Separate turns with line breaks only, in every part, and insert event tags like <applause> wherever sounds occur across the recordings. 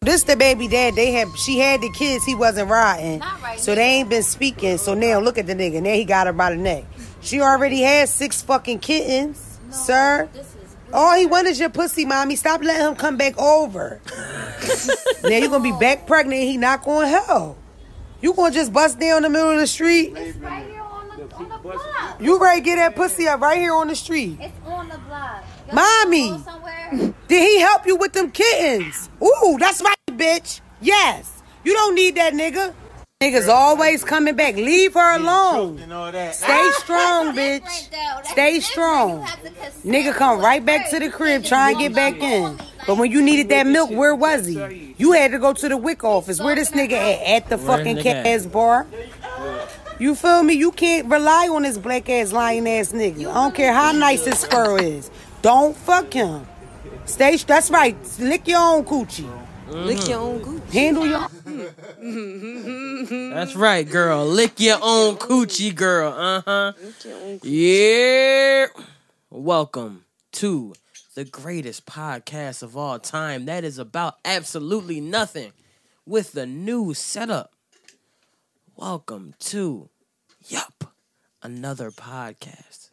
This the baby dad. They had she had the kids. He wasn't riding, so they ain't been speaking. So now look at the nigga. Now he got her by the neck. She already had six fucking kittens, sir. All he wanted is your pussy, mommy. Stop letting him come back
<laughs>
over. now you're gonna be back pregnant. And he not gonna help. You gonna just bust down the middle of the street?
right here on the, on the block.
You ready to get that pussy up right here on the street?
It's on the block. Y'all
Mommy.
go somewhere? <laughs>
Did he help you with them kittens? Ooh, that's right, bitch. Yes. You don't need that nigga. Niggas always coming back. Leave her alone.
and all that.
Stay
Ah!
strong,
That's
bitch.
different, though. That's
Stay
different. You
strong.
have to consent
Nigga come
to it
right back to the
first.
crib,
You
try and
can't
get
just
back
walk on
in.
me like-
But when you needed that milk, where was he? You had to go to the Wick office. Where this nigga at? At the fucking
nigga at?
cat-ass bar. You feel me? You can't rely on this black ass lying ass nigga. I don't care how nice his fur is. Don't fuck him. Stay. That's right. Lick your own coochie.
Lick your own goop.
Mm-hmm. Handle your.
That's right, girl. Lick your own coochie, girl. Uh huh. Yeah. Welcome to the greatest podcast of all time. That is about absolutely nothing with the new setup. Welcome to, yup, another podcast,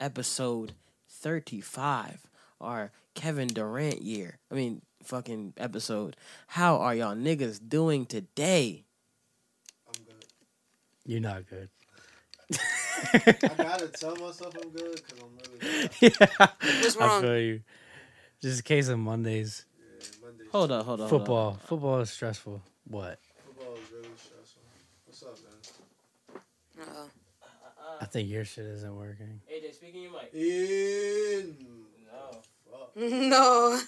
episode 35, our Kevin Durant year. I mean, fucking episode. How are y'all niggas doing today?
You're not good. <laughs>
I gotta tell myself I'm good because I'm really <laughs> good.
What's wrong? I feel you. Just a case of Mondays.
<laughs> Hold up, hold up. hold up.
Football. Football is stressful. What?
Football is really stressful. What's up, man?
I think your shit isn't working.
AJ, speaking your mic.
In.
No.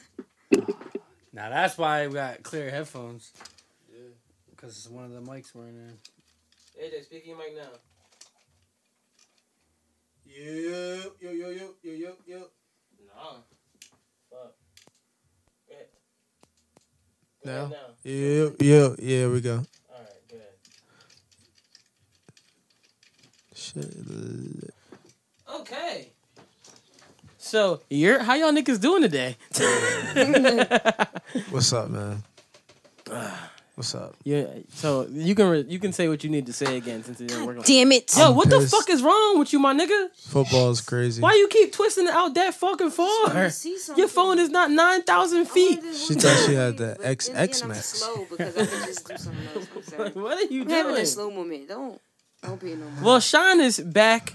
Now that's why we got clear headphones. Because one of the mics weren't in.
AJ, speaking your mic now.
Yo, yo, yo, yo, yo, yo, yo.
No. Fuck. Yeah. Go
No.
ahead
Yeah, yeah, yeah, we go.
Alright, good.
Shit.
Okay. So, you're, how y'all niggas doing today?
<laughs>
<laughs>
What's up, man? What's up?
yeah, so you can re- you can say what you need to say again since it didn't work. out.
Damn it.
Yo, what the
pissed.
fuck is wrong with you, my nigga?
Football is crazy.
Why you keep twisting it out that fucking far?
see
Your phone is not nine thousand feet.
She thought she had the XX
I'm
Max.
slow Oh, because I can just do something else. I'm sorry.
Like, what are you
I'm having
doing?
a slow moment. Don't don't be no
<laughs>
more.
Well, Sean is back.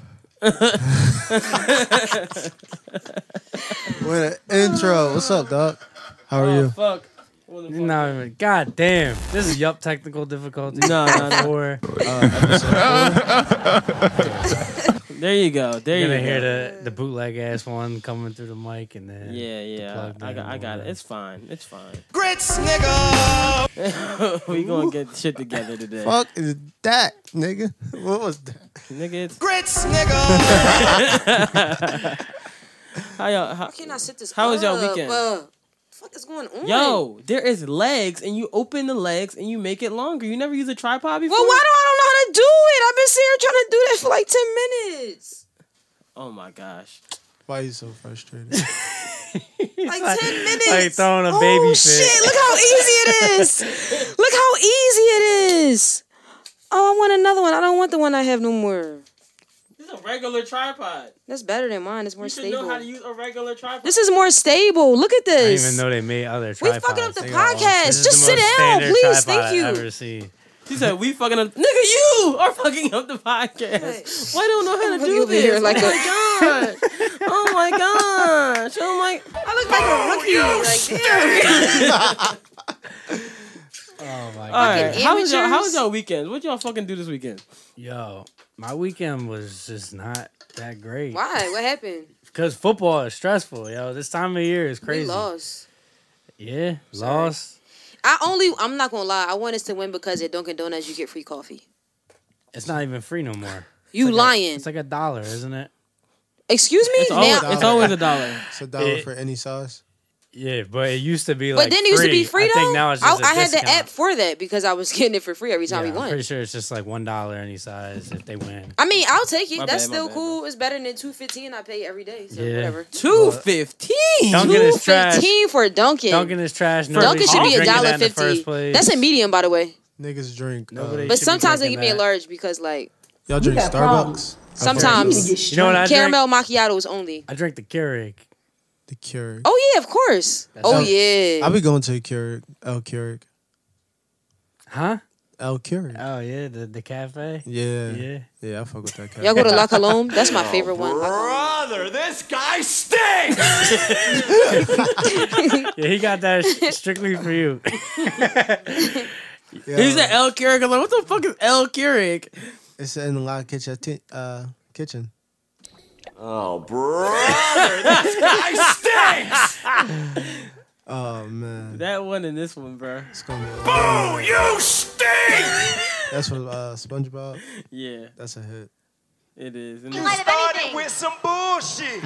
What an intro. What's up, dog? How are
Oh,
you?
Oh, Fuck.
No, even- god damn. This is yup technical difficulty.
No, no, no.
Or
Uh, <laughs> There you go. There
you're
you
gonna
go.
hear the, the bootleg ass one coming through the mic and then
Yeah, yeah.
plug
I, I got,
in
I got it.
one.
It's fine. It's fine. <laughs>
Grits, nigga.
we gonna get shit together today,
Fuck is that, nigga? <laughs> What was that?
nigga. It's,
Grits, nigga.
<laughs> how y'all? Uh, How,
Can I sit this
How was y'all
up?
weekend?
Uh, fuck is going on?
yo, there is legs, and you open the legs and you make it longer. You never use a tripod before.
Well, why do I don't know how to do it? I've been sitting here trying to do this for like ten
<laughs>
minutes.
Oh my gosh.
Why are you so frustrated?
Like, ten minutes.
like throwing a
oh,
baby fit.
shit! Look how easy
<laughs>
it is. Look how easy it is. Oh, I want another one. I don't want the one I have no more.
This is a regular tripod.
That's better than mine. It's more
You should
stable.
know how to use a regular tripod.
This is more stable. Look at
I
this.
didn't even know they made other
We
tripods.
fucking up the
They got one.
podcast.
This is the
Just sit
most
down,
standard
please.
tripod
Thank you.
I've ever seen.
she said, "We fucking up, nigga. You are fucking up the podcast. Why don't know how to
Look
do
over here
this?
like
oh
a-
my god. Oh my gosh. Oh my.
I look like a rookie. like,
Oh my
All right.
god.
How was y'all? How was
amateurs.
y'all weekend? What y'all fucking do this weekend?
Yo, my weekend was just not that great.
<laughs> why? What happened?
Because football is stressful, yo. This time of year is crazy.
We lost.
Yeah, lost.
I only I'm not gonna lie. I want us to win because at Dunkin' Donuts you get free coffee.
It's not even free no more.
You
It's like a-
lying?
it's like a dollar, isn't it?
Excuse me.
It's always,
now,
it's
<laughs>
always a dollar.
It's a dollar
It-
for any size.
Yeah, but it used to be
but
like.
then it used to be free
I
though.
think now it's
I,
just a
I had the
discount.
app for that because I was <laughs> getting it for free every time
Yeah,
we
I'm
won.
pretty sure it's just like one dollar any size if they win.
I mean, I'll take it.
My
That's
bad, my
still
bad,
cool. It's better than two fifteen I pay every day. So
Yeah.
whatever.
Two fifteen.
Dunkin'
Two
is trash.
fifteen for Dunkin'.
Dunkin' is trash. Nobody
Dunkin' should be a
drinking that
dollar
in the
fifty.
first place.
That's a medium, by the way.
Niggas drink. um,
Nobody-
Nobody.
But
should be
sometimes they
drinking
give me a
that.
large because, like,
y'all drink
got problems.
Starbucks.
Sometimes.
You know what I
caramel
drink?
macchiatos only.
I drink the Keurig.
The Keurig.
Oh yeah, of course. oh
how-
yeah.
I be going to the Keurig. El Keurig.
Huh?
El Keurig.
Oh yeah, the the cafe.
Yeah.
Yeah.
Yeah. I fuck with that. Oh,
Y'all go to La Colombe.
<laughs>
That's my favorite one. La Colombe.
Brother, this guy stinks!
Yeah, he got that sh- strictly for you.
Yo,
He's at El Keurig. I'm like, what the fuck is El Keurig?
It's in the loud kitchen. ti- Uh, kitchen.
Oh, brother, this guy stinks!
Oh man.
That one and this one, bro.
It's gonna be-
Boo, you stink!
That's from uh, SpongeBob.
Yeah,
That's a hit.
it is. And
Light
it's-
of anything.
some
<laughs>
bullshit!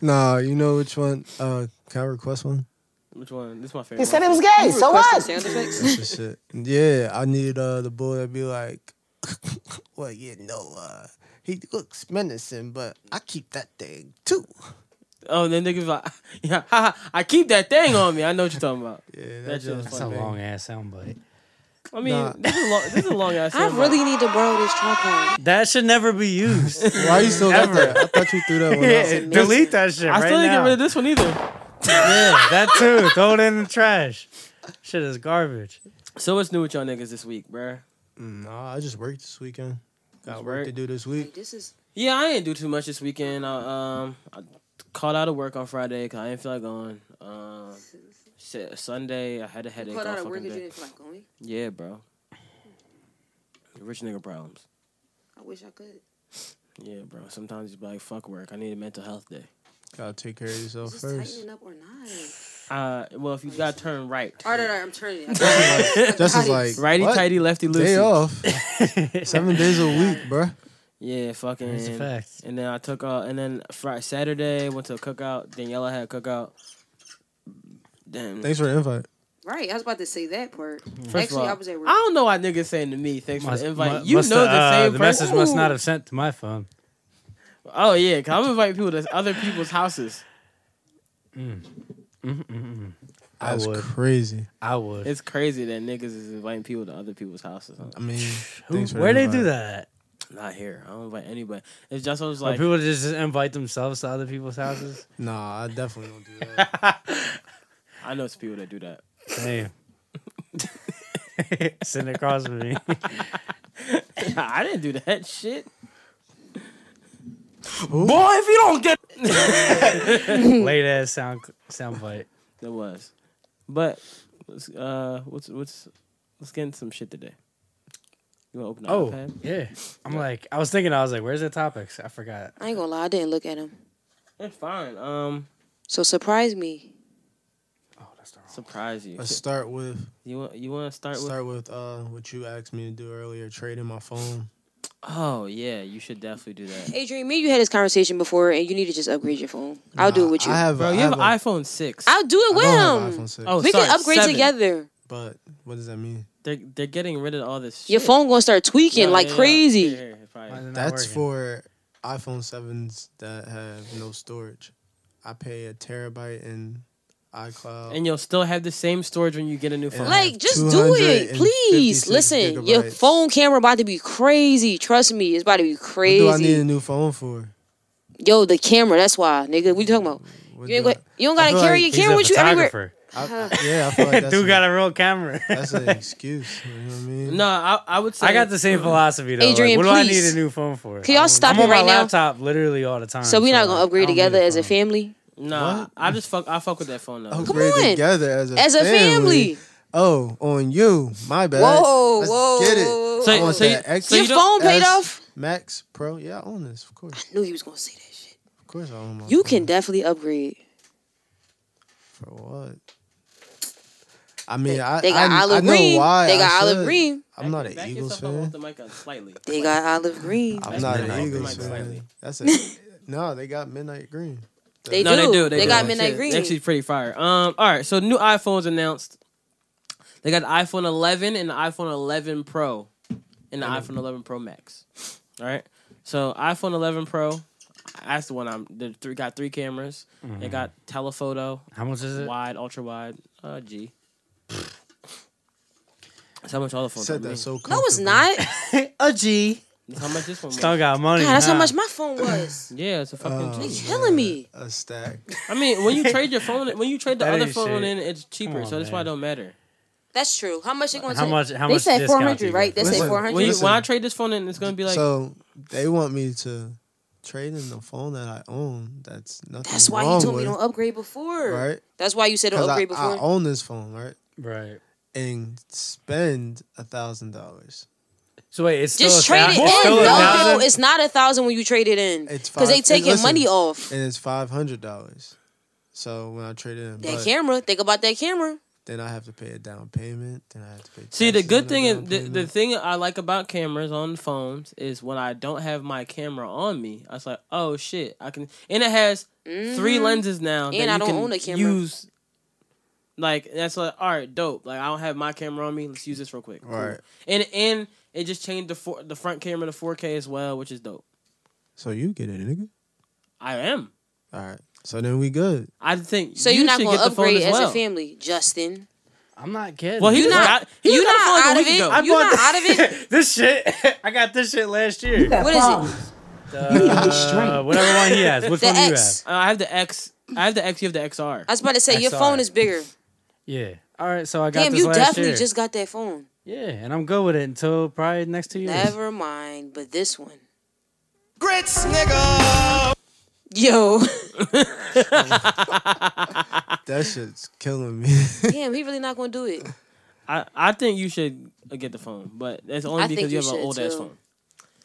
Nah, you know which one? Uh, can I request one?
which one? This is my favorite. one.
was gay. So
Request some sound effects.
That's the shit. Yeah, I need uh the boy to be like, well, you know, uh, he looks menacing, but I keep that thing too.
Oh, then niggas like, <laughs> yeah, ha, ha, I keep that thing on me. I know what you're talking about.
<laughs> Yeah,
That shit was
That's a
funny.
long ass soundbite.
I mean,
Nah.
this is a long, this is a long ass.
<laughs> I
soundbite.
really need to borrow this charcoal.
That should never be used.
<laughs> Why you still got that? I thought you threw that
<laughs>
one out.
Delete that shit.
I still
right
didn't get
now.
rid of this one either.
<laughs> Yeah, that too. Throw it in the trash. Shit is garbage.
So what's new with y'all niggas this week, bruh?
Nah, Uh, I just worked this weekend. Got
Just
work to
work.
do this week.
This is
Yeah, I ain't do too much this weekend. I, um, I called out of work on Friday because I didn't feel like going. Um, shit, Sunday I had a headache.
put
all
out a
fucking
work
day.
agenda for like going.
Yeah, bro. Rich nigga problems.
I wish I could.
Yeah, bro. Sometimes you be like, fuck work. I need a mental health day.
Gotta take care of yourself
Just
first.
tightening up or not.
Uh, well, if you got to turn right.
All right, all right, I'm turning. it.
Just as
<laughs>
like
Righty
what?
tighty, lefty loosey.
Day
<laughs>
off, seven days a week, bruh.
Yeah, fucking.
It's a fact.
And then I took out, and then Friday, Saturday, went to a cookout. Daniela had a cookout. Damn.
Thanks for the invite.
Right, I was about to say that part.
First of
Actually,
all,
I was at work.
I don't know why niggas saying to me, thanks
Must-
for the invite.
mu-
you know
must
the,
have, uh,
same
The
person.
message must not have sent to my phone.
Oh, yeah, because I'm inviting people to other people's houses.
Mm, I
That's
would.
crazy.
I would.
It's crazy that niggas is inviting people to other people's houses.
I mean,
Who,
thanks for the
where they do
invite.
that?
Not here. I don't invite anybody. It's just I was
Like,
like,
people just invite themselves to other people's houses?
Nah, I definitely don't do that.
<laughs>
I know it's people that do that.
Damn. <laughs> Sitting across
<laughs>
from me.
<laughs> I didn't do that shit.
Boy, if you don't
<laughs>
get
<laughs>
Late ass sound soundbite.
There was, but let's, uh, what's what's let's get into some shit today. You want to open the
Oh,
iPad?
yeah. I'm like, I was thinking, I was like, where's the topics? I forgot.
I ain't gonna lie, I didn't look at him.
It's fine. Um,
So surprise me.
surprise you.
Let's start with
You want you want to start, with?
start with uh what you asked me to do earlier, trading my phone.
Oh yeah, you should definitely do that.
Adrian, me and you had this conversation before, and you need to just upgrade your phone. I'll do it with you.
I have,
Bro,
I
you have,
a-
an iPhone six.
I'll do it
I don't
with
have an
him.
iPhone 6.
oh,
We
sorry,
can upgrade
seven.
together.
But what does that mean?
They're they're getting rid of all this.
Your
shit.
phone gonna start tweaking
Yeah,
like
yeah, yeah.
crazy.
Here, here, here, probably.
Why is it not
That's
working?
for iPhone sevens that have no storage. I pay a terabyte in iCloud.
Oh. And you'll still have the same storage when you get a new phone.
I have
Like, just do it,
256
please. Listen, your
gigabytes.
phone camera about to be crazy. Trust me, it's about to be
what
crazy.
do I need a new phone for?
Yo, the camera. That's why, nigga. We talking about?
What
You, ain't
do I-
go, you don't
I
gotta
feel
carry
like
your camera with you everywhere.
I- I- <laughs> yeah, I feel
<laughs>
like that's,
Dude
a-
got a real camera.
that's
<laughs>
an excuse. You know what I mean?
no, I I would say
I got
<clears throat>
the same philosophy though. Like,
Adrian,
what do I
please.
need a new phone for?
Can y'all
I'm-
stop
I'm
it
on
right
my
now?
laptop literally all the time.
So we not gonna upgrade
I don't need
together as a
phone.
family,
Nah,
What?
I just fuck. I fuck with that phone
Oh.
though.
Upgrade
on.
together as a
as a family.
Oh, on you. My bad.
Whoa,
Let's
whoa,
Get it.
whoa, whoa,
So-
I want
so you-
that X-
so you
your phone paid
S
off.
Max Pro. Yeah, I own this. Of course.
Knew he was gonna say that shit.
Of course I own my
You
phone.
can definitely upgrade.
For what? I mean, I
They got
I,
olive
I know
green.
why.
They got
I
olive
should.
green.
I'm not an
Back
Eagles
yourself up off
fan.
the mic up slightly.
They got olive green.
I'm
That's
not an
midnight.
Eagles
Midnight
fan.
<laughs>
slightly.
That's a, no. They got midnight green.
They
no,
do.
they do. They, do.
got
Shit,
midnight green.
Actually, pretty fire. Um, all right. So new iPhones announced. They got the iPhone 11 and the iPhone 11 Pro, and the iPhone 11 Pro Max. All right. So iPhone 11 Pro, that's the one I'm. The three got three cameras. They got telephoto,
Mm-hmm. How much is it?
wide, ultra wide. Uh, G. That's how much all the phones.
Said
are.
that so.
no, it's
comfortably.
not.
<laughs>
A G.
That's how much this one?
Still
Was.
got money.
God, that's how
huh?
much my phone was.
Yeah, it's a fucking G.
They killing me.
Uh, A stack.
I mean, when you trade your phone, when you trade the
<laughs> That
other
ain't
phone
shit.
in, it's cheaper.
on,
so that's why it
man.
don't matter.
That's true. How much they going to
How much? How
They
much?
said
discount
four
do
hundred,
you
right? They
get?
said
Listen,
four
When,
hundred.
you,
Listen.
when I trade this phone in, it's gonna be like
so they want me to trade in the phone that I own. That's nothing.
That's why you
wrong
told me
with,
don't upgrade before.
Right?
That's why you said don't
Because I,
upgrade
I
before.
own this phone, right?
Right.
And spend a thousand dollars.
So wait, it's still
Just
a
trade it
thousand- it's
in.
still a
No,
thousand?
it's not a thousand when you trade it in.
It's
Because they
five-
taking
listen.
money off.
And it's five hundred dollars. So when I trade it in,
That
but
camera. Think about that camera.
then I have to pay a down payment. Then I have to pay.
See, the
taxes
good
on
thing is
down
the, the
payment.
thing I like about cameras on phones is when I don't have my camera on me, I was like, oh shit, I can, and it has three lenses now, that
Mm-hmm. And I
you
don't
can
own a camera. <laughs>
Use like that's like all right, dope. Like I don't have my camera on me. Let's use this real quick. Cool.
Right.
and and it just changed the four, the front camera to 4K as well, which is dope.
So you get it, nigga.
I am.
All right. So then we good.
I think
So you're not
should
going to
get the phone
upgrade as,
well.
a family, Justin.
I'm not kidding.
Well, he
This
just
is-
got he
You
just got a
not
phone
out
a
of
week ago.
it. You not out of it.
<laughs> this shit. I got this shit last year.
What is it?
Uh, whatever one he has. Which
<laughs> The
one do you have?
X.
Uh, I have the X. I have the X. You have the XR.
I was about to say your
XR.
phone is bigger.
Yeah. All right. So I got
Damn,
this
you
last
definitely
year.
just got that phone.
yeah, and I'm good with it until probably next two years.
Never mind, but this one.
Grits, nigga.
<laughs>
Yo,
<laughs> That shit's killing me.
damn, he really not gonna do it.
I, I think you should get the phone, but that's only
I
because
think
you
you
have an
should,
old ass
too.
phone.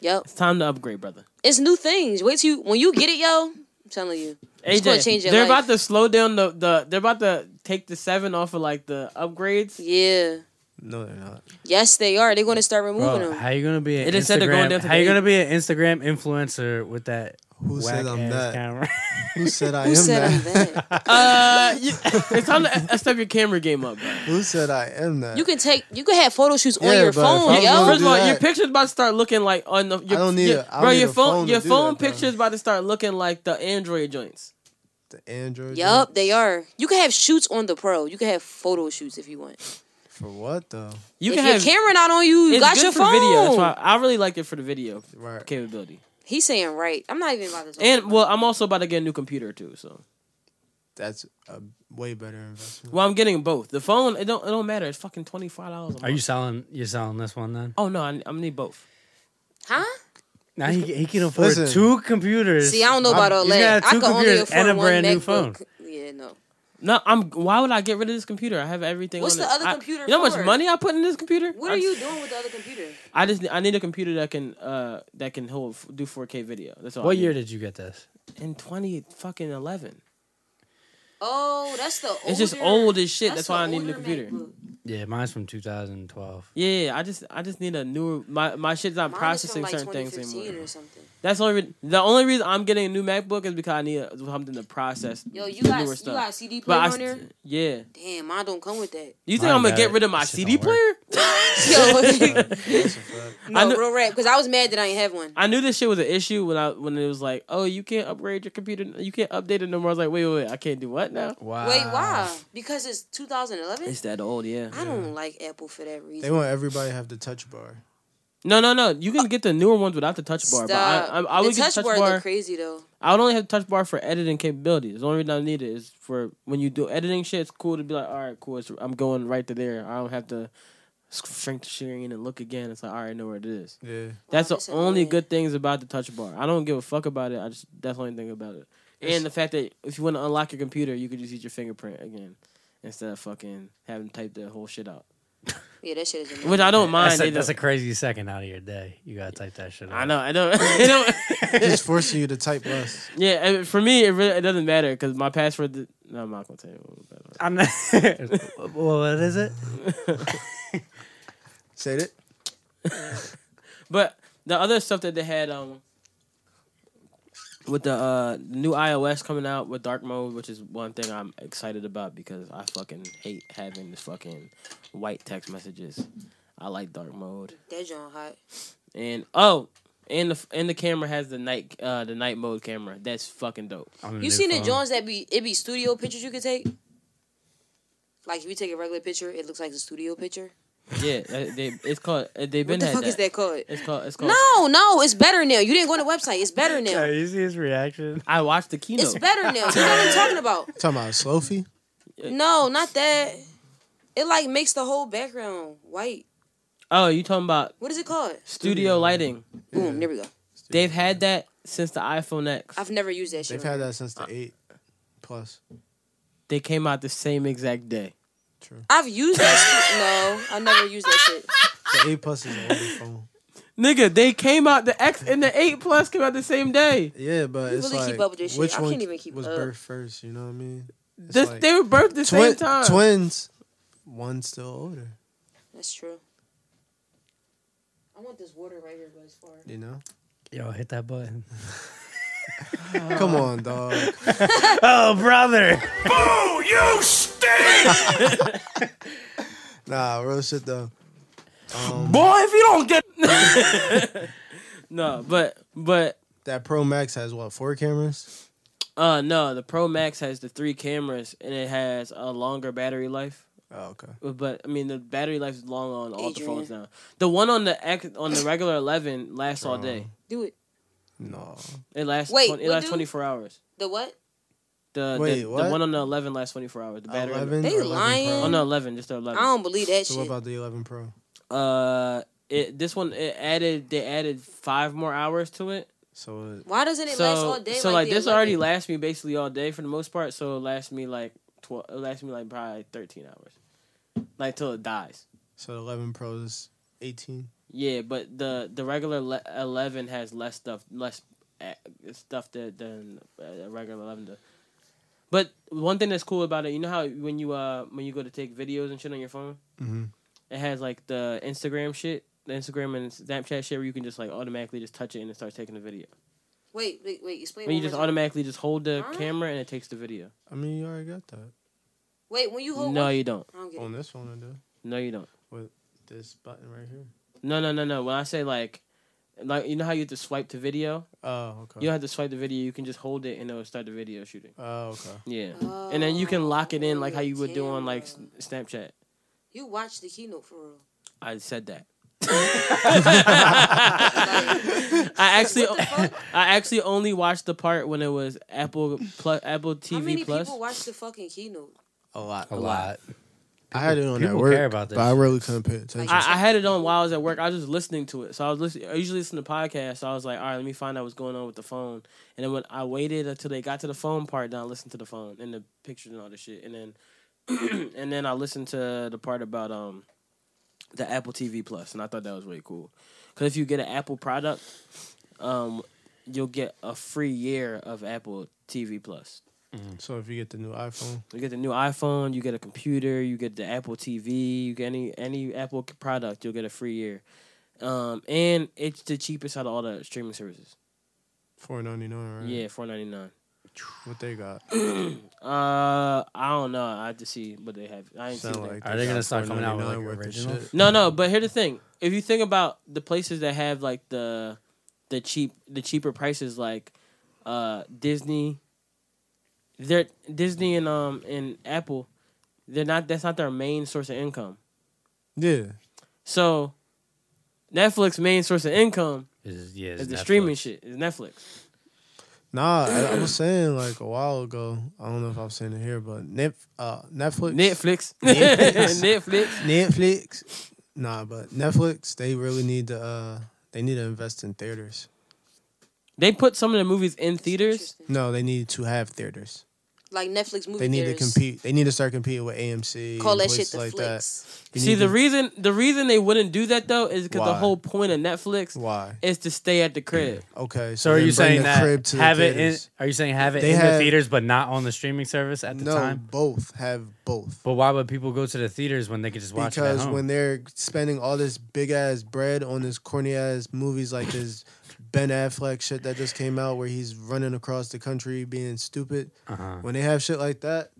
Yep,
It's time to upgrade, brother.
it's new things. Wait till you, when you get it, yo. I'm telling you,
AJ,
gonna change your
they're
life.
about to slow down the, the they're about to take the seven off of like the upgrades.
yeah,
no, they're not.
yes, they are. They're gonna start removing
Bro,
them.
how you gonna be an
It is said they're going down
Instagram?
to
How you
the
gonna be an Instagram influencer with that
Who
whack
said I'm
ass
that?
camera?
<laughs> Who said I
Who
am
said I'm
that? <laughs>
that?
Uh, you- <laughs> it's time to <laughs> uh, step your camera game up. Bro.
Who said I am that?
You can take, you can have photo shoots on
Yeah,
your
but if
phone,
I'm
yo.
gonna
First of
do
all,
that.
your picture's about to start looking like on the. Your,
I don't need
your,
a- I
bro,
don't need
your
a
phone,
phone to
your
do
phone
that, bro.
picture's about to start looking like the Android joints.
the Android.
Yup,
joint?
they are. You can have shoots on the pro. You can have photo shoots if you want.
For what though?
You
if
can
your
have
camera not on you, you
it's
got
good
your
for
phone.
video. That's why I really liked it for the video
Right.
capability.
He's saying right. I'm not even about to. Talk
And
about
well,
it.
I'm also about to get a new computer too. So.
That's a way better investment.
Well, I'm getting both. The phone, it don't, it don't matter. It's fucking twenty five dollars.
Are you selling? You selling this one then?
Oh no, I, I'm gonna need both.
huh?
Now he, he can afford
Listen.
two computers.
See, I don't know about all
he's
that.
got
I
two
can only
computers
afford
and a
one
brand new
MacBook.
phone.
Yeah, no.
No, I'm. Why would I get rid of this computer? I have everything.
What's
on
the
it.
other
I-
computer
You know how
for?
much money I put in this computer?
What
I,
are you doing with the other computer?
I just I need a computer that can uh that can hold do 4K video. That's all. I
What
need.
year did you get this?
In 20 fucking 11.
Oh, that's the.
It's just
older-
old as shit. That's
the
why I need a new
older
computer.
MacBook.
Yeah, mine's from 2012.
Yeah, I just I just need a newer. My my shit's not
Mine is from
processing
like
certain things
2015
anymore.
or something.
That's the only re- the only reason I'm getting a new MacBook is because I need a, something to process.
Yo, you
the
got
newer
you
stuff.
got a CD
but
player
I
on there?
st- yeah.
Damn, mine don't come with that.
You think
Mine
I'm gonna
got
get
it.
rid of my
That shit
CD
don't work.
player?
<laughs>
<laughs>
Yo,
I
no,
knew-
real rap. Because I was mad that I didn't have one.
I knew this shit was an issue when I when it was like, oh, you can't upgrade your computer, you can't update it no more. I was like, wait, wait, wait I can't do what now?
Wow.
Wait, why? Because it's 2011.
It's that old, yeah.
I don't like Apple for that
They
reason.
want everybody to have the touch bar.
No, no, no. You can get the newer ones without the touch bar.
Stop.
But I, I, I would
the
get
touch,
the touch
bar,
bar.
look crazy though.
I would only have touch bar for editing capabilities. The only reason I need it is for when you do editing shit. It's cool to be like, all right, cool. It's, I'm going right to there. I don't have to s- shrink the screen and look again. It's like, all right, I know where it is.
Yeah.
That's
that's
the only
annoying.
good things about the touch bar. I don't give a fuck about it. I just that's the only thing about it. And the fact that if you want to unlock your computer, you could just use your fingerprint again instead of fucking having to type the whole shit out.
Yeah, that shit is annoying.
which I don't mind.
That's
They
a, that's a
don't-
crazy second out of your day. You gotta type that shit.
I
out.
know. <laughs> I don't. I don't
Just forcing you to type less.
yeah, and for me, it really it doesn't matter because my password. Did, no, I'm not gonna tell you. What my password.
I'm not. <laughs> well, what is it?
Say it.
<laughs> But the other stuff that they had um with the uh new iOS coming out with dark mode, which is one thing I'm excited about because I fucking hate having this fucking white text messages. I like dark mode.
That John hot.
And oh, and the and the camera has the night uh the night mode camera. That's fucking dope.
You seen the Johns that be it be studio pictures you could take? Like if you take a regular picture, it looks like a studio picture.
Yeah, that- they, it's called. uh, They've been
What the
had
fuck is that called?
It's called. It's called.
No, no, it's better now. You didn't go on the website. It's better now.
you see his reaction?
I watched the keynote.
It's better now. You know what I'm talking
<laughs>
<laughs>
about?
Talking about Slofi?
No, not that. It like makes the whole background white.
oh, you talking about
What is it called?
studio lighting?
Boom. There we go.
They've had that since the iPhone X.
I've never used that shit.
They've had that since the eight plus.
They came out the same exact day.
I've
<laughs>
used that. shit. No, I never used that shit.
The eight plus is an older phone.
Nigga, they came out the X and the eight plus came out the same day.
Yeah, but
You
it's
really
like
keep up with this shit.
which
I
one
can't even keep
was
up.
birthed first? You know what I mean? It's
This,
like
they were birthed the same
twin-
time.
Twins. One's
<sighs>
still older.
That's true. I want this water right here, but it's far.
You know?
Yo, hit that button.
Come on, dog.
<laughs> Oh, brother.
<laughs>
Nah, real shit though. Um,
<laughs> Boy, if you don't get <laughs> no, Uh, but but
that Pro Max has what four cameras?
uh no, the Pro Max has the three cameras and it has a longer battery life.
Oh, okay.
But I mean, the battery life is long on all the
Adrian.
phones now. The one on the X, on the regular eleven lasts all day.
Do it.
No.
It lasts.
Wait,
20, it
what
lasts
do-
twenty four hours.
The what?
The,
Wait,
the, the
what?
one on the eleven lasts twenty four hours. The battery. on the-
Eleven.
They
or 11
lying.
Pro?
Oh no, eleven, just the
I
eleven.
don't believe that
So what
shit.
about the 11 Pro?
Uh, it this one it added they added five more hours to it.
So
Why doesn't it
so
last all day?
so
like,
like
the
this already
11?
lasts me basically all day for the most part. So it lasts me like twelve. It lasts me like probably thirteen hours, like till it dies.
so the 11 Pro is 18.
Yeah, but the the regular le- eleven has less stuff, less uh, stuff that than uh, a regular eleven does. But one thing that's cool about it, you know how when you uh when you go to take videos and shit on your phone,
Mhm.
it has like the Instagram shit, the Instagram and Snapchat shit where you can just like automatically just touch it and it starts taking the video.
Wait, wait, wait. Explain.
When you
one
just
more time.
automatically just hold the
Huh?
camera and it takes the video.
I mean, you already got that
Wait, when you hold.
No,
one-
you don't.
I don't get it.
on this one. I do.
No, you don't.
This button right here.
No, no, no, no. When I say like, like you know how you have to swipe to video,
Oh, okay.
you don't have to swipe the video. You can just hold it and it'll start the video shooting.
Oh, okay.
Yeah. and then you can lock it in like how you would do on like S-
camera.
Snapchat.
You watched the keynote for real.
I said
<laughs>
that. I actually, I actually only watched the part when it was Apple plus Apple TV
How many
plus.
people watched the fucking keynote?
A lot.
A lot.
I had it on
people
at work,
care about
but I
this.
really couldn't pay attention.
I, I had it on while I was at work. I was just listening to it. So I was listening. I usually listen to podcasts. So I was like, all right, let me find out what's going on with the phone. And then when I waited until they got to the phone part, then I listened to the phone and the pictures and all this shit. And then, and then <clears throat> I listened to the part about um, the Apple TV Plus, and I thought that was really cool. Because if you get an Apple product, um, you'll get a free year of Apple TV Plus. Mm.
so if you get the new iPhone,
You get the new iPhone, you get a computer, you get the Apple TV, you get any any Apple c- product, you'll get a free year. Um, and it's the cheapest out of all the streaming services.
four ninety nine, right?
Yeah, four ninety nine.
What they got?
Uh, I don't know. I have to see what they have. I ain't seen
Sound
that.
like
Are they gonna start coming out with,
$4.99
like,
worth of
original?
shit.
No, no. But here's the thing: if you think about the places that have like the the cheap the cheaper prices, like uh Disney, they're Disney and um and Apple, they're not. That's not their main source of income.
Yeah.
So Netflix main source of income
Is, yeah,
is
it's
the
Netflix.
streaming shit. Is Netflix.
Nah, I, I was saying like a while ago. I don't know if I'm saying it here, but Netf- uh, Netflix.
Netflix. <laughs>
Netflix.
Netflix.
Netflix. Nah, but Netflix. They really need to. Uh, they need to invest in theaters.
They put some of the movies in theaters.
Interesting.
No, they need to have theaters.
like Netflix movie.
They need to
theaters.
compete. They need to start competing with AMC.
Call that
and
shit
places
the
like that.
flicks.
They
See
need
the
to-
reason the reason they wouldn't do that though is because the
Why?
whole point of Netflix
why?
is to stay at the crib.
<clears throat> Okay.
So are
then
you
bring
saying
the
that
crib to the
have it in?
theaters.
Are you saying have it
They
in
have-
the theaters but not on the streaming service at the
no,
time?
both have both.
But why would people go to the theaters when they could just watch it at
because
home?
when they're spending all this big ass bread on this corny ass movies like this Ben Affleck shit that just came out where he's running across the country being stupid,
uh-huh.
when they have shit like that,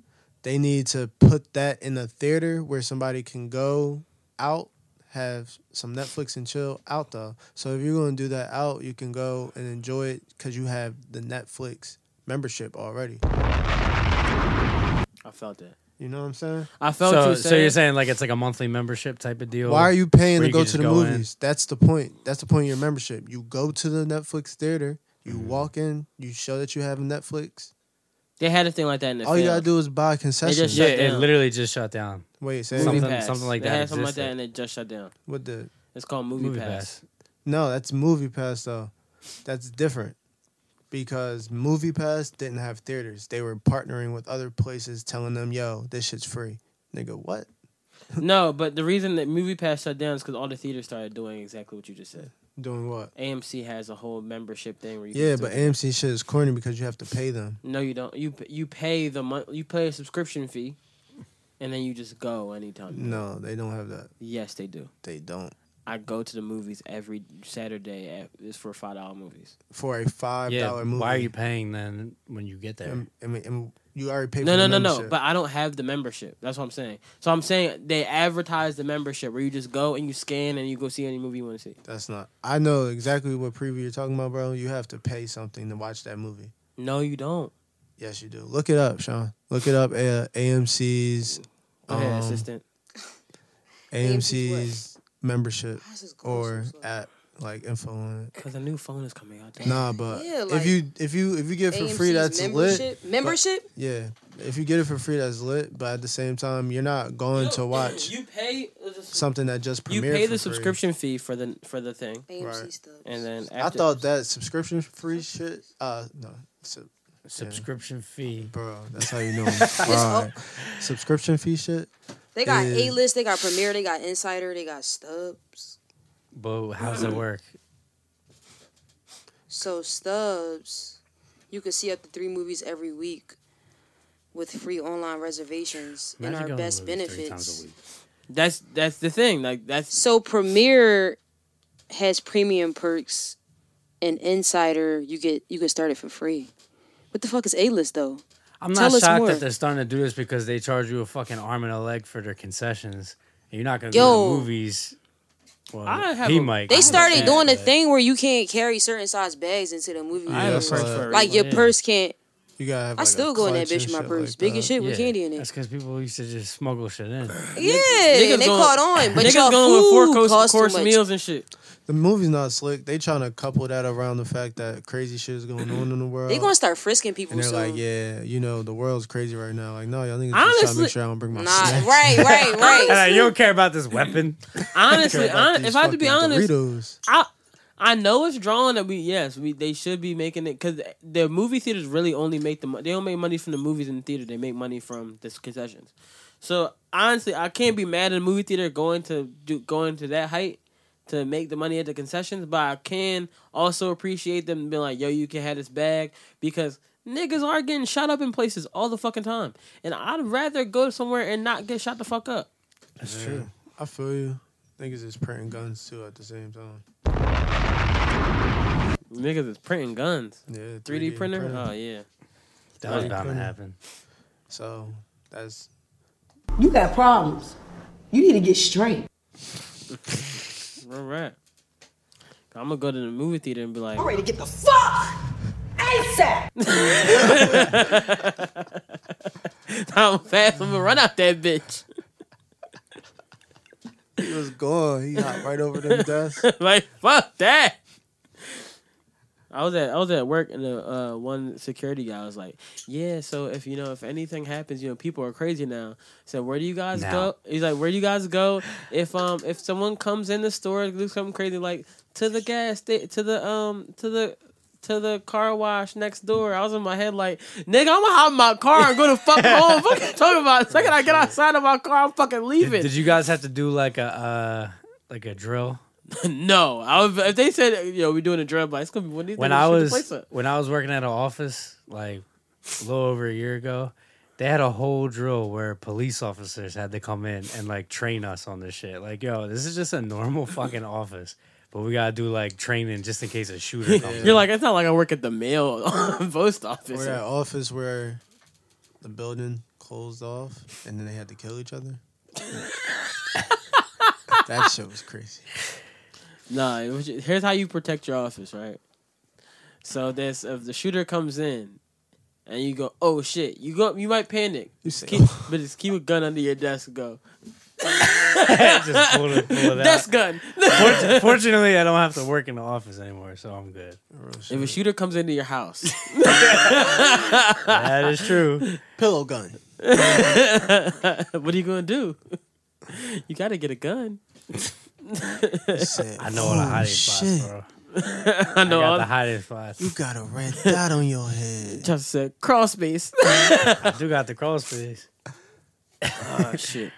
they need to put that in a theater where somebody can go out, have some Netflix and chill out though. So if you're gonna do that out, you can go and enjoy it because you have the Netflix membership already.
I felt that.
You know what I'm saying?
I felt
So,
you
so you're saying like it's like a monthly membership type of deal?
Why are you paying
where
to
you
go
could
to the
just go in.
movies? That's the point. That's the point of your membership. You go to the Netflix theater, you walk in, you show that you have Netflix.
they had a thing like that in the
All you gotta do is buy a concession.
just
Yeah,
shut
it
down.
literally just shut down.
Wait, say
movie
something.
something-
pass.
something like
they
that
had something like that
existed.
and it just shut down.
What the?
It's called movie,
Movie
pass.
pass.
No, that's Movie Pass though. That's different because Movie Pass didn't have theaters. They were partnering with other places, telling them, "Yo, this shit's free." Nigga, what?
<laughs>
<laughs>
No, but the reason that movie pass shut down is because all the theaters started doing exactly what you just said.
Doing what?
AMC has a whole membership thing where you
Yeah,
can
but
still-
AMC shit is corny because you have to pay them.
no, you don't. You p- you pay the month. You pay a subscription fee, and then you just go anytime.
No, they don't have that.
Yes, they do.
They don't.
I go to the movies every Saturday. At, it's for five dollar movies.
<laughs> For a five
Yeah.
dollar movie,
Why are you paying then when you get there?
And, and, and you already paid.
No,
for
no,
the
no, no.
membership.
But I don't have the membership. That's what I'm saying. So I'm saying they advertise the membership where you just go and you scan and you go see any movie you want to see.
that's not. I know exactly what preview you're talking about, bro. You have to pay something to watch that movie.
No, you don't.
Yes, you do. Look it up, Sean. Look it up. Uh, AMC's
Go ahead,
Um,
assistant.
AMC's membership
Why is this going
or
so slow?
at like info on it.
Because a new phone is coming out. Damn.
Nah, but
Yeah,
if
like
you if you if you get it for free,
AMC's
that's lit.
membership.
but-
Membership.
yeah, if you get it for free, that's lit. But at the same time, you're not going to watch
You pay.
something that just premiered.
You pay
for
the
free.
subscription fee for the for the thing,
AMC
Right.
stuff.
and then
I
after-
thought that subscription free shit. Uh, no, sub-
Subscription fee.
Bro, that's
<laughs>
how you know. Fraud. Subscription fee shit.
They got
Yeah.
A list, they got Premiere, they got Insider, they got Stubbs.
But how does it work?
So Stubbs, you can see up to three movies every week with free online reservations
Imagine
and
going
our
to
best
the movies three times
benefits.
a week.
that's that's the thing. Like that's
So Premiere has premium perks, and Insider you get you can start it for free. What the fuck is A list though?
I'm
Tell
not
us
shocked
more.
that they're starting to do this because they charge you a fucking arm and a leg for their concessions. And you're not gonna go to
Yo.
the movies. Well,
I have
he
a-
might.
They
I'm
started
saying,
doing a
but-
thing where you can't carry certain size bags into the movie.
I
Yeah,
have a
that's
purse
why-
for a
like your
reason.
purse can't.
uh, You gotta have.
I
like, a
still go in that
clutch and
bitch with my
shit
purse,
like
big
that.
as shit with candy in
That's
it.
because people used to just smuggle shit in.
Yeah,
niggas
and they
going-
caught on, but
niggas
y'all
going with
food
four course,
costs too
course
much.
meals and shit.
The movie's not slick. They trying to couple that around the fact that crazy shit is going on in the world.
They gonna start frisking people
and they're
soon.
like, yeah, you know, the world's crazy right now. Like, no, y'all niggas just trying to
Honestly-
make sure I don't bring my
Nah,
snacks. <laughs>
right, right,
And
right.
like, you don't care about this weapon.
Honestly,
About
hon-
these
if I have to be
fucking
honest,
Doritos.
I I know it's drawn that we yes we they should be making it because the movie theaters really only make the mo- they don't make money from the movies in the theater they make money from the concessions. So honestly, I can't be mad at the movie theater going to do going to that height to make the money at the concessions, but I can also appreciate them being like, "Yo, you can have this bag," because niggas are getting shot up in places all the fucking time, and I'd rather go somewhere and not get shot the fuck up.
That's true. I feel you. Niggas is printing guns too at the same time.
Niggas is printing guns,
Yeah,
three D printer.
printing.
Oh yeah.
That was
Right.
bound to happen.
So that's
You got problems. You need to get straight.
Real rap. I'm gonna go to the movie theater and be like,
ready to get the fuck ASAP.
<laughs> "How fast I'm gonna run out that bitch?"
he was gone. He hopped right over them desks.
<laughs> like, fuck that. I was at I was at work and the uh, one security guy was like, "Yeah, so if you know if anything happens, you know people are crazy now. So where do you guys
Now.
go? He's like, where do you guys go if um if someone comes in the store and do something crazy like to the gas sta- to the um to the to the car wash next door. I was in my head like, nigga, I'm gonna hop in my car and go to fuck home. Fuck you talking about? Second I get outside of my car, I'm fucking
Did,
leaving.
did you guys have to do like a uh, like
<laughs>
a drill?
<laughs> no, I was, if they said, yo, we doing a drill, like it's gonna be one of these
When
niggas
I
shoot the
was
place up.
when I was working at an office like a little over a year ago, they had a whole drill where police officers had to come in and like train us on this shit. Like, yo, this is just a normal fucking office, but we gotta do like training just in case
<laughs>
a shooter comes. in.
You're like, it's not like I work at the mail <laughs> post
<laughs> Or
office.
Oh, that office where the building closed off and then they had to kill each
<laughs>
other. that shit was crazy.
Nah, it was ju- here's how you protect your office, right? So this if the shooter comes in and you go, oh shit, you go you might panic.
You say, "Oh."
Keep, but just keep a gun under your desk and go.
<laughs> <laughs> just pull it, pull
<laughs>
it out.
Desk gun. <laughs>
Fort- Fortunately, I don't have to work in the office anymore, so I'm good.
real shit.
if a shooter comes into your house,
That is true.
<laughs>
Pillow gun.
what are you gonna do? You gotta get a gun.
You said,
I know all the
"Holy
hiding spots,
Oh, shit,
bro.
I
I
know
got the
I
hiding spots.
You got a red dot on your
<laughs>
head.
just said crawl space.
<laughs>
<laughs>
I do got the crawl space.
oh shit.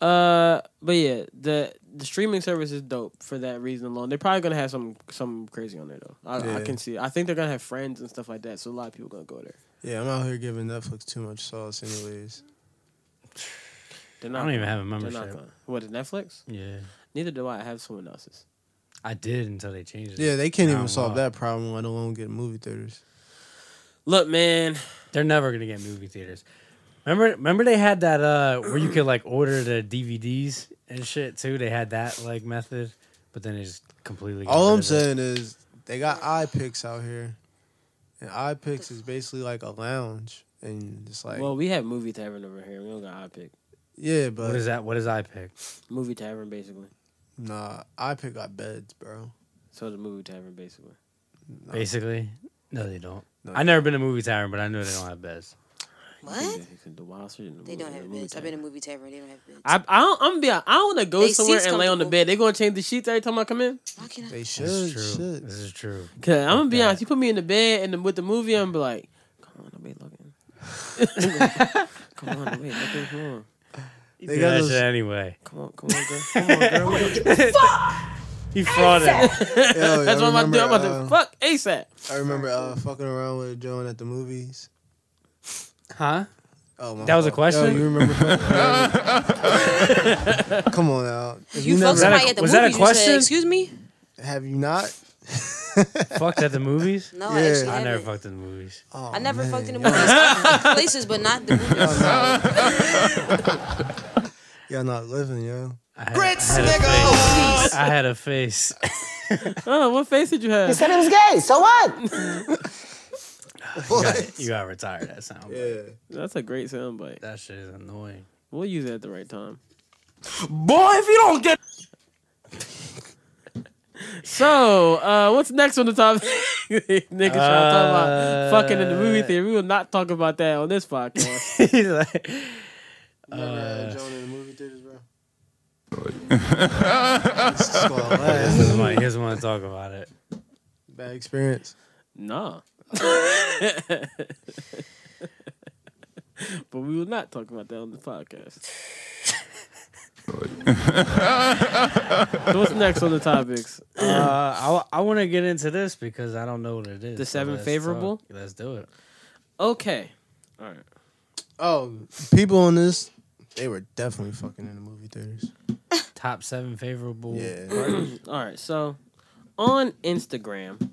Uh, but yeah, the the streaming service is dope for that reason alone. They're probably gonna have some some crazy on there though. I, I
Yeah.
can see. I think they're gonna have friends and stuff like that. So a lot of people gonna go there.
Yeah, I'm out here giving Netflix too much sauce, anyways.
They're
I
not.
don't even have a
they're not
membership.
gonna. What is Netflix?
Yeah,
Neither do I. I have someone else's.
I did until they changed it.
Yeah, they can't
Now
even
I'm
solve
wild.
that problem, let alone get movie theaters.
Look, man.
They're never gonna get movie theaters. Remember, remember they had that uh where you could like order the DVDs and shit too. They had that like method, but then it just completely. got
All
rid
I'm
of it.
saying is they got iPix out here, and iPix is basically like a lounge, and it's like
Well, we have movie tavern over here. We don't got iPick.
yeah,
what
but
is that? What is I pick?
Movie tavern basically.
nah, iPic got beds, bro.
So the movie tavern basically.
Basically, no, they don't.
No,
I never been to movie tavern, but I know they don't have beds.
What?
The Wild Street and the
They
movie-
don't
the
have
movie
beds. I've been in
tavern.
a movie tavern. They don't have beds.
I, I don't, I'm gonna be. honest, I don't want to go
They
somewhere
seats
and lay on the
comfortable.
bed. They gonna change the sheets every time I come in.
Why can't I?
They
This
should.
is true.
Shit.
This is true.
Cause I'm gonna be
that.
honest, you put me in the bed and the, with the movie, I'm be like, come on, nobody
<laughs>
looking. come on, nobody looking. Come on,
They
got
that
those-
shit anyway.
come on, come on, girl. Come on, girl.
<laughs> He frauded.
Yo,
That's what I'm about to
I
do. I'm
remember,
about to
uh,
fuck ASAP.
I remember uh, fucking around with Joan at the movies.
Huh?
Oh, my
That was a
fault.
question?
Yo, you
<laughs>
remember? <laughs>
<laughs>
Come on out. If
You
never-
fuck
that a-
somebody at the
was
movies.
that a
you said,
question?
Excuse me?
have you not?
Fucked at the movies?
No, I
Yeah.
actually
I
haven't.
never fucked at the movies.
Oh,
I never
man.
fucked in the movies. I fucked places, but
<laughs>
not the movies.
Y'all not living, yo.
I had,
Grits,
I had a
nigga.
face. I had
<laughs>
a face.
Oh, what face did you have?
said it was gay, so what?
<laughs>
you, got, <laughs> you got retired. That sound.
Yeah.
That's a great soundbite.
That shit is annoying.
We'll use it at the right time.
Boy, if you don't get
<laughs> So, uh, what's next on the topic? <laughs> Niggas trying to talk
Uh,
about fucking in the movie theater. We will not talk about that on this podcast.
<laughs>
<laughs>
He's like,
Remember uh, Joan in the movie theaters, bro? It's just gonna last.
<laughs> this is my, he doesn't want to talk about it.
Bad experience.
nah. <laughs> but we will not talk about that on the
<laughs>
podcast. so what's next on the topics?
Uh, I, I want to get into this because I don't know what it is.
The seven
let's
favorable?
talk. Let's do it.
Okay. All right.
Oh, people on this, they were definitely fucking in the movie theaters.
Top seven favorable.
Yeah.
<clears throat> All right. So on Instagram,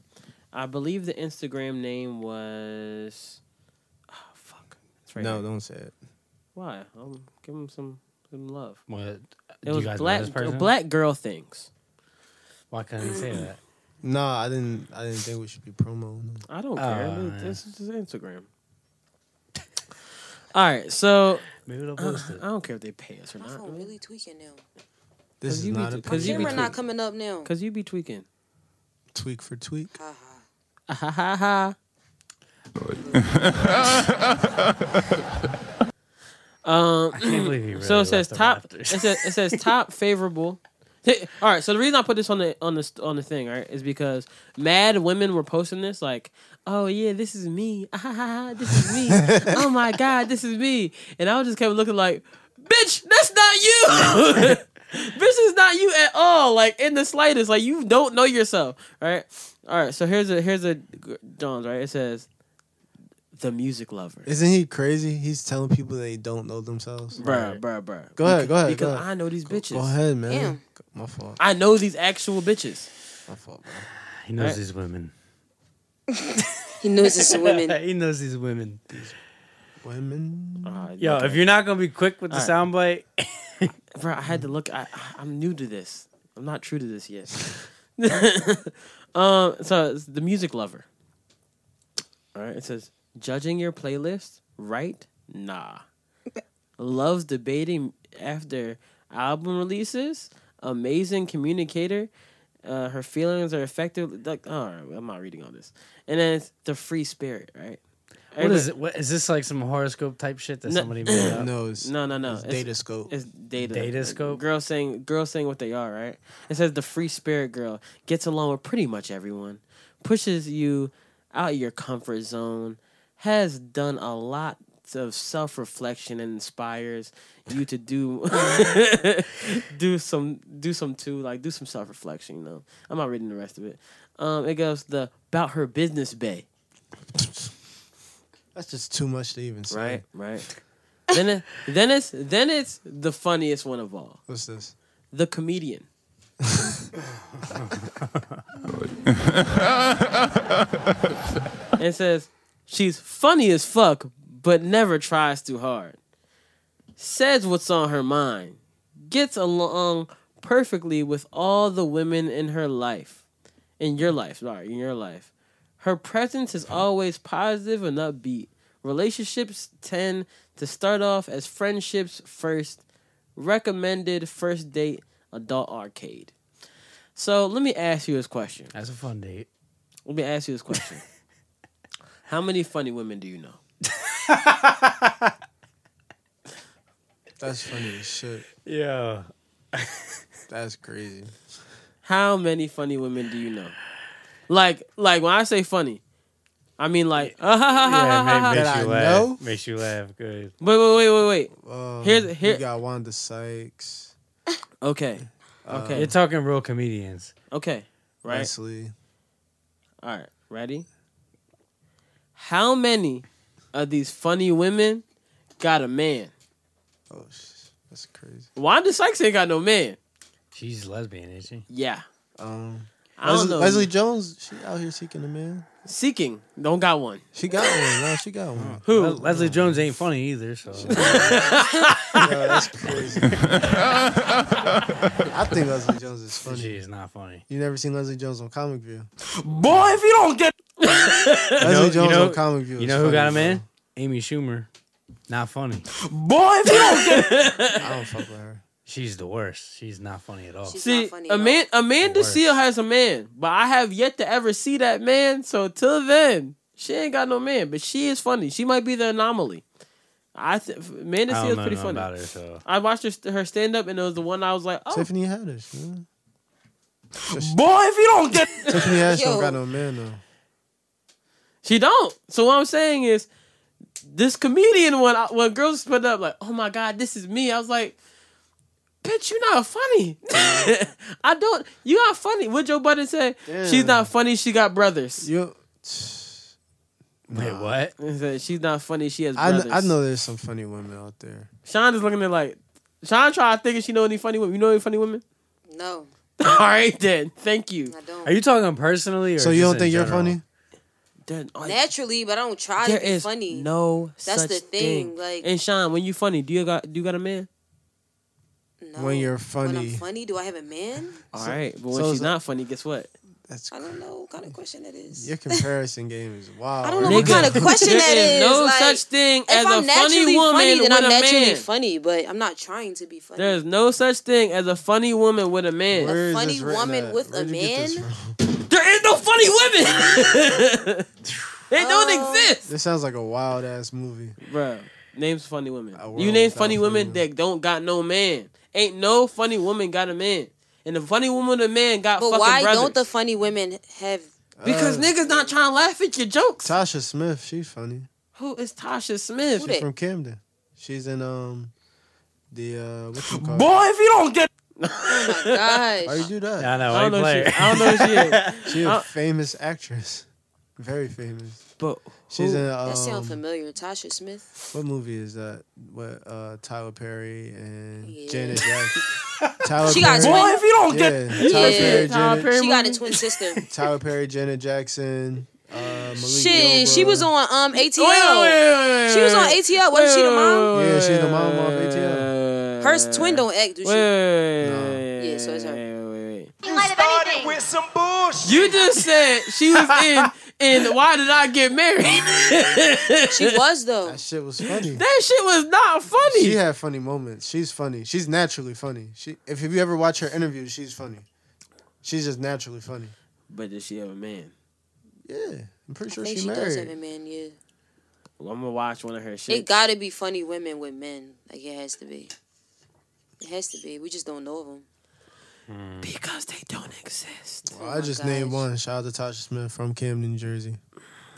I believe the Instagram name was. Oh, fuck. It's right
no,
here.
don't say it.
Why? I'll give him some, some love.
What?
It
do you
was
guys know
black, uh,
this person?
black girl things.
Why couldn't you say that?
No, I didn't. I didn't think we should be promoting. them.
I don't
Oh,
care. Dude,
man.
This is just Instagram. All right, so uh,
Maybe they'll
I
post it.
don't care if they pay us or
My
not.
phone really tweaking now.
This
'Cause
is
you be
not
too-
a
'cause you be
Camera
tweak.
not coming up now.
Cause you be tweaking.
tweak for tweak.
Ha ha.
Ha ha <laughs> ha. Um.
I can't believe he really
so it says
left the
top. Um, It
Raptors.
says, it says top favorable. <laughs> All right, so the reason I put this on the on the on the thing, right, is because mad women were posting this like, "Oh yeah, this is me. <laughs> Ah, ha, ha, ha, this is me. oh my god, this is me." And I was just kept looking like, "Bitch, that's not you." <laughs> Bitch is not you at all, like in the slightest. Like you don't know yourself, right? All right, so here's a here's a Jones, right? It says, "The music lover."
Isn't he crazy? He's telling people they don't know themselves.
Bruh, bruh, bruh.
Go
Because-
ahead, go ahead, go
Because
ahead.
I know these bitches.
Go ahead, man.
Damn.
My fault.
I know these actual bitches.
My fault, bro.
He knows
Right.
these women.
<laughs> He knows
<laughs>
it's women.
<laughs> he knows these women.
Women.
Uh,
Yo, if you're not gonna be quick with the soundbite, <laughs>
Bro, I had to look. I, I- I'm new to this. I'm not true to this
<laughs>
yet. <laughs> um, so it's the music lover. All right, it says judging your playlist, right? Nah. Loves debating after album releases. Amazing communicator. Uh, her feelings are affected. Like, all right, I'm not reading all this. And then it's the free spirit, right?
what is it? What is this like some horoscope type shit that
No.
somebody made
<clears throat> <laughs>
up?
No, it's,
No, no, no.
it's
It's-
data scope.
It's data.
Data scope?
Girls saying girls saying what they are, right? It says the free spirit girl gets along with pretty much everyone, pushes you out of your comfort zone, has done a lot of self reflection and inspires you to do <laughs> do some do some too, like do some self reflection, you know. I'm not reading the rest of it. Um it goes the about her business bay.
That's just too much to even say.
Right, right. <laughs> then it, then it's then it's the funniest one of all.
What's this?
The
<laughs>
comedian. it says, she's funny as fuck, but never tries too hard. Says what's on her mind. Gets along perfectly with all the women in her life. In your life, sorry, in your life. Her presence is always positive and upbeat. Relationships tend to start off as friendships first recommended first date adult arcade. So let me ask you this question.
That's a fun date.
Let me ask you this
<laughs>
question. How many funny women do you know?
That's funny as shit.
Yeah. <laughs>
That's crazy.
How many funny women do you know? Like, like when I say funny, I mean like. ah, ha, ha, ha, ha,
<laughs> Yeah,
<laughs>
<laughs>
ha, ha.
That
it ma- makes you
I
laugh.
know?
Makes you laugh. Good.
Wait, wait, wait, wait, wait.
Um,
Here's- here-
You got Wanda Sykes, Uh,
Okay,
You're
okay,
talking real comedians.
okay. Right.
Wesley.
All right. Ready? How many of these funny women got a man?
Oh, sh- that's crazy.
Wanda Sykes ain't got no man.
She's lesbian, isn't she?
Yeah.
Um,
I don't
Leslie,
know.
Leslie Jones, she out here seeking a man.
Seeking. Don't got one.
She got one. No, she got one.
Who?
Le- Leslie Jones ain't funny either. So
Yo, that's
<laughs>
<laughs>
crazy. I think Leslie Jones is funny.
she is not funny.
You never seen Leslie Jones on Comic View.
Boy, if you don't
<laughs>
get
Leslie
know- you
Jones
know-
on Comic View.
You
is
know who
funny,
got a
bro.
man? Amy Schumer. Not funny.
boy, if you don't get
<laughs>
I don't fuck with her.
She's the worst. She's not funny at all.
She's
See,
not funny. at all.
Aman- Amanda
Oh. Worse.
Seal has a man, but I have yet to ever see that man. So till then, she ain't got no man, but she is funny. She might be the anomaly. I th- Amanda
I
Seal
don't
is
know
pretty
nothing
funny.
about her. So
I watched her, st- her stand up, and it was the one I was like, oh,
Tiffany Haddish. Man.
boy, if you don't get
Tiffany Haddish
Yo.
don't got no man though.
she don't. So what I'm saying is, this comedian when I, when girls put up like, oh my god, this is me. I was like. Bitch, you not funny. <laughs> I don't. You not funny. What Joe Budden said? She's
Damn.
not funny. She got brothers.
You,
wait, what?
He said, She's not funny. She has
I,
brothers.
kn- I know there's some funny women out there.
Sean is looking at like Sean trying to think if she know any funny women. You know any funny women?
No,
<laughs> All right then. Thank you.
I don't.
Are you talking personally? Or
So you
just
don't
in
think you're
general?
funny?
There, oh,
Naturally, but I don't try
there
to be
is
funny.
no
That's
such
the thing, like-
and Sean, when you funny, do you got do you got a man?
No.
When you're
When I'm
funny.
funny, do I have a man?
All right, but when
so
she's
is that-
not funny, guess what?
That's
I don't know what kind of question that is.
your comparison game is wild.
<laughs> I don't know what
Nigga,
kind of question
there
that
is
is.
no
like,
such thing
if
as
I'm
a funny
naturally
woman
funny,
with
then I'm
a
naturally
man.
funny, but I'm not trying to be funny.
There's no such thing as a funny woman with a man.
Where is
funny
this written
woman
at?
with a
Where'd you get This,
man?
from?
There is no funny women. <laughs> they
Oh.
don't exist,
This sounds like a wild ass movie.
bro. Name some funny women.
A world
You name
without
funny
funny
women
women.
that don't got no man. Ain't no funny woman got a man. and the funny woman or man got
But
fucking
why
brothers.
don't the funny women have?
because niggas not trying to laugh at your jokes.
Tasha Smith, she's funny.
Who is Tasha Smith?
Who
She's
that?
from Camden. She's in um the uh what you call
Boy, if you don't get
<laughs> Oh my
Why you
gosh!
do
I
that?
know.
I
I
don't know.
play.
She, I don't know who she is.
<laughs> She's
I-
a famous actress. Very famous.
But
She's
who-
in um,
That sounds familiar. Tasha Smith.
what movie is that? What uh Tyler Perry and
Yeah. <laughs>
Janet Jackson. Tyler
She got
Perry.
twin-
boy, if you don't
Yeah,
get
Tyler
Yeah.
Perry,
Tyler
Janet,
Perry
She got a
movie?
<laughs>
twin sister.
Tyler Perry, Janet Jackson. Uh, Malik
Shit, she
Yoba.
was on um ATL.
Wait, wait, wait, wait,
She was on
wait.
ATL. Wasn't she the mom?
Yeah, she's the mom of ATL.
ATL.
Her s- twin don't act, do
Wait,
she?
wait,
No.
wait, wait,
Yeah, so it's her.
wait, wait, wait, wait.
In light of anything.
with some bullshit.
You just said she was
<laughs>
in and why did I get married? that
She was though.
That shit was funny.
shit was not funny.
She had funny moments. She's funny. She's naturally funny. She if you ever watch her interviews, she's funny. She's just naturally funny.
but did she have a man?
Yeah, I'm pretty
I
sure
think
she,
she does have a
married.
man. Yeah,
Well, I'm gonna watch one of her shit.
it gotta be funny women with men. Like it has to be. It has to be. We just don't know of them.
because they don't exist.
Hmm. Well, I
Oh my
just named
gosh.
one. Shout out to Tasha Smith from Camden, New Jersey.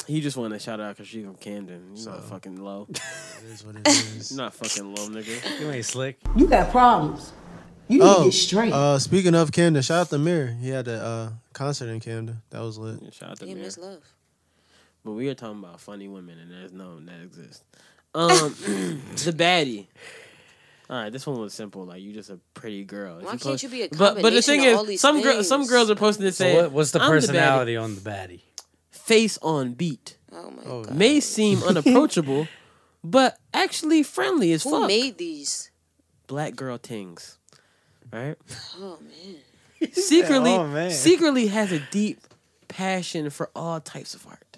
He just wanted to shout out because she's from Camden. You're not fucking low.
<laughs> It is what it is.
You're not fucking low, nigga.
You ain't slick.
You got problems. You need to
Oh,
get straight.
uh, speaking of Camden, shout out to Mirror. He had a uh, concert in Camden. That was lit.
Shout out to
Damn,
Mary.
that's love.
But we are talking about funny women, and there's none that exist.
<coughs>
Um, the baddie. All right, this one was simple. Like you just a pretty girl. If
Why
you
can't you be a
But but the thing
combination of all
is,
these
some girls
things?
some girls are posting to
So
say,
what, what's the
"I'm baddie."
personality on the baddie?
Face on beat
Oh my
Oh,
god.
may
<laughs>
seem unapproachable, but actually friendly as
Who
fuck.
made these?
Black girl tings, right?
Oh
<laughs>
man.
secretly
"Oh, man."
secretly has a deep passion for all types of art.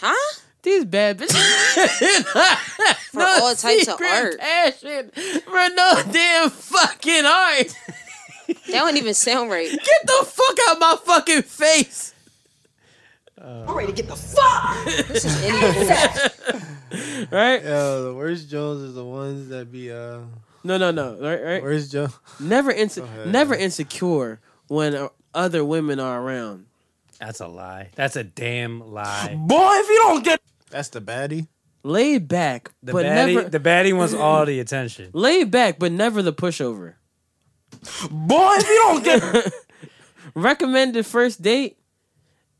Huh?
These bad bitches.
<laughs>
<laughs>
For all types of art.
Passion for no damn fucking art.
<laughs> That don't even sound right.
Get the fuck out my fucking face.
I'm ready to get the fuck.
<laughs>
This is
<laughs>
inappropriate.
Right?
Yeah, the worst Jones is the ones that be uh,
No, no, no. Right, right.
worst Jones.
Never inse-
ahead.
never insecure when uh, other women are around.
That's a lie. That's a damn lie.
Boy, if you don't get
That's the baddie.
Laid back,
The
but
baddie,
never
the baddie wants all the attention.
laid back, but never the pushover.
boy, if you don't get
<laughs> Recommended first date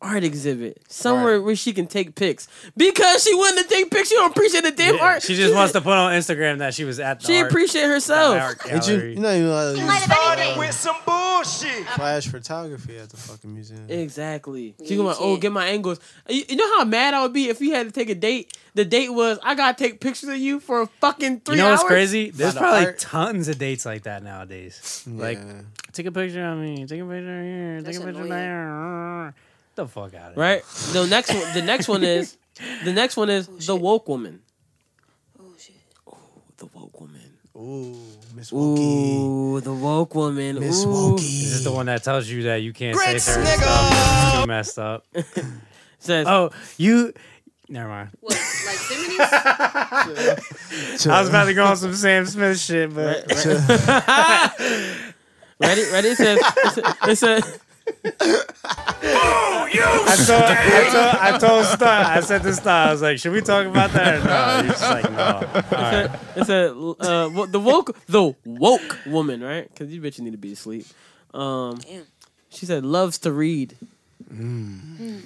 art exhibit somewhere where she can take pics because she wouldn't take pics. She don't appreciate the damn
Yeah,
art.
She just wants to put on Instagram that she was at the
She
art,
appreciate herself.
art
Ain't you,
gallery.
you're not even allowed to
In
use
light of anything.
with some bullshit.
flash photography at the fucking museum.
Exactly. She
you
going, oh,
can't.
get my angles. Uh, You, you know how mad I would be if you had to take a date. The date was I gotta take pictures of you for fucking three
You know what's
hours?
crazy? There's
the
probably
art.
tons of dates like that nowadays. Like,
Yeah.
take a picture of me. Take a picture of here.
That's
take a picture
annoying.
there. Get The fuck out of here.
Right. The next one. The next one
<laughs>
is. The next one is the
shit.
woke woman.
Oh shit.
The woke woman.
Ooh, Miss Wookie.
Ooh, the woke woman.
Miss
Ooh.
Wookie.
Is this the one that tells you that you can't
Bricks,
say certain stuff? It's too messed up.
<laughs>
<laughs>
Says,
Oh, you. Never mind.
What? Like feminists?
I was about to go on some Sam Smith shit, but
<laughs> ready, ready. It says, it says- it says,
I told, I told, I told Star, I said to Star, I was like, should we talk about that or no? He's just like, no. All right.
it says uh, wo- the woke, the woke woman, right? Because you bitch need to be asleep. Um,
Damn.
She said loves to read.
Mm.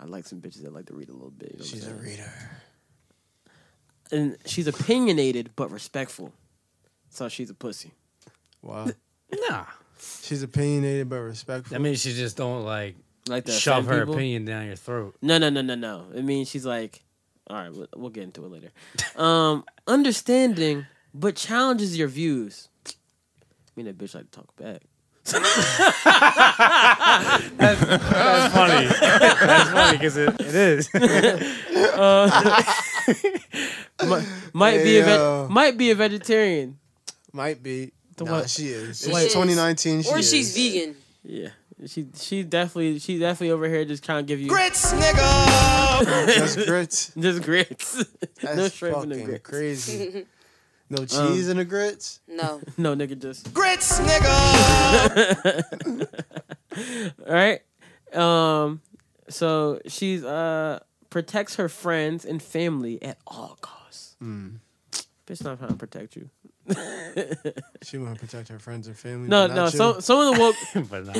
I like some bitches that like to read a little bit. you know what I'm
She's a
saying?
reader.
and she's opinionated but respectful. So she's a pussy.
Wow.
Nah.
She's opinionated but respectful.
That means she just don't like
Like to
shove
offend
her
people.
opinion down your throat.
No, no, no, no, no. It means she's like, all right, we'll, we'll get into it later. <laughs> Um, understanding but challenges your views. I mean, that bitch like to talk back.
That's funny. That's funny because it, it
<laughs>
is.
Uh, Might be a
Yeah.
ve- might be a vegetarian.
Might be. nah,
what?
she is.
what?
It's 2019. She
Or
is.
she's vegan.
Yeah, she she definitely she definitely over here just trying to give you
Grits, nigga.
<laughs>
That's grits.
just grits. <laughs>
That's
no shrimp in the
fucking
<laughs> grits. Um,
crazy. No cheese in the grits.
No.
<laughs> No, nigga, just <laughs>
Grits, nigga.
all right. Um, so she's uh protects her friends and family at all costs.
Mm.
Bitch, not trying to protect you.
<laughs>
<laughs>
She want to protect her friends and family.
No,
but
no.
not you.
Some some of the woke.
<coughs> <laughs> but no.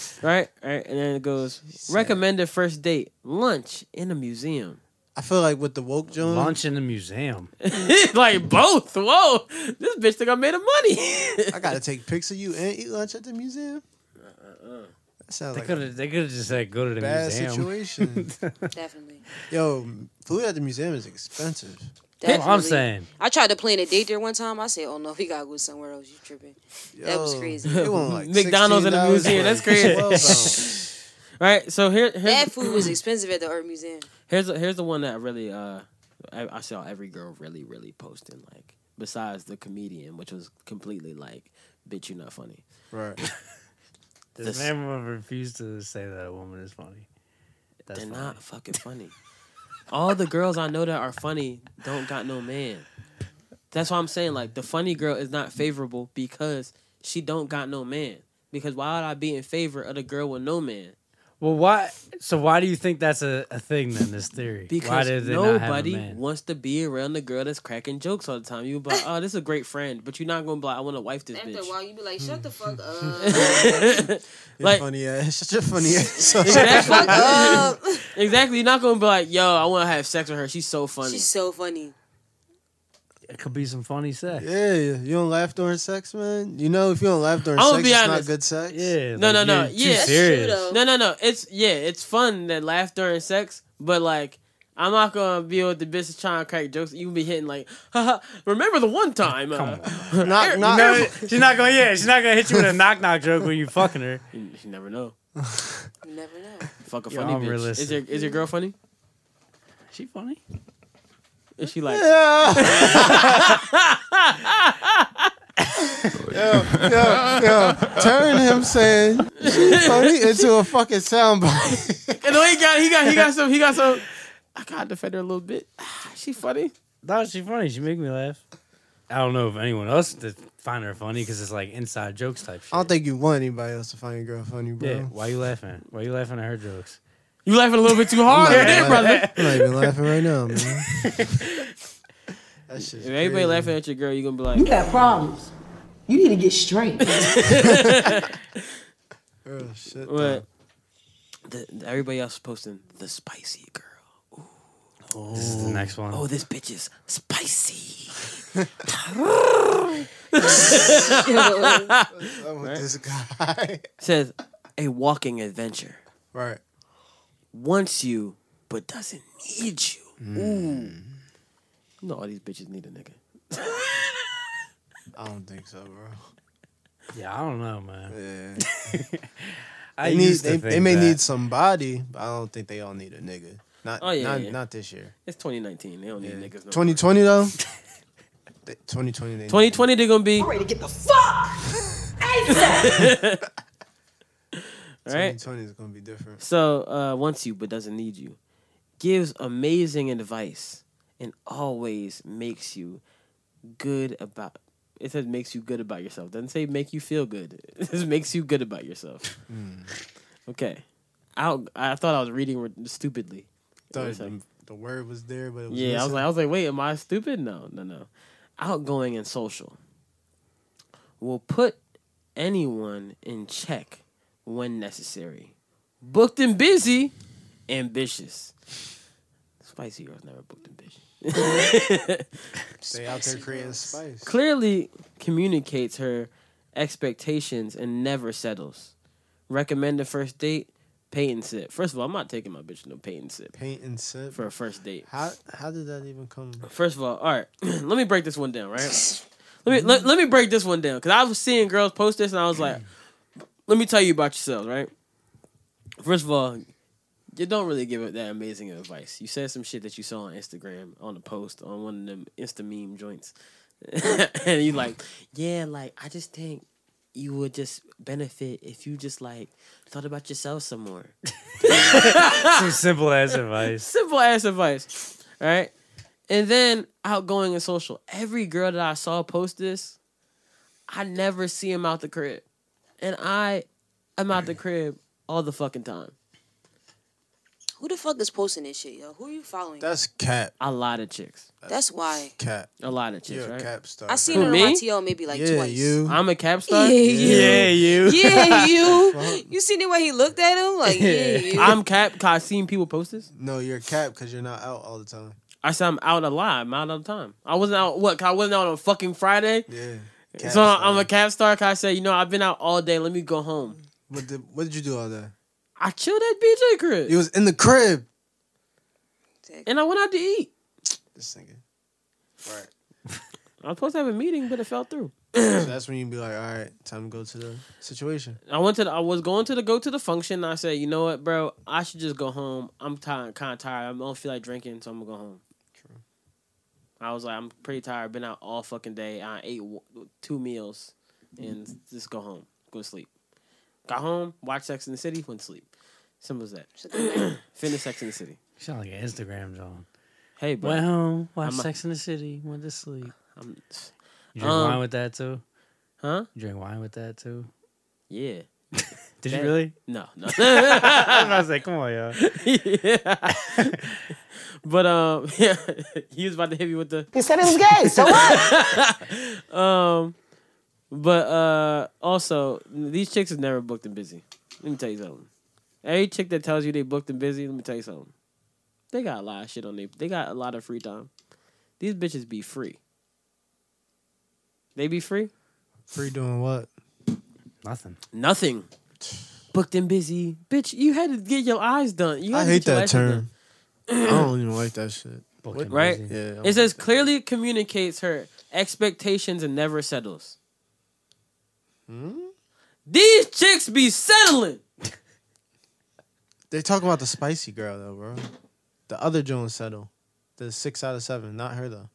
<coughs> right, right, and then it goes recommended first date lunch in a museum.
I feel like with the woke Jones,
Lunch in the museum.
<laughs> like both. Whoa, this bitch think I made a money. <laughs>
<laughs> I gotta take pics of you and eat lunch at the museum. That sounds
They
like
could have. They could have just said go to the
a bad
museum. <laughs>
situation.
Definitely.
Yo, food at the museum is expensive.
Definitely.
I'm saying.
I tried to plan a date there one time. I said, "Oh no, we gotta go somewhere else." You tripping? That was
Yo,
crazy.
they want, like,
McDonald's in the
$16
museum,
for <laughs>
that's crazy.
12 ounce.
<laughs> right. So here, here's
That food was expensive at the art museum.
Here's here's the one that really uh I, I saw every girl really really posting like besides the comedian which was completely like bitch you not funny.
right.
This man would refuse to say that a woman is funny. That's
They're
funny.
not fucking funny. All the girls I know that are funny don't got no man. That's why I'm saying like the funny girl is not favorable because she don't got no man. Because why would I be in favor of the girl with no man?
Well, why? So why do you think that's a, a thing then? This theory. why
Because
did they not have a
nobody
man?
wants to be around the girl that's cracking jokes all the time. You be like, oh, this is a great friend, but you're not gonna be like, I want to wife this
After
<laughs>
a
bitch.
while, you be like, "Shut the fuck up."
You're
Like-
funny ass. <laughs> Such a funny
<laughs>
ass.
exactly.
up.
<laughs> Exactly. You're not gonna be like, yo, I want to have sex with her. She's so funny.
She's so funny.
It could be some funny sex.
yeah, you don't laugh during sex, man. You know if you don't laugh during
I'ma
sex,
be
it's not
honest.
good sex.
Yeah.
No, no, no,
you're
yeah. That's
Too
true,
serious.
though.
no, no, no. It's yeah, it's fun that laugh during sex, but like. I'm not gonna be with the bitch that's trying to crack jokes. You can be hitting like, <laughs> haha. Remember the
<laughs>
one time? Uh,
<laughs> Knock, knock.
No, she's not gonna. Yeah, she's not gonna hit you with a knock knock joke when you fucking her.
you, you never know.
You never know.
Fuck a
You're
funny bitch.
unrealistic.
Is your is your girl funny?
She funny.
Is she like?
<laughs>
<laughs>
Turn him saying "She's funny into a fucking soundbite.
And the way he got he got he got some he got some. I gotta defend her a little bit. <sighs> she funny.
No, <laughs> she funny. She make me laugh. I don't know if anyone else th- find her funny because it's like inside jokes type shit.
I don't think you want anybody else to find your girl funny, bro.
Yeah. Why you laughing? Why you laughing at her jokes?
You laughing a little bit too hard over there, brother.
I'm not even laughing right now, man. that
<laughs>
shit's
If everybody
crazy.
laughing at your girl, you gonna be
You
like,
got problems. You need to get straight.
Oh, shit,
what? The, everybody else posting the spicy girl.
This is the next one.
Oh, this bitch is spicy.
though. I'm with this guy.
Says a walking adventure
right.
wants you but doesn't need you.
Hmm.
Ooh. No, all these bitches need a nigga.
I don't think so, bro.
Yeah, I don't know, man.
Yeah.
I <laughs>
They, need,
used to
they,
think
they may
that.
need somebody, but I don't think they all need a nigga. Not
Oh, yeah,
not,
yeah.
not this year.
It's 2019. They don't need niggas. No more.
2020
<laughs>
though. They- 2020. They
2020, they're gonna be
ready to get
<laughs>
the fuck. ASAP.
right.
2020 is gonna be different.
So uh, wants you but doesn't need you, gives amazing advice, and always makes you good about. It says makes you good about yourself. Doesn't say make you feel good. <laughs> It just makes you good about yourself. Okay, I I thought I was reading re- stupidly.
Thought
It's like-
the, the word was there, but it was
yeah, I was
missing.
like, I was like, wait, am I stupid? No, no, no. Outgoing and social will put anyone in check when necessary. Booked and busy, ambitious. Spicy girls never booked and busy.
<laughs> they out there creating spice.
Clearly communicates her expectations and never settles. Recommend a first date, paint and sip. First of all, I'm not taking my bitch to no paint and sip
Paint and sip.
for a first date.
How how did that even come?
First of all, all right, <clears throat> let me break this one down,
<laughs>
right? Let me let, let me break this one down because I was seeing girls post this and I was like, let me tell you about yourselves, right? First of all, you don't really give it that amazing advice. You said some shit that you saw on Instagram on a post on one of them Insta meme joints, <laughs> and you like, yeah, like I just think you would just benefit if you just like thought about yourself some more.
<laughs> Some simple ass advice.
<laughs> Simple ass advice, all right? And then outgoing and social. Every girl that I saw post this, I never see him out the crib. And I am out the crib all the fucking time.
Who the fuck is posting this shit, yo? Who are you following? That's,
That's cap.
A lot of chicks.
why.
Cap.
A lot of chicks,
You're a
right?
cap star.
I seen
Who,
it on
me?
my TL maybe E like
yeah,
twice.
you.
I'm a cap star?
Yeah, you.
Yeah, you. <laughs>
Yeah, you.
Fuck.
you seen the way he looked at him? Like, <laughs> yeah,
<laughs>
you.
I'm cap because I've seen people post this.
no, you're cap because you're not out all the time.
I said I'm out a lot. I'm out all the time. I wasn't out, what, 'cause I wasn't out on fucking Friday?
Yeah. Cap
So
star.
I'm a cap star because I said, you know, I've been out all day. Let me go home.
What did, what did you do all day?
I chilled at BJ Crib.
You was in
<clears throat>
the crib.
and I went out to eat.
This nigga. Right.
<laughs> I was supposed to have a meeting, but it fell through.
so that's when you be like, all right, time to go to the situation.
I went to the, I was going to the go to the function. And I said, you know what, bro, I should just go home. I'm tired, kind of tired. I don't feel like drinking, so I'm gonna go home.
True.
I was like, I'm pretty tired. Been out all fucking day. I ate w- two meals, and
Mm-hmm.
just go home, go to sleep. Got home, watched Sex in the City, went to sleep. Simple as that. <clears throat> Finish Sex in the City.
Sound like an Instagram, John.
Hey, bro.
Went home, watched
I'm a-
Sex in the City, went to sleep.
I'm-
You drink
Um,
wine with that too.
huh?
You drink wine with that too.
Yeah.
<laughs>
That-
Did you really?
No, no.
<laughs> I was like, come on, y'all.
yeah. <laughs> but um, <laughs> yeah, he was about to hit me with the.
He said it was gay. So
<laughs>
what?
Um, But uh, also, these chicks is never booked and busy. Let me tell you something. Every chick that tells you they booked and busy, let me tell you something. They got a lot of shit on they. They got a lot of free time. These bitches be free. They be free.
Free doing what?
Nothing.
Nothing. Booked and busy, bitch. You had to get your eyes done. You
I
had to
hate
get your
that
eyes done. <clears throat>
term. I don't even like that shit.
Fucking
Right?
busy.
Yeah.
It says clearly communicates her expectations and never settles.
Hmm?
These chicks be settling.
They're talking about the spicy girl though, bro. The other Jones settle. The six out of seven. Not her though.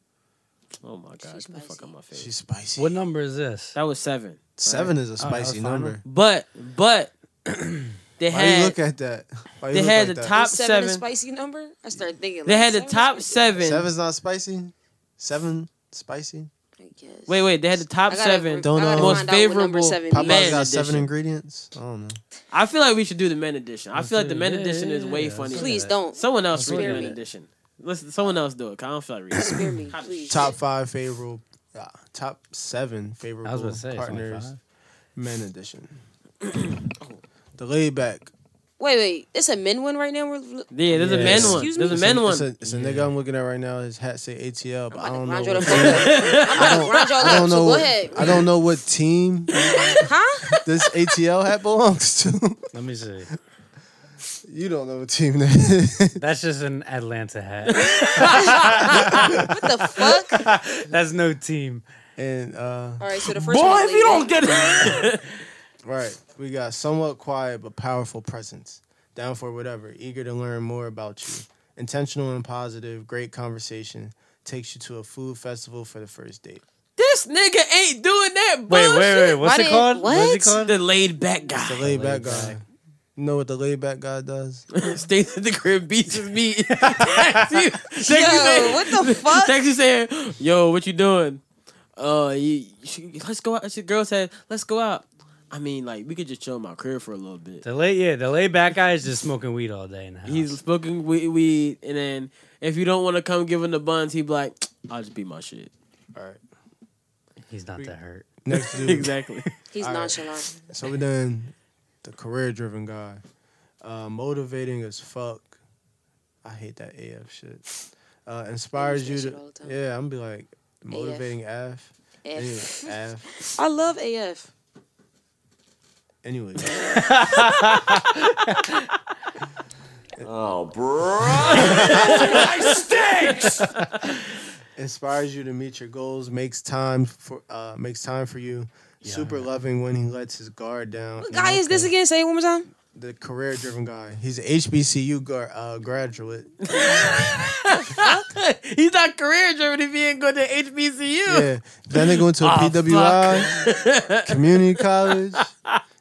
Oh my god,
She's
get the fuck
spicy.
out my face.
She's spicy.
What number is this?
that was seven.
Seven is a
Oh, that
spicy
was
number.
fine.
But but <clears throat> they
Why you
had
look at that? Why you
they
look
had
like
the
that?
top
seven,
seven.
a spicy number? I started thinking.
they had
like,
the
seven is
top
spicy?
seven.
Seven's not spicy. Seven spicy.
I guess.
Wait wait, they had the top
I gotta-
seven.
Don't
I gotta
know.
Most
find out what number
favorable Popeyes
seven
Popeye's
is.
Man
got
edition.
seven ingredients. I don't know.
I feel like we should do the men edition. I feel like the
do-
men
yeah,
edition
yeah,
is way
yeah,
funnier.
Please don't.
Someone else read
Spare
the men
me.
edition. Listen, someone else do it. 'cause I don't feel like reading.
Spare me, please.
Top five favorable. Uh, top seven favorable
I was gonna say it's only
partners.
five.
Men edition. <coughs> the laid back.
Wait, wait. It's a men one right now. We're
Yeah, there's a
Yeah.
men
Excuse
one.
me?
There's a men
It's
one.
a, it's a nigga I'm looking at right now. His hat say ATL, but I don't know.
grind y'all the
What,
fuck up. I'm gonna grind y'all
I
up.
don't
So
know.
go
What,
ahead.
I don't know what team
Huh?
this ATL hat belongs to.
Let me see.
you don't know what team that is.
<laughs> That's just an
<laughs>
Atlanta hat.
What the fuck?
<laughs> That's no team.
And uh,
All right. So the first
Boy,
one.
if you don't
<laughs>
get it.
Right. We got somewhat quiet but powerful presence. Down for whatever, eager to learn more about you. Intentional and positive, great conversation. Takes you to a food festival for the first date.
This nigga ain't doing that
Wait,
bullshit.
wait, wait. What's
Why
it
did-
called? What's it
what?
called?
The laid back guy
The laid back
laid
guy.
back.
You know what the laid back guy
<laughs>
does?
<laughs> stays at the crib, beats his meat. <laughs> Text you, text you saying,
what the
<laughs>
fuck?
text you saying, "Yo, what you doing? Uh, you, you should- let's go out." The girl said, "Let's go out." I mean, like we could just chill in my crib for a little bit.
The late, yeah, the laid back guy is just smoking weed all day in the house.
He's smoking we- weed, and then if you don't want to come give him the buns, he'd be like, "I'll just be my shit."
All right.
He's not that hurt.
<laughs>
<laughs>
Next dude.
Exactly.
He's nonchalant.
So we done the career driven guy. Uh, motivating as fuck. I hate that AF shit. Uh, inspires
that
you
shit
to
all the time.
Yeah, I'm gonna be like motivating F. Anyway,
F.
F.
<laughs> I love AF. <laughs>
Anyway.
Oh, bro.
inspires you to meet your goals, makes time for uh, makes time for you. Super loving when he lets his guard down.
What
and
guy is this
helpful.
again? Say it one more time.
The career driven guy. He's an HBCU gar- uh, graduate.
<laughs> He's not career driven if he ain't go to HBCU.
Yeah. Then they go
<laughs> Ah,
into a
<laughs>
PWI, community college,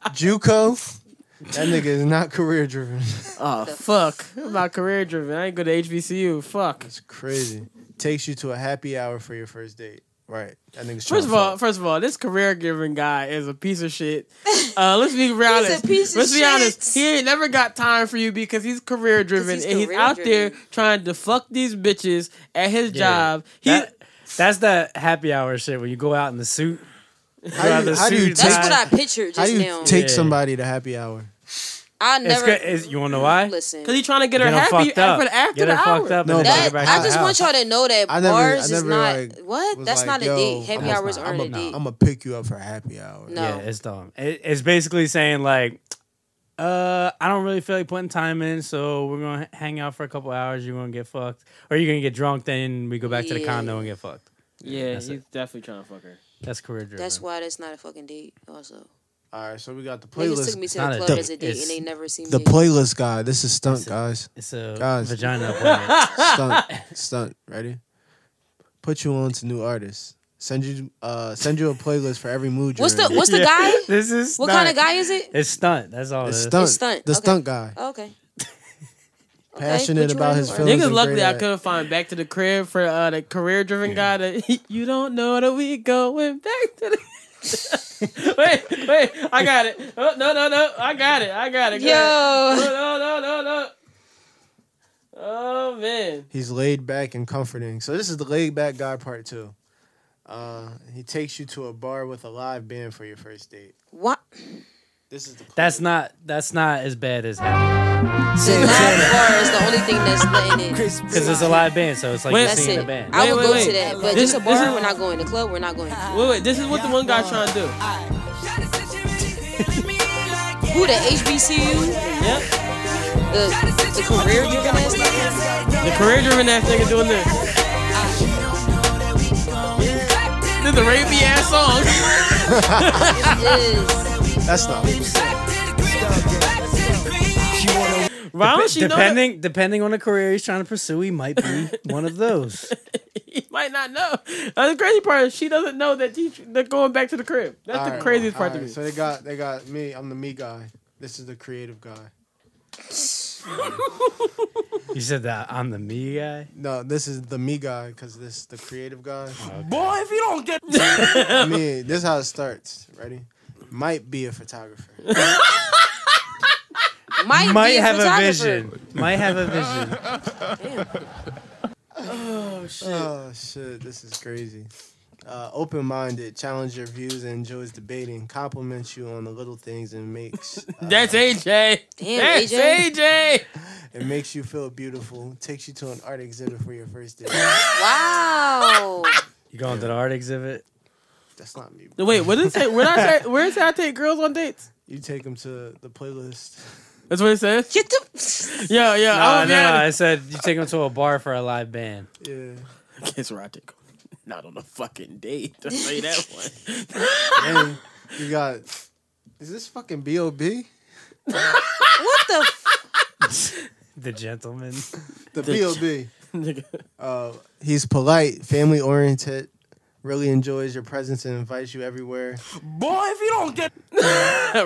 JUCO. That nigga is not career driven.
Oh fuck! I'm not career driven. I ain't go to HBCU. Fuck.
It's crazy. takes you to a happy hour for your first date. Right. That nigga's trying
First of
to
all,
fuck.
first of all, this career giving guy is a piece of shit. Uh, let's be honest.
piece of
let's be
shit.
honest. He ain't never got time for you because he's career driven
he's
and he's
career
out
driven.
there trying to fuck these bitches at his
Yeah.
job. He
That- that's that happy hour shit when you go out in the suit.
How do you- how do you take-
That's what I pictured
How
just
do you
now.
take
Yeah.
somebody to happy hour?
I
It's
never
good- it's- you want to know why?
listen.
because he's trying to get her
Get 'em
happy
fucked up.
after, after
Get
the
her fucked
hour.
up. and
No,
bring her
That,
back
I
out.
just want y'all to know that
I never-
bars
I
is
never,
not
like,
what.
was
That's
like,
not a
yo,
date. Happy
almost
hour is
not.
aren't a
I'm
date.
gonna pick you up for happy hour.
No.
Yeah, it's dumb. It, it's basically saying like, uh, I don't really feel like putting time in, so we're gonna h- hang out for a couple hours. You're gonna get fucked, or you're gonna get drunk. Then we go back to the
Yeah.
condo and get fucked.
Yeah,
That's
he's definitely trying to fuck her.
That's career driven.
That's why that's not a fucking date. Also,
All right, so we got the
niggas took
playlist.
me to
not
the
a
club
date.
as a date
It's
and they never seen
The
me.
playlist guy. This is stunt, guys.
It's a
Guys. <laughs>
vagina appointment.
stunt,
<laughs>
stunt. Ready? Put you on to new artists. Send you, uh, send you a playlist for every mood.
What's
you're
the
in.
What's the
<laughs>
Yeah.
guy?
<laughs> this is
What
stunt.
kind of guy is it?
It's stunt. That's all.
It's
it is.
stunt.
It's stunt,
The
okay.
stunt guy.
Oh, okay. Okay,
Passionate
put you
about
in
his
the
feelings.
Niggas,
and
luckily
great
I
at-
couldn't find back to the crib for uh, the career driven guy. That <laughs> you don't know that we going back to the. <laughs> wait, wait, I got it. Oh, no, no, no, I got it. I got it. Go ahead.
Yo,
No, no, no, no, no. Oh man,
He's laid back and comforting. So this is the laid back guy part two. Uh, he takes you to a bar with a live band for your first date. <laughs>
what?
This is the. Playlist.
That's not. That's not as bad as happy
The live bar
<laughs>
is the only thing that's letting it.
because it's a live band, so it's like
Wait,
you're
That's
seeing
it.
the band.
I
Wait,
would
wait,
go
wait.
to that, but
This-
just a
this
bar.
is-
We're not going to club. We're not going.
wait, wait. This is what the one guy's trying to do.
Who the HBCU?
Yeah,
The, the career you're gonna ask?
the career driven ass nigga doing this. This is a rapey ass song.
<laughs> Yes.
That's not.
Why don't she know? that-
depending depending on the career he's trying to pursue, he might be one
<laughs>
of those.
he might not know. Uh, the crazy part is she doesn't know that he, they're going back to the crib. That's the
All right,
craziest part
all
to
right,
me.
So they got they got me. I'm the me guy. This is the creative guy.
You said that I'm the me guy. Oh,
No, this is the me guy because this is the creative guy.
Boy, if you
<laughs>
don't get
I mean, this is how it starts. Ready? Might be a photographer.
Might,
Might
be a
have a
photographer.
vision. Might have a vision.
Oh shit, this is crazy. Uh, open minded, challenge your views and enjoys debating, compliments you on the little things
<laughs>
and makes uh,
That's AJ.
Damn,
That's
AJ.
AJ.
it makes you feel beautiful, takes you to an art exhibit for your first date.
<laughs>
Wow.
You going to the art exhibit?
That's not me.
Wait, what did it say? Where did I say? Where did it say I take girls on dates?
You take them to the playlist.
That's what it says.
Get the.
Yo, yo,
No,
I'm
no,
no,
I said you take him to a bar for a live band.
Yeah.
Guess where I take them? Not on a fucking date. I'll tell you
<laughs>
that one.
And you got is this
<laughs>
fucking B.O.B.?
What the? F-
<laughs>
The gentleman.
The B.O.B.
<laughs> Nigga.
Uh, he's polite, family oriented, really enjoys your presence and invites you
<laughs>
everywhere.
boy, if you don't get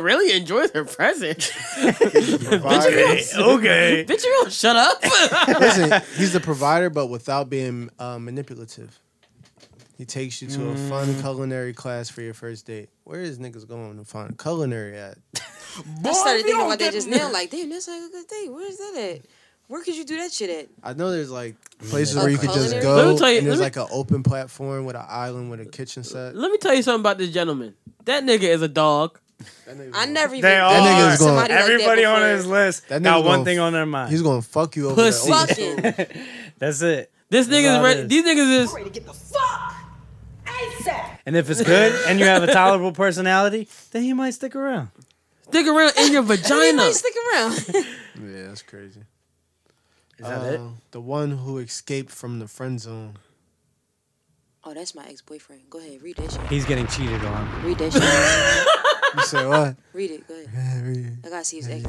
really enjoys her
<laughs>
present.
Provides-
okay.
Bitch, you don't shut
<laughs>
up. <laughs>
Listen, he's the provider, but without being uh, manipulative. He takes you to a
Mm.
fun culinary class for your first date. Where is niggas going to find culinary at?
I started thinking about that just now. Like, damn, that's like a good thing. Where is that at? Where could you do that shit at?
I know
<laughs>
there's like places where you could just
Culinary?
go,
Let me tell you-
and there's
let
like an open platform with an island with a kitchen set.
Let me tell you something about this gentleman. That nigga is a dog.
That nigga's
I
gonna-
never even.
They
thought
are.
nigga
of
is going-
somebody like that
Everybody on
before.
his list
That
got
nigga's
one
gonna-
thing on their mind.
He's gonna fuck you over there.
Pussy.
Oh,
Fucking.
<laughs> That's it.
This nigga
all
is
it
ready.
is.
These niggas is.
Ready to
<laughs>
get the fuck ASAP.
And if it's good and you have a tolerable personality, then he might stick around.
Stick around in
<laughs>
your
You
vagina.
might stick around.
Yeah, that's crazy.
Is that it?
Uh, The one who escaped from the friend zone.
<laughs> oh, that's my ex boyfriend. Go ahead, read that shit.
He's
<laughs>
getting cheated on.
Read that shit.
You say what?
read it. Go ahead. I gotta see his ex.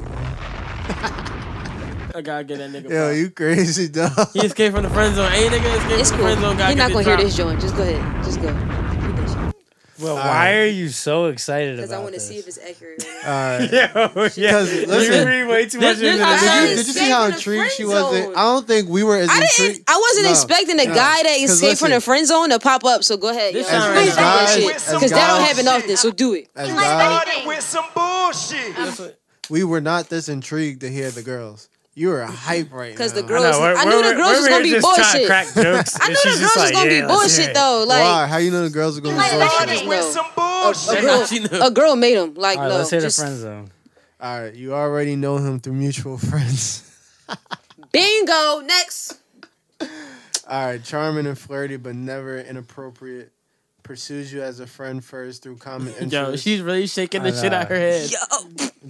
I gotta get that nigga.
Yo,
back.
you crazy <laughs> dog.
He escaped from the friend zone. Ain't nigga escaped
It's
from
cool.
the
You're
friend zone.
not
Gotta
gonna
get
hear
dropped.
this joint. Just go ahead. Just go. Read that shit.
All
Well, why
right.
are you so excited
Because I
about
want to
this?
see if it's accurate. Or
All right.
<laughs> Yo, yeah.
Because
you
listen,
read way too much
This- this-
into
I-
this.
I-
Did you, did you see how
Escape from the
intrigued she
friend
was?
zone.
I don't think we were as
I didn't.
intrigued.
I wasn't
No,
expecting a
no.
guy that
'Cause
escaped from the
listen,
friend zone to pop up. So go ahead,
This
yo.
sounds
Please do that
guys-
shit.
as
Cause that don't
guys-
happen often. So do it.
As
Like
guys,
anything.
With some bullshit.
we were not this intrigued to hear the girls. You were hype right now.
Cause the
I
girls,
know, we're-
I knew
we're-
the girls was
we're
gonna be
just trying to
bullshit.
Crack jokes.
<laughs> I
and
knew
she's
the
just
girls was
like,
gonna be
"Yeah, let's hear
bullshit
it."
though.
Why?
Like
How you know the girls are going to
Like
be
that.
bullshit?
no.
With some bullshit.
a girl,
She knew.
a girl made him. Like
All right,
no,
let's hit
just
a friend zone.
All right, you already know him through mutual <laughs> friends.
bingo. Next,
All right, charming and flirty, but never inappropriate. Pursues you as a friend first through common
<laughs>
interests.
Yo, she's really shaking the
I
shit out
know.
her head.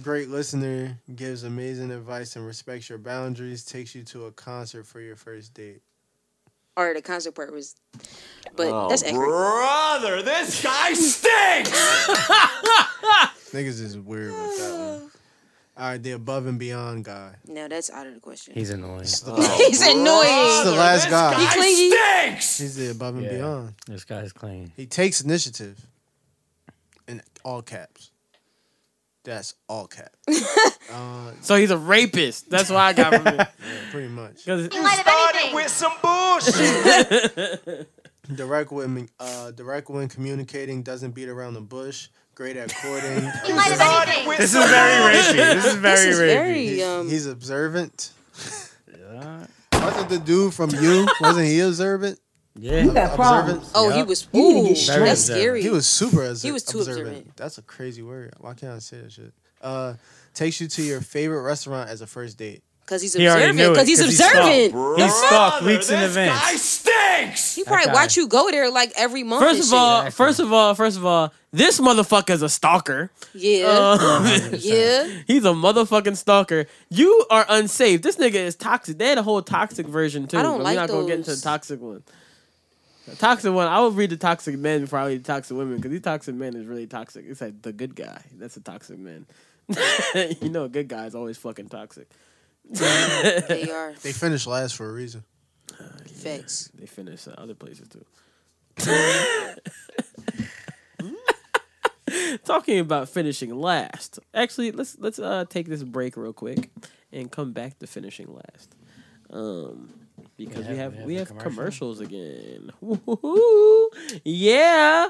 Great listener, gives amazing advice and respects your boundaries. Takes you to a concert for your first date.
or the concert part was, but
Oh,
that's accurate.
brother, this guy stinks.
Niggas is weird with that one. All right, the above and beyond guy.
<laughs> No, that's out of the question.
He's annoying.
Oh. <laughs> He's annoying.
He's the last
He
guy.
clingy.
Stinks.
He's the above and
Yeah.
beyond.
This guy's clean.
He takes initiative. In all caps. That's all caps. uh,
So he's a rapist. That's why I
<laughs>
got from it.
yeah, pretty much. <laughs>
'Cause
In light of anything.
With some bullshit.
Direct women, uh, direct when communicating doesn't beat around the bush. Great at courting.
In light of anything.
With
This
<laughs>
is very rapey. This is
This
very
is
rapey.
very um.
he's observant.
Yeah.
Wasn't the dude from you? Wasn't he observant?
You
Yeah.
got problems.
Observant.
Oh, he
Yup.
was.
You need to
Ooh,
get straight.
that's scary.
He was super observant.
He was too observant.
That's a crazy word. Why can't I say that shit? Uh, takes you to your favorite restaurant as a first date.
Cause he's
He already
observant.
knew it,
Cause he's
'cause he saw.
observant.
Brother,
He stalked weeks in
guy
advance.
stinks.
He probably
guy.
watch you go there like every month. and
First of
shit.
all,
Exactly.
first of all, first of all, this motherfucker's a stalker.
yeah,
<laughs>
Um, <laughs>
uh,
<laughs> yeah.
he's a motherfucking stalker. You are unsafe. This nigga is toxic. They had a whole toxic version too.
I don't
but
like
We're not gonna get into
those.
the toxic one. The toxic one. I would read the toxic men before I read the toxic women because these toxic men is really toxic. It's like the good guy. That's a toxic man. <laughs> you know, a good guy is always fucking toxic. <laughs>
They are
They finished last for a reason.
facts.
They finish uh, other places too. <laughs> Talking about finishing last. Actually, let's let's uh, take this break real quick and come back to finishing last. Um because we have we have,
the commercial.
commercials again. Woo-hoo-hoo. Yeah.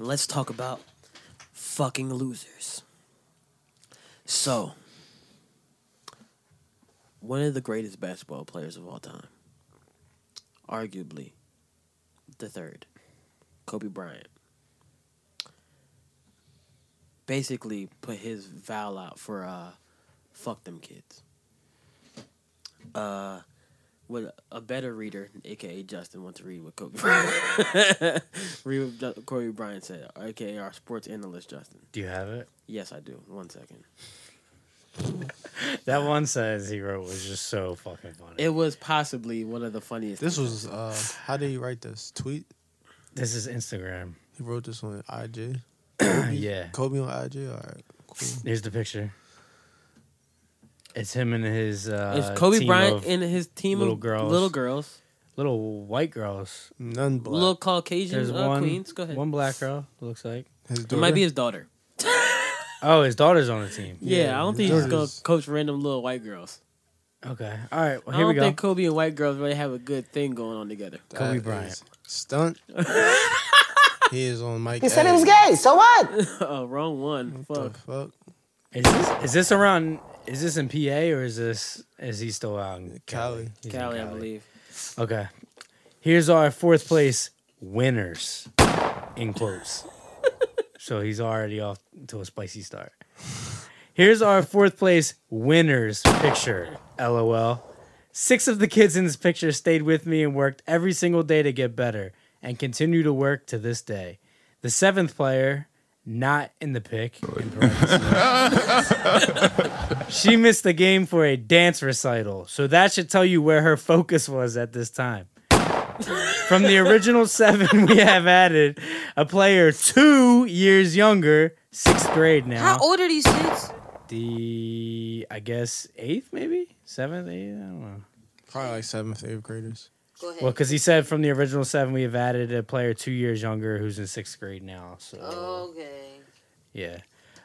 Let's talk about fucking losers. So, one of the greatest basketball players of all time, arguably the third, Kobe Bryant, basically put his vow out for uh, fuck them kids. Uh, what a better reader, aka Justin, wants to read what Kobe <laughs> Bryant, read what Ju- Kobe Bryant said, aka our sports analyst Justin.
Do you have it?
Yes, I do. One second.
That one sentence he wrote was just so fucking funny.
It was possibly one of the funniest.
This was uh, how did he write this tweet?
this is Instagram.
He wrote this on
<clears throat>
IG.
yeah.
Kobe on IG. All right, cool.
Here's the picture. It's him and his uh,
It's Kobe
team
Bryant
of
and his team
little
of
girls.
little girls,
little white girls.
None black.
little
There's
Caucasian uh,
one
queens. Go ahead.
One black girl looks like.
His
it
daughter?
might be his daughter.
<laughs> Oh, his daughter's on the team.
Yeah, I don't think
his
he's gonna
daughter's-
coach random little white girls.
Okay. All right. Well,
I
here
don't
we go.
think Kobe and white girls really have a good thing going on together.
That
Kobe
is
Bryant.
stunt. he is on Mike.
He said
Adams.
it was gay, so what?
<laughs> oh, wrong one.
What
Fuck.
the fuck?
Is this, is this around? Is this in PA or is this? Is he still out in
Cali.
He's in
Cali, I believe.
Okay. Here's our fourth place winners,
<laughs>
in quotes. so he's already off to a spicy start. Here's our fourth place winners picture. LOL. Six of the kids in this picture stayed with me and worked every single day to get better and continue to work to this day. The seventh player, not in the pick. in parentheses. she missed the game for a dance recital, so that should tell you where her focus was at this time. From the original seven, we have added a player two years younger, sixth grade now.
How old are these kids?
The I guess eighth, maybe seventh, eighth. I don't know.
Probably like seventh, eighth graders.
Go ahead.
Well, because he said from the original seven, we have added a player two years younger who's in sixth grade now. So
Okay.
yeah,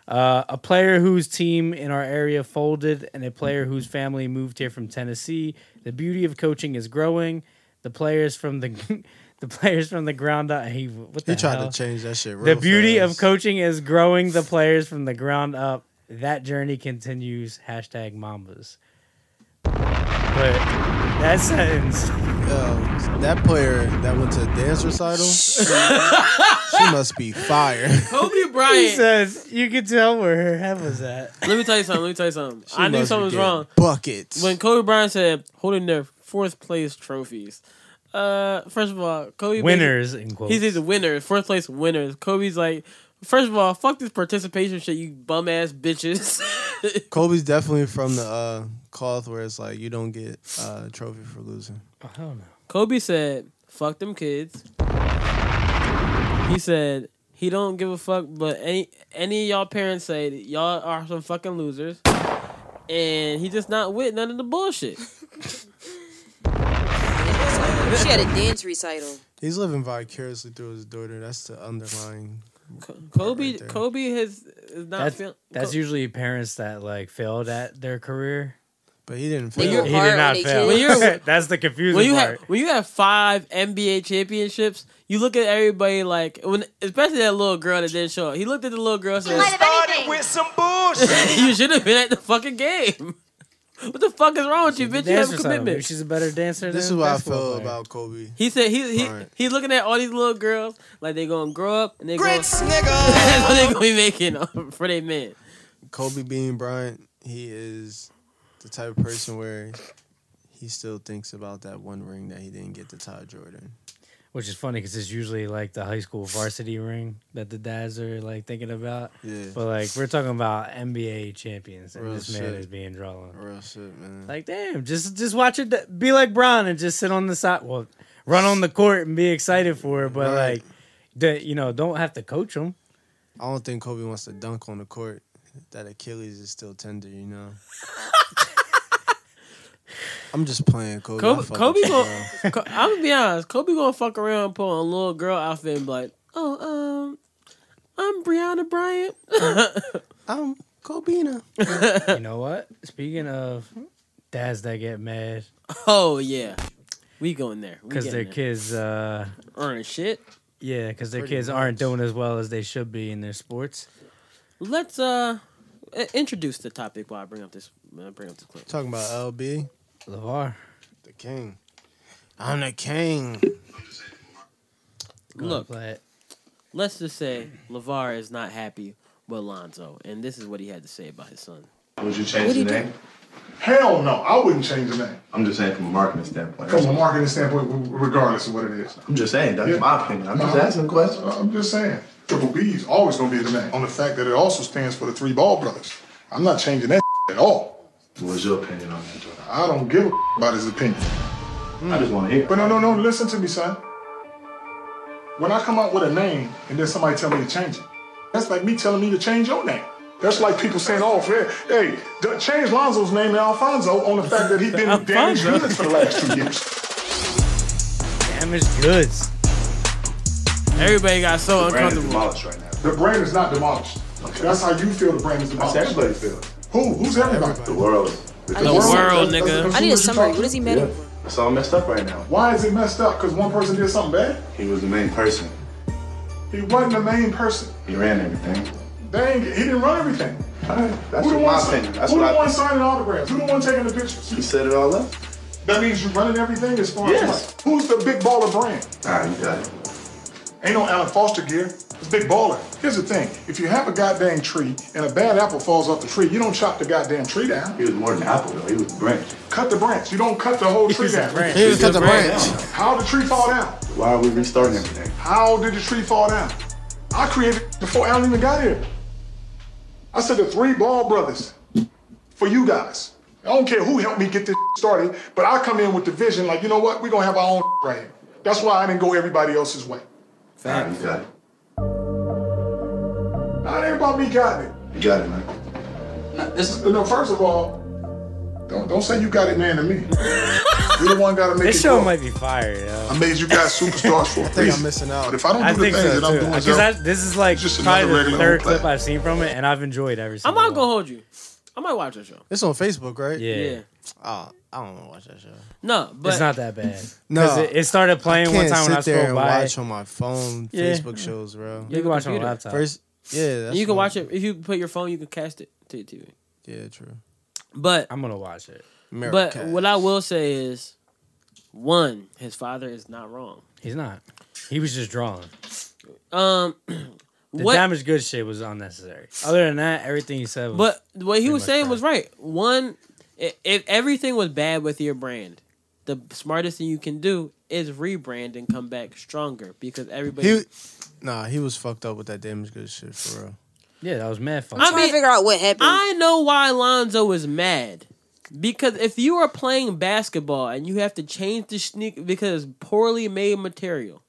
uh, a player whose team in our area folded, and a player whose family moved here from Tennessee. The beauty of coaching is growing. The players from the <laughs> the players from the ground up. He what the
He tried
hell?
to change that shit. Real
The beauty
fast.
of coaching is growing the players from the ground up. That journey continues. Hashtag Mambas. But that sentence.
Yo, that player that went to dance
<laughs>
recital, she must be fire.
Kobe Bryant.
He says you could tell where her head was at.
Let me tell you something. Let me tell you something.
She
I knew
must
something was
be getting
wrong.
Buckets.
When Kobe Bryant said holding their fourth place trophies, uh, first of all, Kobe
Winners, in quotes.
He's the winners, fourth place winners. Kobe's like, first of all, fuck this participation shit, you bum ass bitches.
Oh,
Kobe's definitely from the uh, cloth where it's like you don't get uh, a trophy for losing.
hell no.
Kobe said, "Fuck them kids." He said he don't give a fuck, but any any of y'all parents say that y'all are some fucking losers, and he just not with none of the bullshit.
She had a dance recital.
He's living vicariously through his daughter. That's the underlying.
Kobe, Kobe has is not
That's,
feeling.
that's usually parents that like failed at their career.
But he didn't
When you're-
He did not
When
fail. <laughs>
you're-
that's the confusing
when you
part.
have when you have five NBA championships, you look at everybody like when, especially that little girl that didn't show up. He looked at the little girl and said,
Started with some
<laughs>
bullshit.
"You should have been at the fucking game." <laughs> What the fuck is wrong with you, bitch? You have
Dance
a
recital. Maybe
commitment.
she's a better dancer.
This is
than a
what I
basketball
feel
player.
about Kobe.
He said he he,
Alright.
he looking at all these little girls like they gonna grow up and they
Grits,
gonna,
nigga.
<laughs> That's what they gonna be making um, for their men.
Kobe Bean Bryant, he is the type of person where he still thinks about that one ring that he didn't get to Todd Jordan.
Which is funny because it's usually like the high school varsity ring that the dads are like thinking about.
Yeah.
But like we're talking about NBA champions, and
Real
this man
shit.
is being drawn.
Real shit, man.
Like damn, just just watch it. d- Be like Bron and just sit on the side. Well, run on the court and be excited for it. But
Right.
like, that you know, don't have to coach them.
I don't think Kobe wants to dunk on the court. That Achilles is still tender, you
<laughs>
know. I'm just playing Kobe.
Kobe,
I fuck
Kobe
with you,
gonna, <laughs> Ko- I'm gonna be honest. Kobe gonna fuck around and put on a little girl outfit and be like, "Oh, um, I'm Brianna Bryant." <laughs>
bro. I'm Kobeina.
you know what? Speaking of dads that get mad
Oh yeah, we going there We
because
getting
their
there.
kids, uh,
earning shit.
yeah, because their
Pretty
kids aren't doing as well as they should be in their sports.
Let's uh i- introduce the topic while I bring up this. I bring up this clip.
Talking about LB,
Lavar,
the king. I'm the king.
go ahead and
Look.
play it.
Let's just say Lavar is not happy with Lonzo, and this is what he had to say about his son.
Would you change the name?
Hell no, I wouldn't change the name.
I'm just saying from a marketing standpoint.
From a marketing standpoint, w- regardless of what it is.
I'm just saying, that's
Yeah.
my opinion. I'm just
Uh-huh.
asking a question.
I'm just saying. Triple B is always going to be the name. On the fact that it also stands for the three ball brothers. I'm not changing that at all.
What's your opinion on that, Jordan?
I don't give a about his opinion.
I just want to hear.
But no, no, no, listen to me, son. When I come up with a name and then somebody tell me to change it, that's like me telling me to change your name. That's like people saying, oh, Fred, hey, d- change Lonzo's name to Alfonso on the fact that he's been in damaged
Alfonso.
goods for the last two years.
Damaged goods.
Everybody got so
The brand is
uncomfortable.
demolished right now.
The brand is not demolished. That's how you feel the brand is
That's
demolished.
how everybody feels.
Who? Who's everybody?
The world.
I need a world, nigga.
I need a summary. What is he mad
Yeah.
at?
It's all messed up right now.
Why is it messed up? Because one person did something bad?
He was the main person.
He wasn't the main person.
He ran everything.
Dang, he didn't run everything.
That's
who the
my
one,
opinion. That's
who
what
the
I
one
think.
signing autographs? Who the one taking the pictures?
He set it all up.
That means you're running everything as far
Yes.
as what? Who's the big baller brand?
All right, you got it.
Ain't no Alan Foster gear. It's big baller. Here's the thing. If you have a goddamn tree and a bad apple falls off the tree, you don't chop the goddamn tree down.
He was more than apple though. He was a branch.
Cut the branch. You don't cut the whole tree down.
He was cut the branch.
How did the tree fall down?
Why are we restarting everything?
How did the tree fall down? I created before Alan even got here. I said the three ball brothers for you guys. I don't care who helped me get this <laughs> started, but I come in with the vision like, you know what, we're gonna have our own <laughs> right here. That's why I didn't go everybody else's way.
Fact. You got it.
Not everybody got it.
You got it, man.
No, this is, no, first of all, don't don't say you got it, man, to me. <laughs> you the one gotta make
This
it
show
grow.
might be fire, yo.
I made you guys superstars for a
<laughs> I think I'm
missing
uh,
out. But if I don't do
I
the
think
things
so
that I'm
too.
doing,
Because
Zell,
I- this is like
just another
probably the
regular
third
old
clip
clap.
I've seen from it, and I've enjoyed every
I'm
single.
not gonna hold you. I might watch that show.
It's on Facebook, right?
Yeah. Yeah.
Oh, I don't want to watch that show.
No, but
it's not that bad.
<laughs> No,
'Cause it, it started playing
I
one
can't
time when I
sit there
scrolled
and
by.
watch on my phone
Yeah.
Facebook shows, bro.
You can watch on a laptop.
First, yeah,
And
that's
you can
what-
watch it if you put your phone. You can cast it to your TV.
Yeah, true.
But
I'm gonna watch it.
but what I will say is, one, his father is not wrong.
He's not. He was just drawing.
Um, <clears throat>
The
what?
damaged goods shit was unnecessary. Other than that, everything he said was.
But what he
pretty
was
much
saying was right. One, i- if everything was bad with your brand, the smartest thing you can do is rebrand and come back stronger because everybody.
He, nah, he was fucked up with that damaged goods shit for real.
Yeah, that was mad
I'm trying to figure
out what happened.
I know why Alonzo is mad. Because if you are playing basketball and you have to change the sneak because it's poorly made material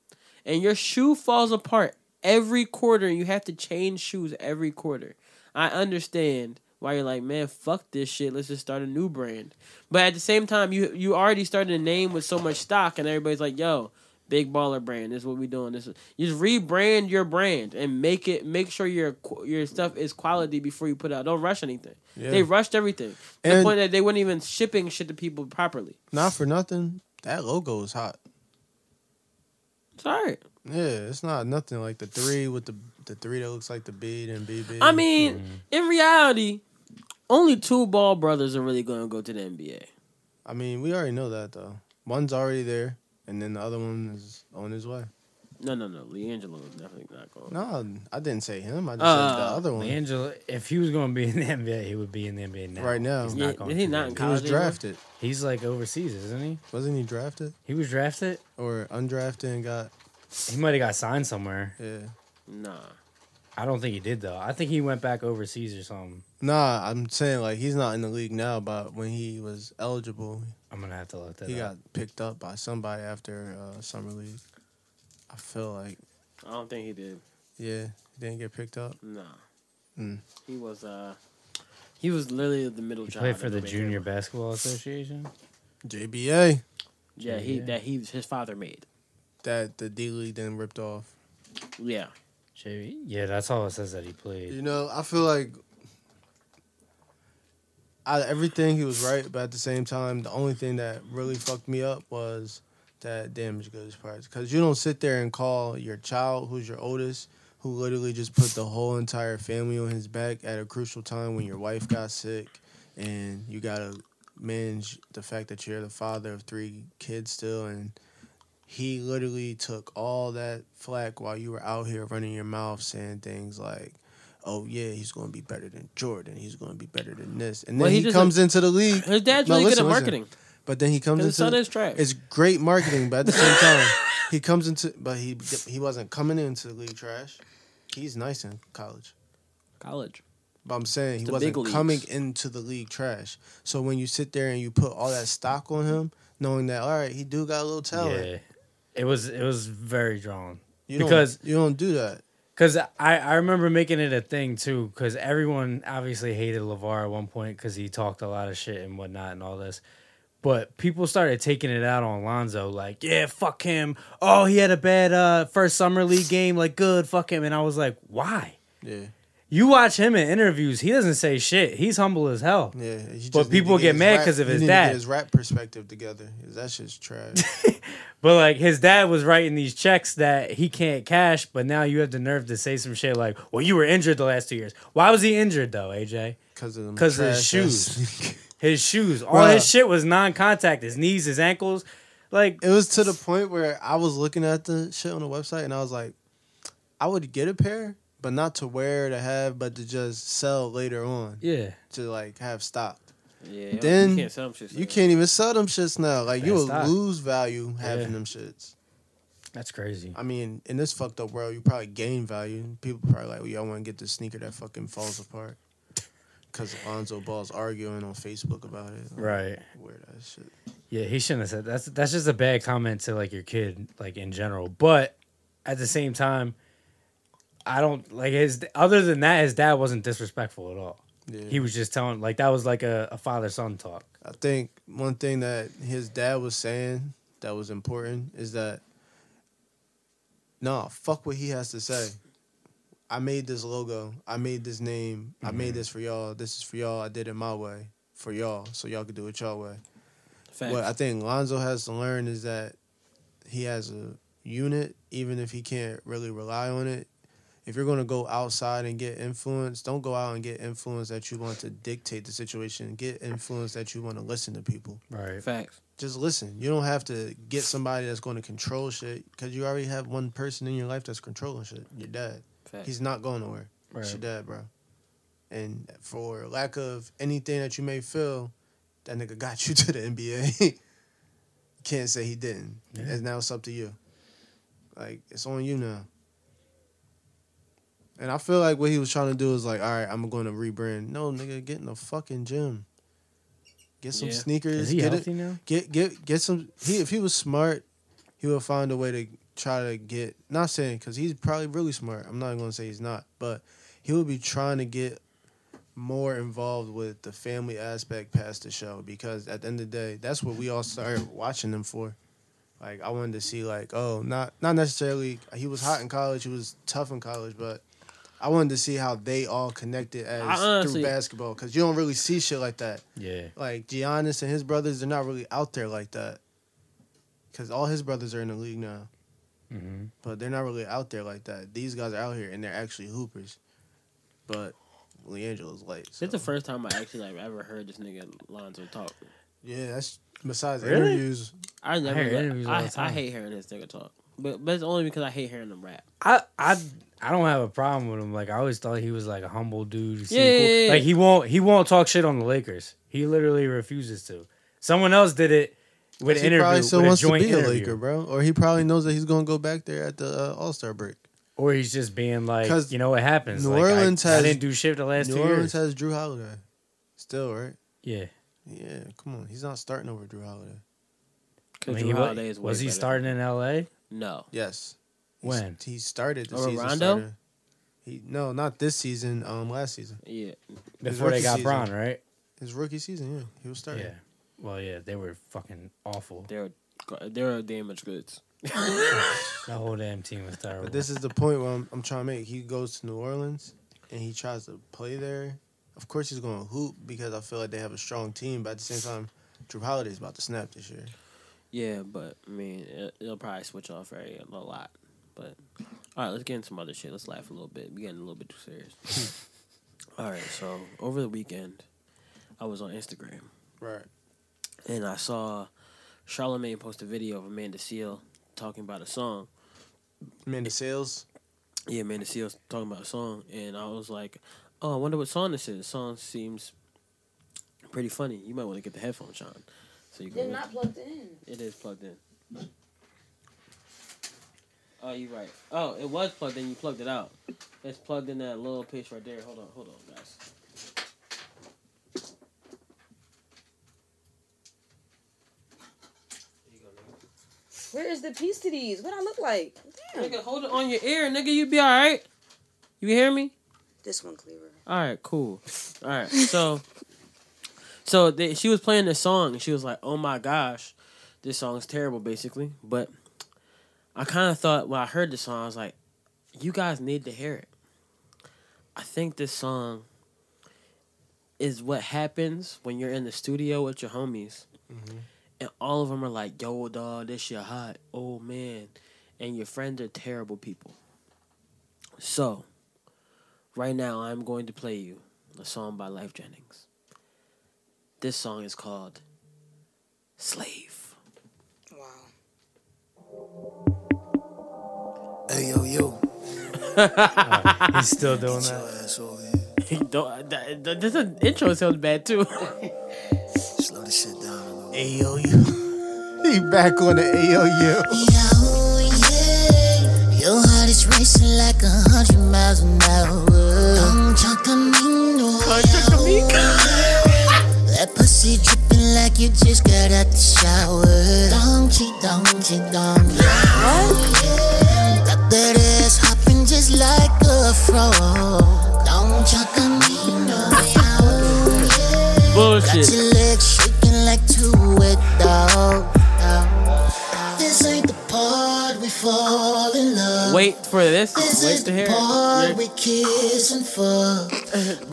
and your shoe falls apart every quarter and you have to change shoes every quarter, I understand why you're like, man, fuck this shit. Let's just start a new brand. But at the same time, you you already started a name with so much stock and everybody's like, yo, big baller brand. This is what we doing. This is, you just rebrand your brand and make it make sure your qu- your stuff is quality before you put it out. Don't rush anything.
Yeah.
They rushed everything to the
And-
point that they weren't even shipping shit to people properly.
Not for nothing. That logo is hot.
Sorry.
Yeah, it's not nothing like the three with the the three that looks like the bead and BB.
I mean, in reality, only two ball brothers are really going to go to the NBA.
I mean, we already know that though. One's already there, and then the other one is on his way.
No, no, no. LiAngelo is definitely not going.
No, I didn't say him. I just said the
Uh,
other one.
Angela, if he was gonna be in the NBA, he would be in the NBA now.
Right now.
he's
Yeah,
not going.
is he
to
not
be.
in He was college anymore? drafted.
He's like overseas, isn't he?
Wasn't he drafted?
He was drafted
or undrafted and got.
He might have got signed somewhere.
Yeah.
Nah.
I don't think he did though. I think he went back overseas or something.
Nah, I'm saying like he's not in the league now, but when he was eligible,
I'm gonna have to look that
he
up.
got picked up by somebody after uh, summer league. I feel like
I don't think he did.
yeah, he didn't get picked up.
No.
Mm.
He was uh he was literally the middle
He
child.
played for
of
the
Bay
Junior
Area.
Basketball Association.
JBA
Yeah, he
Yeah.
that he his father made.
that the D league then ripped off.
Yeah.
JV? Yeah, that's all it says that he played.
You know, I feel like I, everything he was right, but at the same time, the only thing that really fucked me up was that damaged goods part. Because you don't sit there and call your child, who's your oldest, who literally just put the whole entire family on his back at a crucial time when your wife got sick and you gotta manage the fact that you're the father of three kids still and he literally took all that flack while you were out here running your mouth saying things like oh yeah he's going to be better than jordan he's going to be better than this and then
Well, he
he,
just-
comes into the league
His dad's really good at marketing.
but then he comes
His
into
son is trash.
it's great marketing but at the same time
<laughs>
he comes into but he he wasn't coming into the league trash he's nice in college
College.
but I'm saying he
The big
wasn't
leagues.
coming into the league trash. So when you sit there and you put all that stock on him, knowing that all right, he do got a little talent.
Yeah, it was it was very drawn
You
because
don't, you don't do that.
because I I remember making it a thing too because everyone obviously hated Levar at one point because he talked a lot of shit and whatnot and all this. But people started taking it out on Lonzo, like, yeah, fuck him. Oh, he had a bad uh, first summer league game, like, good, fuck him. And I was like, why?
Yeah.
You watch him in interviews, he doesn't say shit. He's humble as hell.
Yeah, he just need
but
to
people get
his
mad
rap-
because of
he
his
need to
dad.
Get his rap perspective together. 'cause That shit's
<laughs>
trash.
But like his dad was writing these checks that he can't cash, but now you have the nerve to say some shit like, "Well, you were injured the last two years. Why was he injured though, AJ?
Because of them
Because his
trash ass
shoes, his shoes. All his
Bruh.
shit was non-contact. His knees, his ankles. Like
it was to the point where I was looking at the shit on the website and I was like, I would get a pair, but not to wear to have, but to just sell later on.
Yeah.
To like have stocked.
Yeah.
then
you can't sell them shit.
you can't even sell them shits now. Like you
Bad
will
stock.
lose value having
Yeah.
them shits.
That's crazy.
I mean, in this fucked up world, you probably gain value. People probably like, well, y'all want to get this sneaker that fucking falls apart because Alonzo Ball's arguing on Facebook about it. Like,
Right.
Weird ass shit.
Yeah, he shouldn't have said that's that's just a bad comment to like your kid, like in general. But at the same time, I don't like his other than that, his dad wasn't disrespectful at all.
Yeah.
He was just telling like that was like a, a father son talk.
I think one thing that his dad was saying that was important is that no, fuck what he has to say. I made this logo. I made this name. I
Mm-hmm.
made this for y'all. This is for y'all. I did it my way for y'all, so y'all could do it y'all way.
Facts.
What I think Lonzo has to learn is that he has a unit, even if he can't really rely on it. If you're gonna go outside and get influence, don't go out and get influence that you want to dictate the situation. Get influence that you want to listen to people.
Right.
Facts.
Just listen. You don't have to get somebody that's going to control shit because you already have one person in your life that's controlling shit. Your dad.
Facts.
He's not going nowhere.
Right.
It's your dad, bro. And for lack of anything that you may feel, that nigga got you <laughs> to the NBA. Can't say he didn't.
Yeah.
And now it's up to you. Like it's on you now. And I feel like what he was trying to do is like, all right, I'm going to rebrand. No, nigga, get in the fucking gym. Get some
Yeah.
sneakers.
Is he
get
healthy now?
Get get get some. He if he was smart, he would find a way to try to get. Not saying because he's probably really smart. I'm not even gonna say he's not, but he would be trying to get more involved with the family aspect past the show because at the end of the day, that's what we all started watching him for. Like I wanted to see like oh not not necessarily he was hot in college he was tough in college but I wanted to see how they all connected as
I honestly-
through basketball because you don't really see shit like that
Yeah.
like Giannis and his brothers they're not really out there like that because all his brothers are in the league now
Mm-hmm.
but they're not really out there like that these guys are out here and they're actually hoopers but Leangelo's late so.
It's the first time I actually like ever heard this nigga Lonzo talk.
yeah that's besides
Really?
interviews
I never.
hear
like-
interviews all
I,
the
I,
time.
hate hearing this nigga talk, but but it's only because I hate hearing him rap.
I I I don't have a problem with him. Like I always thought he was like a humble dude. He seemed
Yeah,
cool.
yeah, yeah.
Like he won't he won't talk shit on the Lakers. He literally refuses to. Someone else did it with an
he probably
interview
still
with
wants
a joint
to be
interview.
a Laker bro or he probably knows that he's gonna go back there at the uh, All Star break
Or he's just being like,
'Cause
you know what happens.
New
Like, I-
Orleans
I,
has-
didn't do shit the last
New
two
Orleans
years.
has Drew Holiday still right
yeah.
yeah come on he's not starting over Drew Holiday
I
Cause
mean,
Drew
he, wa-
Holiday is way
was he
better.
starting in L.A.?
No,
yes He s-
When?
he started the
Over
season
Rondo?
starter. He no, not this season. Um, last season,
yeah,
His
Before they
rookie
got
season.
Bron, right?
his rookie season. Yeah, he was starting.
Yeah. Well, yeah, they were fucking awful.
they're they're damaged
<laughs>
goods. <laughs>
That whole damn team was terrible.
But this is the point where I'm, I'm trying to make. He goes to New Orleans and he tries to play there. Of course, he's going to hoop because I feel like they have a strong team. But at the same time, Drew Holiday's about to snap this year.
Yeah, but I mean, it, it'll probably switch off very a lot. But all right, let's get into some other shit. Let's laugh a little bit. We getting a little bit too serious.
<laughs>
all right, so over the weekend, I was on Instagram
Right.
and I saw Charlamagne post a video of Amanda Seal talking about a song.
Man, the sales.
Yeah, Amanda Seal's talking about a song, and I was like, "Oh, I wonder what song this is." The song seems pretty funny. You might want to get the headphones, Sean, so you
They're
can.
not plugged in.
It is plugged in. Oh, you're right. Oh, it was plugged in. You plugged it out. It's plugged in that little piece right there. Hold on, hold on, guys.
Where is the piece to these? What I look like? Damn.
Nigga, hold it on your ear, nigga. You be all right. You hear me?
This one clearer.
All right, cool. All right, so, so they, she was playing this song, and she was like, "Oh my gosh, this song's terrible," basically. But I kind of thought when I heard the song, I was like, "You guys need to hear it." I think this song is what happens when you're in the studio with your homies, and all of them are like, "Yo, dog, this shit hot." Oh man, and your friends are terrible people. So. Right now, I'm going to play you a song by Life Jennings. This song is called Slave.
Wow.
Hey yo yo,
<laughs> He's still doing
get your
that.
ass over here.
Don't, uh, that, that, this intro sounds bad too.
Slow this shit down a little.
He back on the AOU.
Hey
oh Your heart is racing like a hundred miles an hour. Don't camino. That pussy dripping like you just got out the shower. Donkey, donkey, donkey. oh Got that ass hopping just like a frog. Don't camino. Got your legs shaking like two wet dogs. This ain't the part we fall in love.
Wait for this.
This
Wait
is
to
the
hear
part
it.
we kiss and fuck.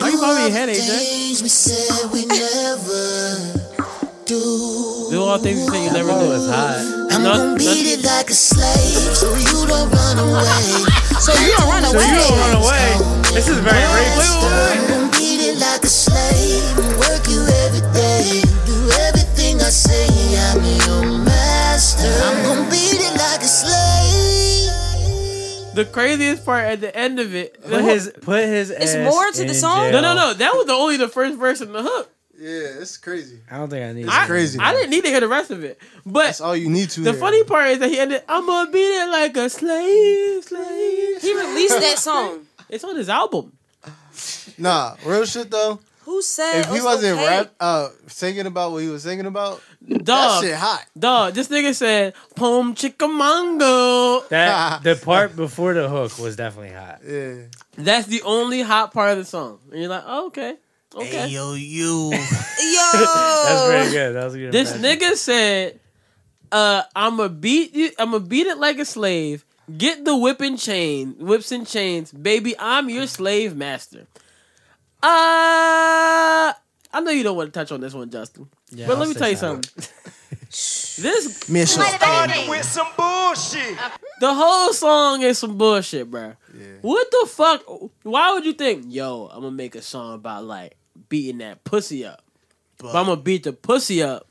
<laughs> Why you probably headache,
things we said we never do.
Do all things you say you never do. It's hot.
I'm gonna beat it like a slave, so you don't run away. <laughs> so you don't run
So you don't run away.
This is very I'm gonna beat it like a slave, and work you every day. Do everything I say, I'm your master. I'm gonna beat it like a slave.
The craziest part at the end of it.
Put his put his.
It's
ass
more to the
in
song?
jail.
No, no, no. That was the only the first verse in the hook.
Yeah, it's crazy.
I don't think I need.
It's
that.
crazy.
I didn't need to hear the rest of it. But that's
all you need to.
The
hear.
funny part is that he ended. I'm gonna beat it like a slave, slave.
He released that song.
It's on his album.
Nah, real shit though.
Who said
If he
it's
wasn't
okay?
rap, uh, thinking about what he was thinking about,
Dog.
that shit hot.
Dog, this nigga said, "Pom chickamango."
<laughs>
That <laughs> the part before the hook was definitely hot.
Yeah.
That's the only hot part of the song, and you're like, oh, "Okay, okay."
yo, you.
That's pretty good. That was a good.
This
impression.
nigga said, "Uh, I'm a beat you. I'm a beat it like a slave. Get the whip and chain, whips and chains, baby. I'm your slave master." Uh I know you don't want to touch on this one, Justin.
Yeah,
but
I'll
let me
say
tell you
something.
something. this
Me and Shaw's
Started with some bullshit.
the whole song is some bullshit, bro. What the fuck? Why would you think, yo, I'm gonna make a song about like beating that pussy up? But, I'm gonna beat the pussy up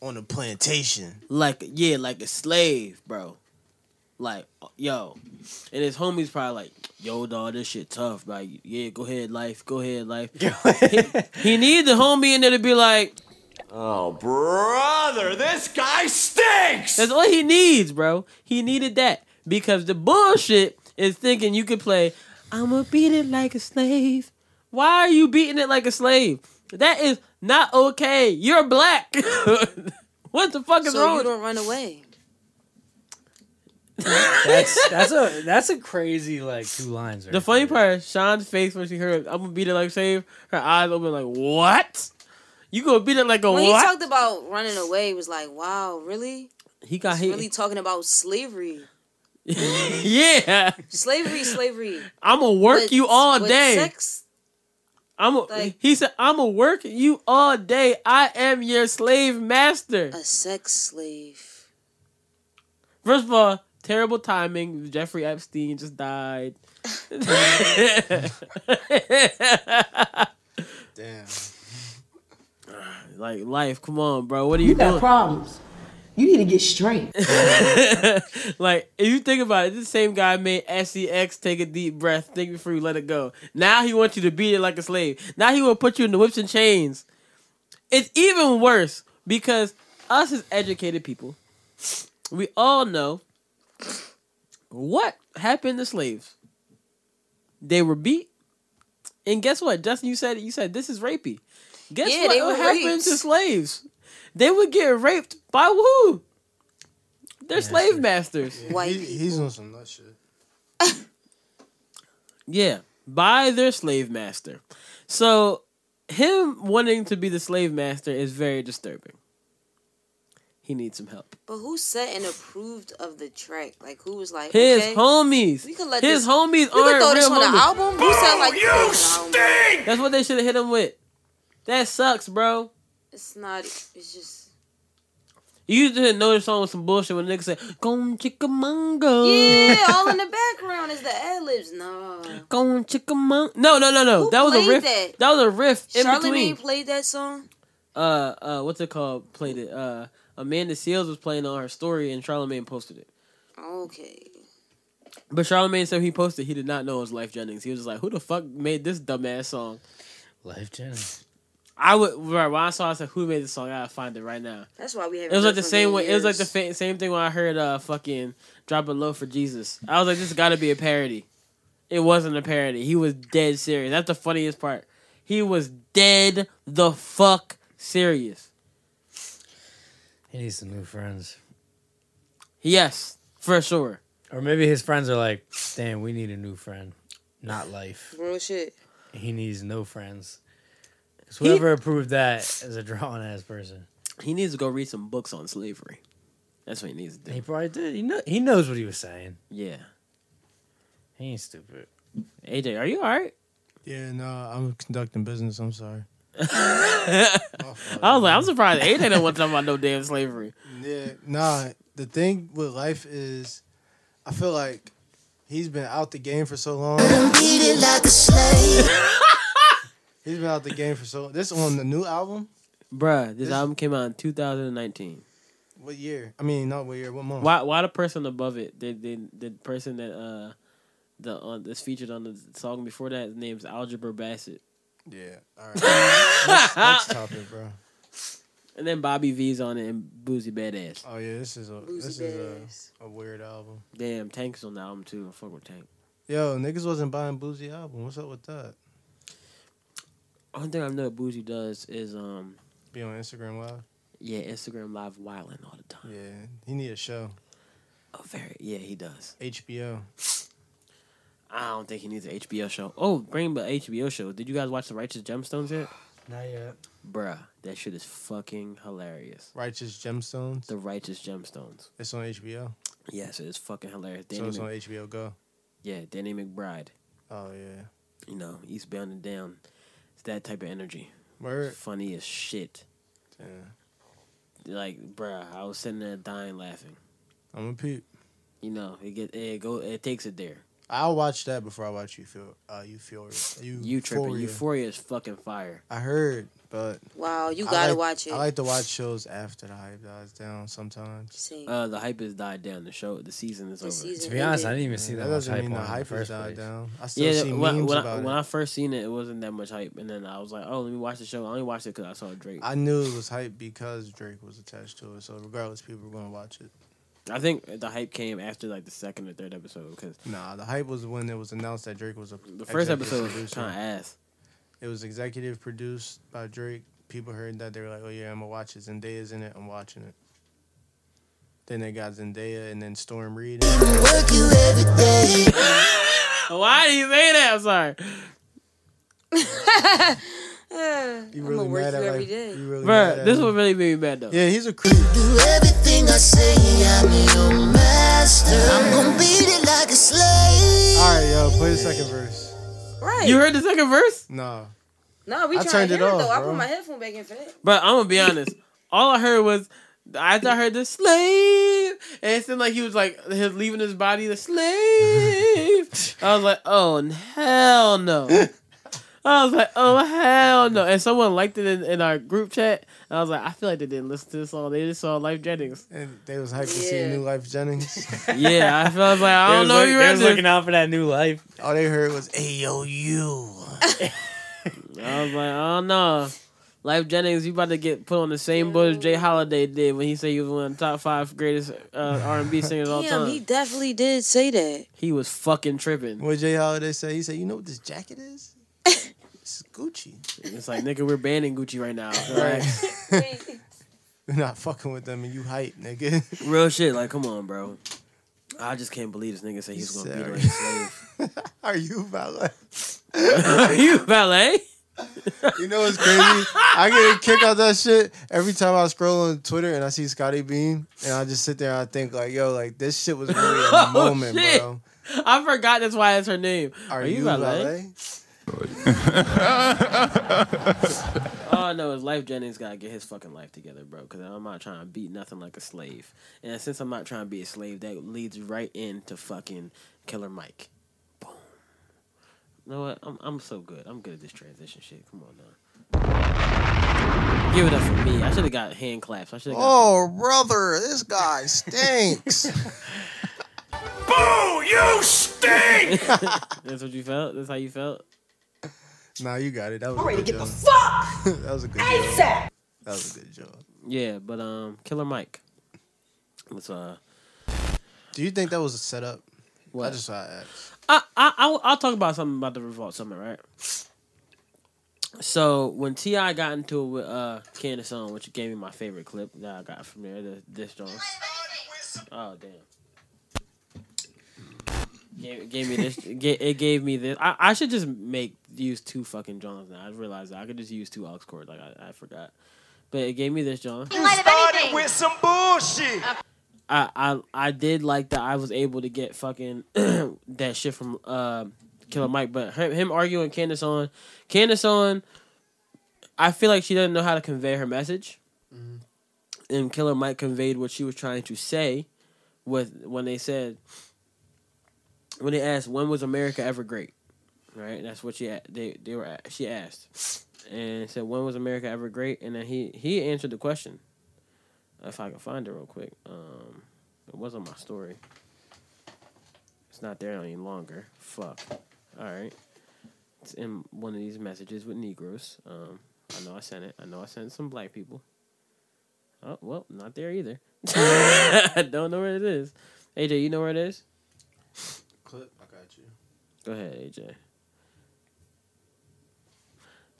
on the plantation.
Like yeah, like a slave, bro. Like uh, yo, and his homies probably like, yo, dog, this shit tough. Like yeah, go ahead, life, go ahead, life. he, he need the homie in there to be like, oh,
Brother, this guy stinks.
that's all he needs, bro. He needed that because the bullshit is thinking you could play. I'm gonna beat it like a slave. Why are you beating it like a slave? That is not okay. You're black. <laughs> what the fuck is
so
wrong?
you
with
don't run away.
<laughs> That's that's a that's a crazy like two lines. Right?
The funny part, is Sean's face when she heard "I'm gonna beat it like save," her eyes open like, "What? You gonna beat it like a
when
what?"
he talked about running away, it was like, wow, really?
He got
He's
hit.
really talking about slavery.
<laughs> yeah,
Slavery, slavery.
I'm gonna work
But-
you all
but
day.
Sex,
I'm. A,
like-
he said, "I'm gonna work you all day. I am your slave master."
a sex slave.
First of all, terrible timing. Jeffrey Epstein just
<laughs>
died. <laughs>
Damn.
Like life, come on, bro. What are you,
You got
doing?
problems. You need to get straight.
like if you think about it, this same guy made SEX take a deep breath, think before you let it go. Now he wants you to beat it like a slave. Now he will put you in the whips and chains. It's even worse because us as educated people, we all know what happened to slaves. They were beat, and guess what, Justin? You said it. You said this is rapey. Guess
Yeah,
what
they were
happened
raped.
to slaves? They would get raped by who? They're slave masters.
He- he's on some nut shit.
<laughs> Yeah, by their slave master. So, him wanting to be the slave master is very disturbing. He needs some help.
But who set and approved of the track? Like who was like
His
okay,
homies.
We could let
His
this,
homies
we could
aren't
throw this
real
on an
homies.
album. Who said like you stink?
That's what they should have hit him with. That sucks, bro.
It's not. It's just
You didn't know this song was some bullshit when niggas said, Gone Chickamongo.
yeah.
<laughs>
all in the background is the ad libs. No,
Gone Chickamongo. No, no, no, no.
Who
that was a
played
riff.
that?
was a riff in
Charlamagne
between.
played that song.
uh, uh, what's it called? Played it. Uh, Amanda Seals was playing on her story, and Charlamagne posted it.
Okay,
But Charlamagne said when he posted he did not know it was Life Jennings. He was just like, "Who the fuck made this dumbass song?"
Life Jennings.
I would right when I saw, it, I said, "Who made this song? I gotta find it right now."
That's why we
It
haven't.
was
heard
like the
from
same
him
way.
in
It was like the
years.
fa- same thing when I heard uh fucking drop it low for Jesus. I was like, "This got to be a parody." It wasn't a parody. He was dead serious. That's the funniest part. He was dead the fuck serious.
He needs some new friends.
Yes, for sure.
Or maybe his friends are like, damn, we need a new friend. Not life.
real shit.
He needs no friends. 'Cause
He-
whoever approved that is a drawn ass person.
He needs to go read some books on slavery. That's what he needs to do.
He probably did. He, know, he knows what he was saying.
Yeah.
He ain't stupid.
AJ, are you all right?
<laughs> Yeah, no, I'm conducting business. I'm sorry.
<laughs> I was like, I'm surprised AJ didn't want to talk about no damn slavery.
Yeah, <laughs> nah. The thing with life is, I feel like he's been out the game for so long. <laughs> he's been out the game for so. This on the new album.
Bruh, this, album came out in 2019.
What year? I mean, not what year. What month?
Why? Why the person above it? The the, the person that uh the on that's featured on the song before that his name's Algebra Bassett.
Yeah. All right.
<laughs>
next, next topic, bro.
And then Bobby V's on it and Boozy Badass.
Oh yeah, this is a this is a, a weird album.
Damn, Tank's on the album too. I fuck with Tank.
Yo, niggas wasn't buying Boozy album. What's up with that?
Only thing I know Boozy does is um
Be on Instagram Live.
yeah Instagram Live wilding all the time.
Yeah, he need a show.
Oh, very yeah he does.
HBO.
I don't think he needs an HBO show. Oh, bring the HBO show. Did you guys watch the Righteous Gemstones
<sighs>
yet?
Not yet.
Bruh, that shit is fucking hilarious.
Righteous Gemstones.
The Righteous Gemstones.
It's on HBO.
Yes, it is fucking hilarious.
so it's
Mc-
on HBO Go.
Yeah, Danny McBride.
Oh yeah.
You know, Eastbound and Down. It's that type of energy.
Word.
Funny as shit.
Yeah.
Like, bruh, I was sitting there dying laughing.
I'm a peep.
You know, it get it go it takes it there.
I'll watch that before I watch you feel uh you feel you
You tripping.
Euphoria.
Euphoria is fucking fire.
I heard, but
Wow, you
I
gotta
like-
watch it.
I like to watch shows after the hype dies down sometimes.
Same.
Uh the hype has died down. The show the season is
The
over.
season
To be honest, I didn't even
Yeah,
see that,
that
much
doesn't
hype
mean
on
the
it in
hype
the
has
first
died
place.
down. I still
Yeah,
see
when,
memes
when, I,
about
when
it.
I first seen it, it wasn't that much hype, and then I was like, "Oh, let me watch the show." I only watched it because I saw Drake.
I knew it was hype because Drake was attached to it. So regardless, people were gonna watch it.
I think the hype came after like the second or third episode because <laughs>
Nah, uh, the hype was when it was announced that Drake was a
the first episode was kind of ass.
It was executive produced by Drake. People heard that they were like, "Oh yeah, I'm gonna watch it. Zendaya's in it. I'm watching it." Then they got Zendaya and then Storm Reed.
Why do you say that? I'm sorry,
<laughs> You
I'm gonna work you every day.
You really mad
bro.
at
This
him.
one really made me mad though.
Yeah, he's a creep.
Do everything I say, I'm your master. I'm gonna beat it like a slave.
All right, yo, play the second <laughs> verse.
Right.
You heard the second verse,
No,
no, we
I turned
trying to
it
hear it,
off,
though. I
bro.
put my headphone back in for that.
bro. I'm gonna be honest. All I heard was after I heard the slave, and it seemed like he was like his leaving his body the
<laughs>
slave. I was like, oh n- hell no. I was like, oh hell no! And someone liked it in, in our group chat. And I was like, I feel like they didn't listen to this song. They just saw Life Jennings.
and they was hyped to see
Yeah.
New Life Jennings.
Yeah, I felt like I
They
don't
was
know
look-
if you
they
read
was
this.
looking out for that new life.
All they heard was AOU.
<laughs> I was like, oh no. Life Jennings, you about to get put on the same boat as Jay Holiday did when he said he was one of the top five greatest uh, R
<laughs>
and B singers all
Damn,
time.
he
He...
definitely did say that.
was fucking tripping.
What Jay Holiday said? He said, "You know what this jacket is? It's Gucci.
It's like nigga, we're banning Gucci right
<laughs>
now. Like,
We're not fucking with them, and you hype, nigga."
real shit. Like, come on, bro. I just can't believe this nigga said he's gonna be
Sorry.
like a slave.
Are you valet? <laughs>
Are <laughs> you valet?
You know what's crazy? I get a kick out that shit every time I scroll on Twitter and I see Scotty Beam, and I just sit there and I think like, "Yo, like this shit was
<laughs>
<laughs> really a moment,
Oh, shit.
bro."
I forgot that's why it's her name.
Are, you, valet?
All I know is Life Jennings gotta get his fucking life together, bro. Because I'm not trying to beat nothing like a slave, and since I'm not trying to be a slave, that leads right into fucking Killer Mike. Boom. You know what? I'm I'm so good. I'm good at this transition shit. Come on now. Give it up for me. I should have got hand claps. I should have. Got...
Oh, brother, this <laughs> guy stinks.
Boo! You stink!
<laughs>
That's what you felt. That's how you felt.
Nah, you got it. That was
I'm
a
ready
good
to get
job.
the fuck
<laughs> that was a good
ASAP.
job. That was a good job.
Yeah, but um, Killer Mike. What's uh?
Do you think that was a setup?
What?
I just saw that.
I, I I'll, I'll talk about something about the Revolt Summit, right? So when Ti got into it with uh Candace on, which gave me my favorite clip that I got from there, the this joint. Oh damn! Oh, Gave, gave me this. <laughs> ga- it gave me this. I, I should just make use two fucking Johns now. I realized that I could just use two aux cords. Like I, I forgot, but it gave me this John.
Started with some bullshit.
I, I I did like that I was able to get fucking <clears throat> that shit from uh, Killer Mike, but him, him arguing Candace on Candace on, I feel like she doesn't know how to convey her message, and Killer Mike conveyed what she was trying to say, with when they said when they asked when was America ever great, right? That's what she a- they they were a- she asked, and said when was America ever great, and then he he answered the question if I can find it real quick. Um, it wasn't my story. It's not there any longer. Fuck. All right. It's in one of these messages with Negroes. Um, I know I sent it. I know I sent some black people. Oh well, not there either. <laughs> I don't know where it is. AJ, you know where it is?
Clip, I got you.
Go ahead, AJ.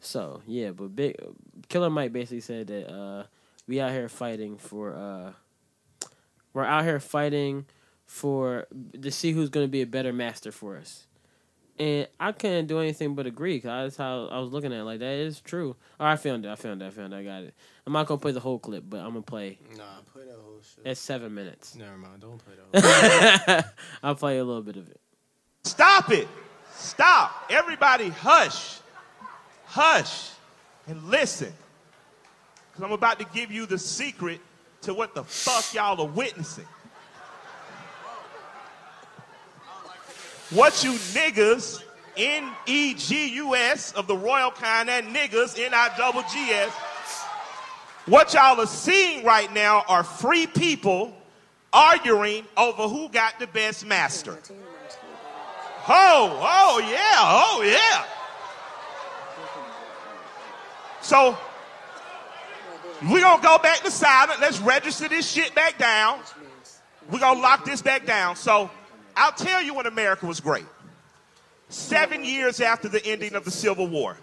So yeah, but big Killer Mike basically said that uh, we out here fighting for uh, we're out here fighting for to see who's gonna be a better master for us, and I couldn't do anything but agree. 'cause that's how I was looking at it. Like that is true. All right, I found it. I found it. I found it. I got it. I'm not gonna play the whole clip, but I'm gonna play.
Nah, play that whole shit.
It's seven minutes.
Never mind. Don't play that.
<laughs> I'll play a little bit of it.
Stop it. Stop. Everybody hush. Hush and listen. Because I'm about to give you the secret to what the fuck y'all are witnessing. What you niggas, N E G U S of the royal kind and niggas, N I double G S, what y'all are seeing right now are free people arguing over who got the best master. Oh, oh yeah, oh yeah. So we're gonna go back to silent. Let's register this shit back down. We're gonna lock this back down. So I'll tell you when America was great. Seven years after the ending of the Civil War.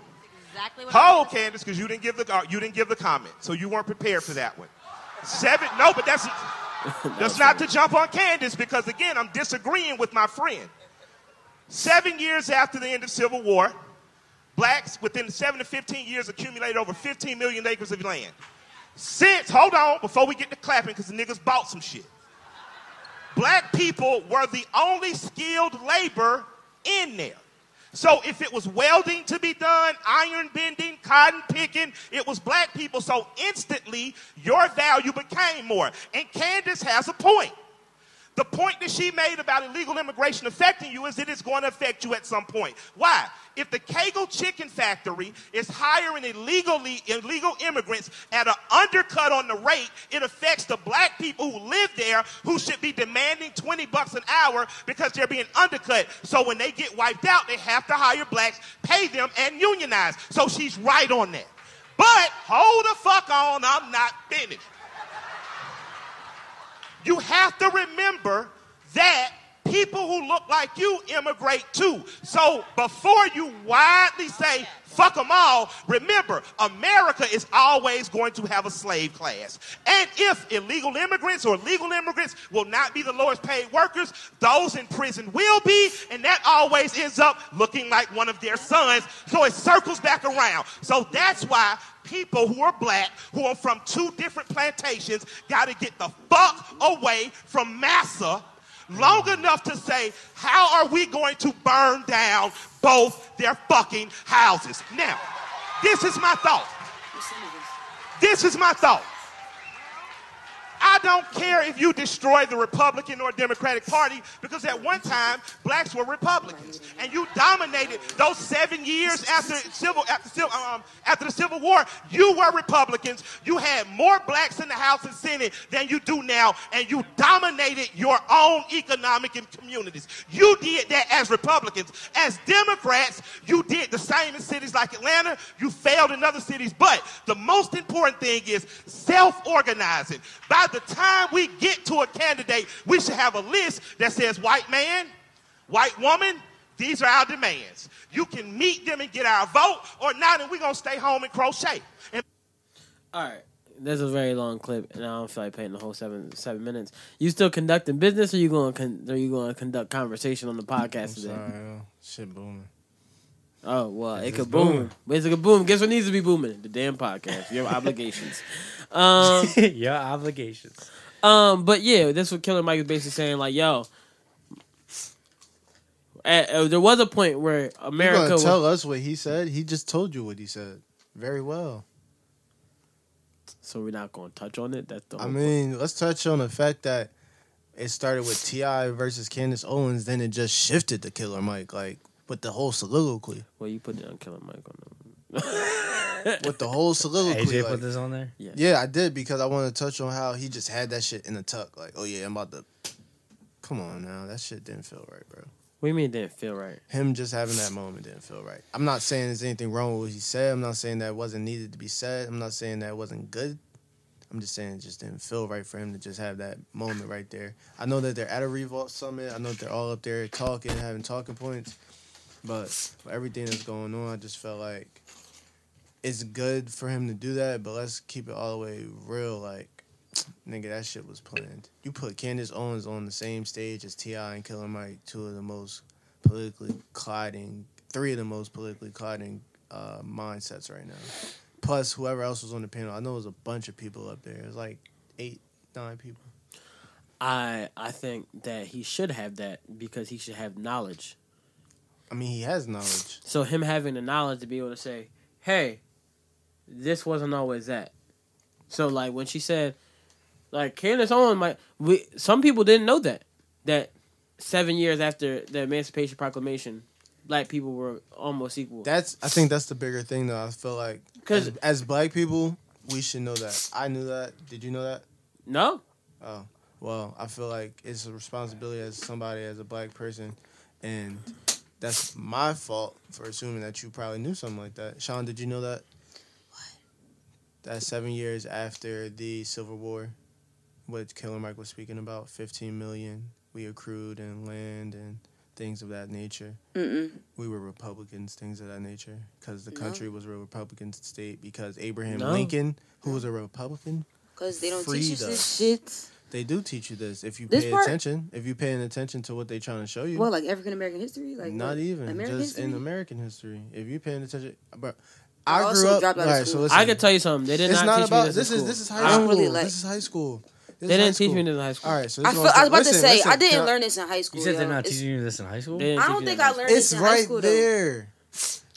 Exactly what
Hold, Candace, because you didn't give the uh, you didn't give the comment, so you weren't prepared for that one. Seven, no, but that's that's not to jump on Candace because again, I'm disagreeing with my friend. Seven years after the end of Civil War, blacks within seven to 15 years accumulated over 15 million acres of land. Since, hold on, before we get to clapping, because the niggas bought some shit. Black people were the only skilled labor in there. So if it was welding to be done, iron bending, cotton picking, it was black people. So instantly, your value became more. And Candace has a point. The point that she made about illegal immigration affecting you is it is going to affect you at some point. Why? If the Kegel Chicken Factory is hiring illegally illegal immigrants at an undercut on the rate, it affects the black people who live there who should be demanding 20 bucks an hour because they're being undercut. So when they get wiped out, they have to hire blacks, pay them, and unionize. So she's right on that. But hold the fuck on, I'm not finished. You have to remember that people who look like you immigrate too. So before you widely say, fuck them all, remember, America is always going to have a slave class. And if illegal immigrants or legal immigrants will not be the lowest paid workers, those in prison will be, and that always ends up looking like one of their sons. So it circles back around. So that's why people who are black, who are from two different plantations, got to get the fuck away from Massa long enough to say, how are we going to burn down both their fucking houses? Now, this is my thought. This is my thought. I I don't care if you destroy the Republican or Democratic Party because at one time blacks were Republicans and you dominated those seven years after civil after, civil- um, after the Civil War. You were Republicans. You had more blacks in the House and Senate than you do now, and you dominated your own economic and communities. You did that as Republicans. As Democrats, you did the same in cities like Atlanta. You failed in other cities, but the most important thing is self organizing. By the time we get to a candidate, we should have a list that says white man, white woman, these are our demands. You can meet them and get our vote, or not, and we're going to stay home and crochet. And-
All right. That's a very long clip, and I don't feel like playing the whole seven seven minutes. You still conducting business, or you going to con- are you going to conduct conversation on the podcast today?
Shit booming.
Oh well,
It's
it
just
could boom.
booming.
But It's a boom. Guess what needs to be booming? The damn podcast. Your
<laughs>
obligations. Um,
Your obligations.
Um, but yeah, that's what Killer Mike is basically saying. Like, yo, at- uh, there was a point where America.
you gonna
was-
tell us what he said? He just told you what he said. Very well.
so we're not going to touch on it. That's the.
I
whole
mean, let's touch on the fact that it started with Ti versus Candace Owens, then it just shifted to Killer Mike, like with the whole soliloquy.
Well, you put it on Killer Mike
<laughs>
on
with the whole soliloquy.
AJ put
like-
this on there?
Yeah.
Yeah, I did because I want to touch on how he just had that shit in the tuck. Like, oh yeah, I'm about to. Come on now, that shit didn't feel right, bro.
What do you mean it didn't feel right?
Him just having that moment didn't feel right. I'm not saying there's anything wrong with what he said. I'm not saying that wasn't needed to be said. I'm not saying that wasn't good. I'm just saying it just didn't feel right for him to just have that moment right there. I know that they're at a revolt summit. I know that they're all up there talking, having talking points. But for everything that's going on, I just felt like it's good for him to do that, but let's keep it all the way real. Like, nigga, that shit was planned. You put Candace Owens on the same stage as T.I. and Killer Mike, two of the most politically colliding, three of the most politically colliding uh, mindsets right now. Plus, whoever else was on the panel, I know it was a bunch of people up there. It was like eight, nine people.
I I think that he should have that because he should have knowledge.
I mean, he has knowledge.
So him having the knowledge to be able to say, "Hey, this wasn't always that." So like when she said, like Candace Owens, might we some people didn't know that that seven years after the Emancipation Proclamation, black people were almost equal.
That's I think that's the bigger thing though. I feel like because as black people, we should know that. I knew that. Did you know that?
No.
Oh well, I feel like it's a responsibility as somebody as a black person, and that's my fault for assuming that you probably knew something like that. Sean, did you know that? That's seven years after the Civil War, what Killer Mike was speaking about. Fifteen million we accrued in land and things of that nature.
Mm-mm.
We were Republicans, things of that nature, because the
No.
country was a Republican state. Because Abraham
No.
Lincoln, who was a Republican,
Cause they don't
Freed
teach us
us.
this shit.
they do teach you this if you
This
pay
part-
attention. If you paying attention to what they trying to show you.
Well, like African American history, like
not
what?
even
American
just in
history?
American history. If you paying attention, bro.
I
I
also
grew up.
dropped out of
alright, so
school.
listen.
I can tell you something. They did
It's
not,
not
teach
about-
me this.
this
in
is-
school.
this is high
I don't
school.
really like-
This is high school.
They
is high
didn't teach
school.
me this in high school.
All right, so
I,
this
feel,
is what
I was
I'm
about
saying.
to say
Listen,
I
can
didn't learn this in high school.
You said they're
yo.
not
It's-
teaching you this in high school?
They didn't
I
teach
don't
you
think
that in
I
high
learned
It's
this in high
right
school though.
there.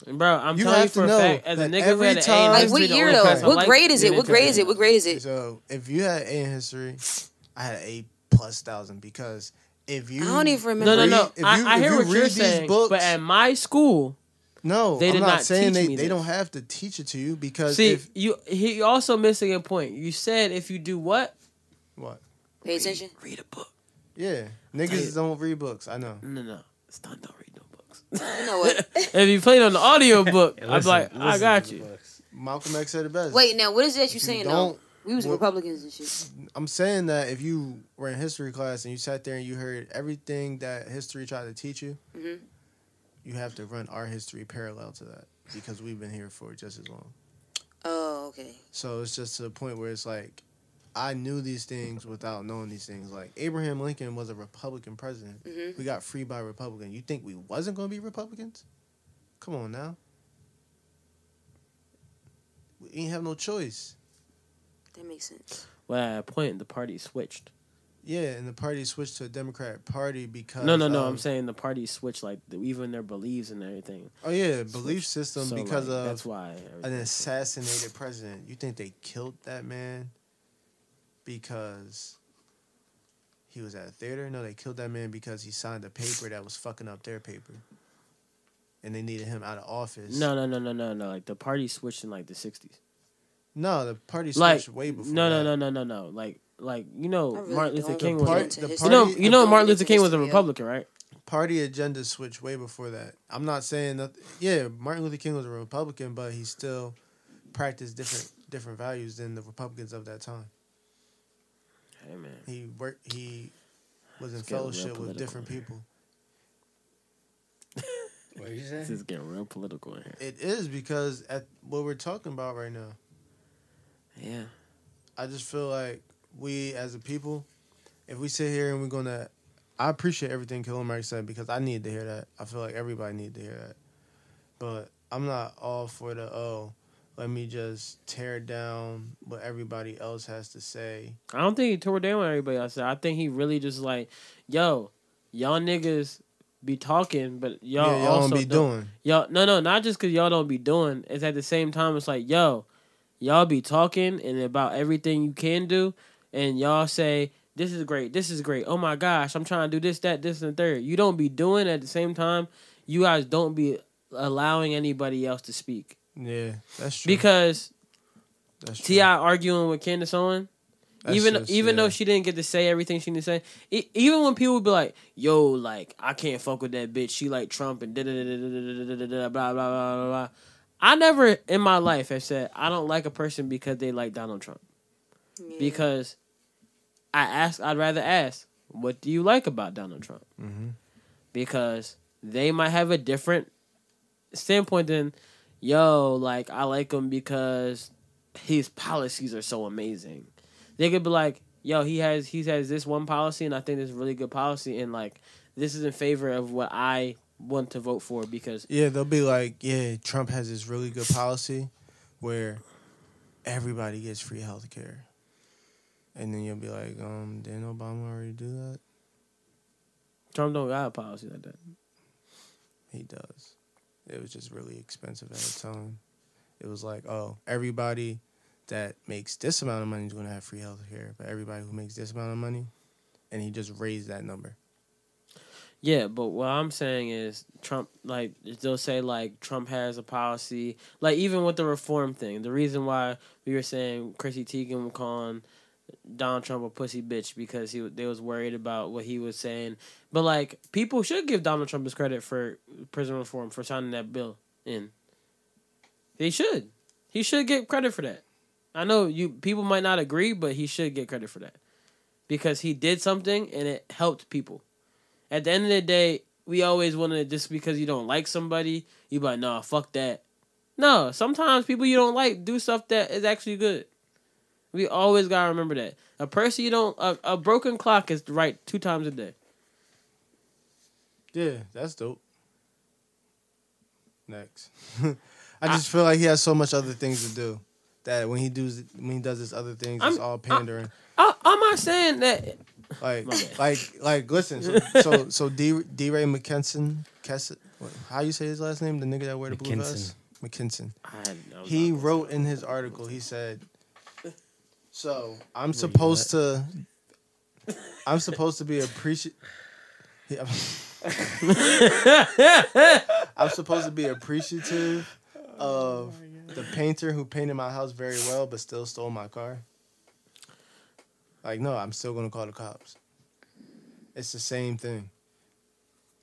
Bro, I'm
You
telling you
have to
for a
know
fact, as a
that
nigga who
every
had an A in
time-
history,
Like, what
the only
year, though?
class I
What
liked
grade is it?
didn't
What
tell me
grade is it?
that.
What grade is it?
So if you had A in history, I had an A plus thousand because if you
I don't even
No,
remember.
no, no.
Mm. If you-
I, I
if
hear
you
what you're
read these
saying,
books-
but at my school,
no,
they
I'm
did
not,
not
saying
teach
they
me
they
this.
don't have to teach it to you because
see
if
you. He you're also missing a point. You said if you do what?
What?
Pay attention.
Read a book.
yeah niggas don't read books. I know.
No, no, Stun don't read no books.
You know what?
<laughs> if you played on the audio book,
Hey,
i would be
listen,
like, I
listen
got
to
you.
Malcolm X said it best.
Wait, now what is that you
you
saying
don't-
though? We was
Well-
Republicans and shit.
I'm saying that if you were in history class and you sat there and you heard everything that history tried to teach you,
hmm
you have to run our history parallel to that because we've been here for just as long.
Oh, okay.
So it's just to the point where it's like, I knew these things without knowing these things. Like Abraham Lincoln was a Republican president.
Mhm.
We got free by Republican. You think we wasn't going to be Republicans? Come on now. We ain't have no choice.
That makes sense.
Well, at a point, the party switched.
Yeah, and the party switched to a Democrat party because
No, no, no.
of-
I'm saying the party switched, like the, even their beliefs and everything.
Oh yeah,
Switched.
belief system
So,
because
like,
of
that's why.
an
everything- <laughs>
assassinated president. You think they killed that man? because he was at a theater. No, they killed that man because he signed a paper that was fucking up their paper, and they needed him out of office.
No, no, no, no, no, no. Like the party switched in like the sixties.
No, the party
Like
switched way before.
no, no,
that.
no, no, no, no. Like like you know
I really
Oh, Martin Luther
don't
King
The
was
part-
a-
the
you know
party-
you know Martin Luther King was a Republican, right?
Party agenda switched way before that. I'm not saying that. Yeah, Martin Luther King was a Republican, but he still practiced different different values than the Republicans of that time.
Hey man,
He worked. He was in
It's getting real
fellowship
political
with different people.
What you
this is getting real political in here.
It is because at what we're talking about right now.
Yeah.
I just feel like we as a people, if we sit here and we're gonna, I appreciate everything Killer Mike said because I need to hear that. I feel like everybody need to hear that. But I'm not all for the oh, let me just tear down what everybody else has to say.
I don't think he tore down with everybody else. I think he really just like, yo, y'all niggas be talking, but y'all,
Yeah, y'all don't
also
be doing.
Y'all, no, no, not just because y'all don't be doing. It's at the same time, it's like, yo, y'all be talking and about everything you can do, and y'all say, this is great, this is great. Oh my gosh, I'm trying to do this, that, this, and the third. You don't be doing at the same time. You guys don't be allowing anybody else to speak.
Yeah, that's true.
Because
That's
Ti arguing with Candace Owen,
That's
even
just-
even
yeah.
though she didn't get to say everything she needed to say, e- even when people would be like, "Yo, like I can't fuck with that bitch. She like Trump and da da da da da da da da blah blah blah blah blah." I never in my life have said I don't like a person because they like Donald Trump. Because I ask, I'd rather ask, what do you like about Donald Trump? because they might have a different standpoint than yo like i like him because his policies are so amazing they could be like yo he has he has this one policy and i think it's a really good policy and like this is in favor of what i want to vote for because
Yeah, they'll be like, yeah, Trump has this really good policy where everybody gets free health care. And then you'll be like, um, didn't Obama already do that?
trump don't got a policy like that
He does. It was just really expensive at the time. It was like, oh, everybody that makes this amount of money is going to have free health care, but everybody who makes this amount of money, and he just raised that number.
Yeah, but what I'm saying is Trump like they'll say like Trump has a policy like even with the reform thing, the reason why we were saying Chrissy Teigen was calling Donald Trump a pussy bitch because he they was worried about what he was saying. But like people should give Donald Trump his credit for prison reform for signing that bill in. They should. He should get credit for that. I know you people might not agree, but he should get credit for that. Because he did something and it helped people at the end of the day, we always want to just because you don't like somebody, you be like, nah, fuck that. No, sometimes people you don't like do stuff that is actually good. We always gotta remember that a person you don't a, a broken clock is right two times a day.
Yeah, that's dope. Next. I just feel like he has so much other things to do that when he does when he does his other things, it's
I'm- uh,
all pandering.
I, I'm not saying that. My
like
bad.
like like listen. So so, so D, D Ray McKinson, Kes- what- how you say his last name? The nigga that wear the blue
McKinson.
vest, McKinson.
I, I was
He wrote in his article. He said, "So I'm
Wait,
supposed to, I'm supposed to be appreciative. <laughs> I'm supposed to be appreciative of the painter who painted my house very well, but still stole my car. Like, no, I'm still gonna call the cops. It's the same thing.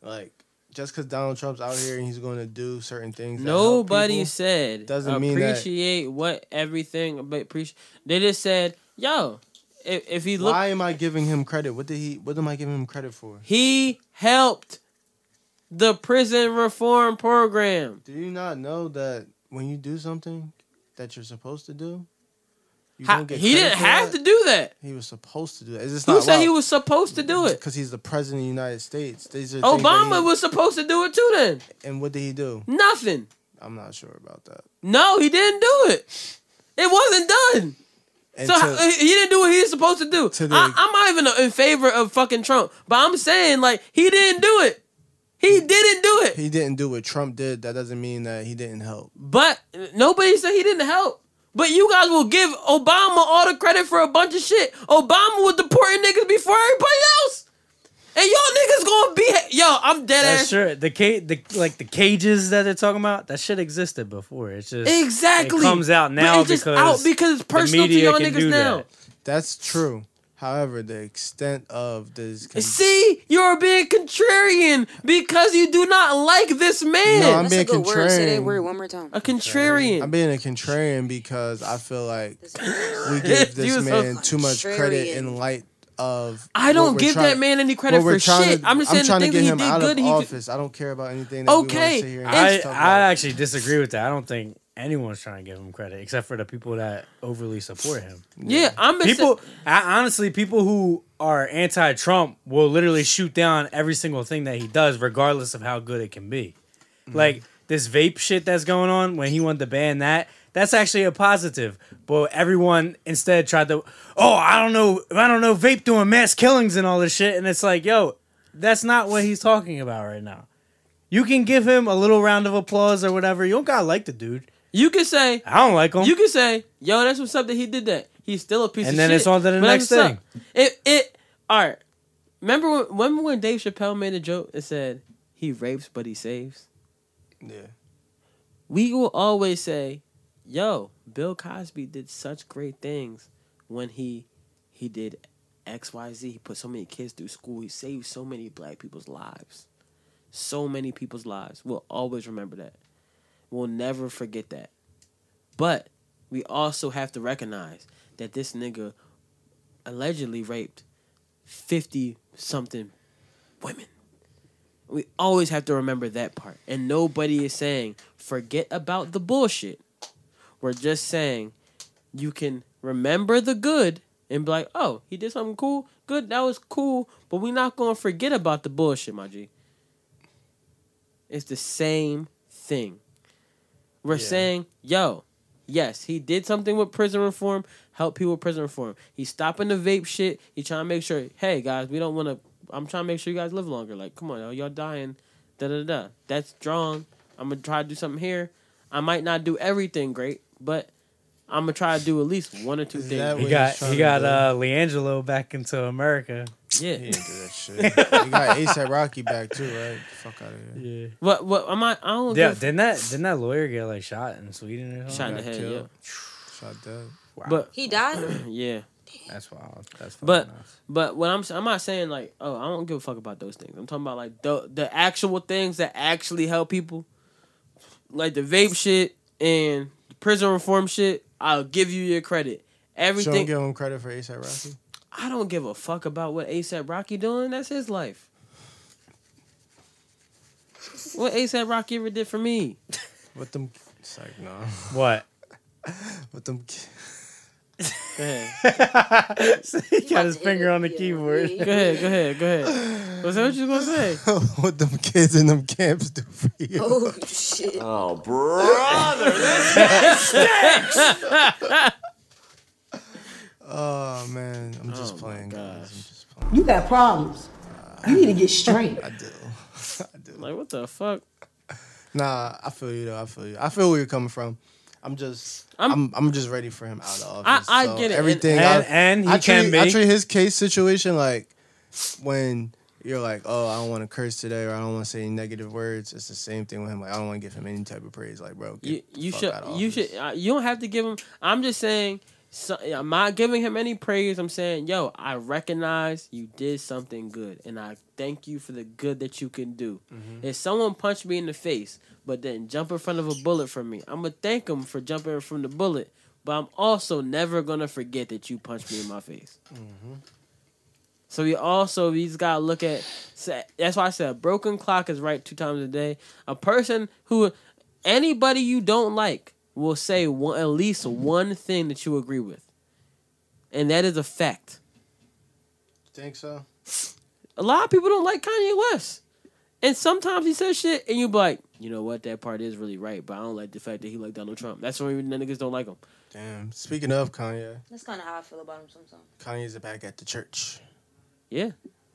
Like, just because Donald Trump's out here and he's gonna do certain things, that help
Nobody
people,
said
doesn't mean that.
appreciate what everything, but appreciate. They just said, yo, if, if he looked,
Why am I giving him credit? What did he? What am I giving him credit for?
he helped the prison reform program.
Do you not know that when you do something that you're supposed to do, you
How-
don't get
he
credit
didn't
for
have
that?
to do that.
He was supposed to do that. Is this
Who
not
said he
allowed?
was supposed to do it?
Because he's the president of the United States. These are things that
Obama
he-
was supposed to do it too. Then
And what did he do?
nothing.
I'm not sure about that.
No, he didn't do it. It wasn't done.
And
so
to-
how- he he didn't do what he was supposed to do. I, I'm not even in favor of fucking Trump, but I'm saying like he didn't do it.
Mm.
He didn't do it.
He didn't do what Trump did. That doesn't mean that he didn't help.
But nobody said he didn't help. But you guys will give Obama all the credit for a bunch of shit. Obama was deporting niggas before everybody else. And y'all niggas gonna be yo, I'm dead
That's
ass.
sure the ca- the like the cages that they're talking about. That shit existed before. It's just
Exactly.
it comes out
But
now
it's just
because
out because it's
the
personal to
media
y'all
can
niggas
do
now.
That.
That's true. However, the extent of this. Con-
See, you're being contrarian because you do not like this man.
No, I'm That's a being
Good word. Say that
Contrarian.
word one more time.
A contrarian.
I'm being a contrarian because I feel like
<laughs>
we give
You
this
was a
man too much credit
contrarian.
in light of.
I don't
what we're
give
trying-
that man any credit
what we're
for
trying to-
shit. I'm just saying the
trying
things
to
that
get
he
him
did
out
good,
of
he did-
office. I don't care about anything. That We wanna
Okay,
sit here and
I,
talk about.
I actually disagree with that. I don't think anyone's trying to give him credit except for the people that overly support him.
Yeah, I'm
people. I, honestly, people who are anti-Trump will literally shoot down every single thing that he does, regardless of how good it can be.
Mm-hmm.
Like this vape shit that's going on when he wanted to ban that. That's actually a positive, but everyone instead tried to. Oh, I don't know. I don't know. Vape doing mass killings and all this shit, and it's like, yo, that's not what he's talking about right now. You can give him a little round of applause or whatever. You don't gotta like the dude.
You can say
I don't like him.
You can say, "Yo, that's what's up that he did that." He's still a piece
And
of shit.
then it's on to the
but
next
that's what's up.
thing.
It it all right. Remember when remember when Dave Chappelle made a joke and said he rapes but he saves.
Yeah.
We will always say, "Yo, Bill Cosby did such great things when he he did X Y Z. He put so many kids through school. He saved so many black people's lives. So many people's lives. We'll always remember that. We'll never forget that. But we also have to recognize that this nigga allegedly raped 50 something women. We always have to remember that part. And nobody is saying, forget about the bullshit. We're just saying, you can remember the good and be like, oh, he did something cool. Good, that was cool. But we're not going to forget about the bullshit, my G. It's the same thing. We're saying, yo, yes, he did something with prison reform, help people with prison reform. He's stopping the vape shit. He trying to make sure, hey guys, we don't want to. I'm trying to make sure you guys live longer. Like, come on, y'all dying. Da da da. That's strong. I'm gonna try to do something here. I might not do everything great, but I'm gonna try to do at least one or two things.
that
He got he got uh Leangelo back into America.
Yeah.
He didn't do that shit. you got ASAP Rocky back too, right? Fuck out of here.
Yeah.
What? What? Am I? I don't.
Yeah,
give-
didn't that didn't that lawyer get like shot in Sweden or something?
Shot in the head. Yeah.
Shot dead.
But
He died.
<clears throat> yeah.
That's wild. That's fucking
But
nuts.
but what I'm s- I'm not saying like oh I don't give a fuck about those things. I'm talking about like the the actual things that actually help people, like the vape shit and prison reform shit. I'll give you your credit.
So don't
Everything
give him credit for ASAP Rocky.
I don't give a fuck about what ASAP Rocky doing. That's his life. What ASAP Rocky ever did for me?
With them, it's like no. <laughs>
what?
With them, ki-
Go
<laughs>
ahead.
<laughs> he got his finger on the keyboard.
Go ahead. Go ahead. Go ahead. Was that what you was gonna say?
<laughs> what them kids in them camps do for you? <laughs>
Oh
Mm-hmm.
shit.
Oh, brother, this guy stinks.
Oh man, I'm just playing. guys.
You got problems. You need to get straight.
<laughs> I do.
Like what the fuck?
Nah, I feel you though. I feel you. I feel where you're coming from. I'm just, I'm,
I'm-
I'm, just ready for him out of
I-
office.
I
So
get it.
Everything,
And-
I,
and he
I treat,
can
I
be.
treat his case situation like when you're like, oh, I don't want to curse today, or I don't want to say any negative words. It's the same thing with him. Like I don't want to give him any type of praise. Like, bro, get
you,
the
you
fuck
should
out of
you
office.
should uh, you don't have to give him i'm just saying so, i'm not giving him any praise i'm saying yo i recognize you did something good and i thank you for the good that you can do
Mm-hmm.
if someone punched me in the face but then jump in front of a bullet from me i'm gonna thank him for jumping from the bullet but i'm also never gonna forget that you punched me in my face
Mm-hmm.
so we also he's got to look at. sa- That's why I said a broken clock is right two times a day. A person who anybody you don't like will say one, at least one thing that you agree with, and that is a fact.
Think so?
A lot of people don't like Kanye West, and sometimes he says shit, and you be like, you know what, that part is really right, but I don't like the fact that he like Donald Trump. That's why the niggas don't like him.
Damn. Speaking of Kanye,
That's kind of how I feel about him sometimes.
Kanye's back at the church.
Yeah,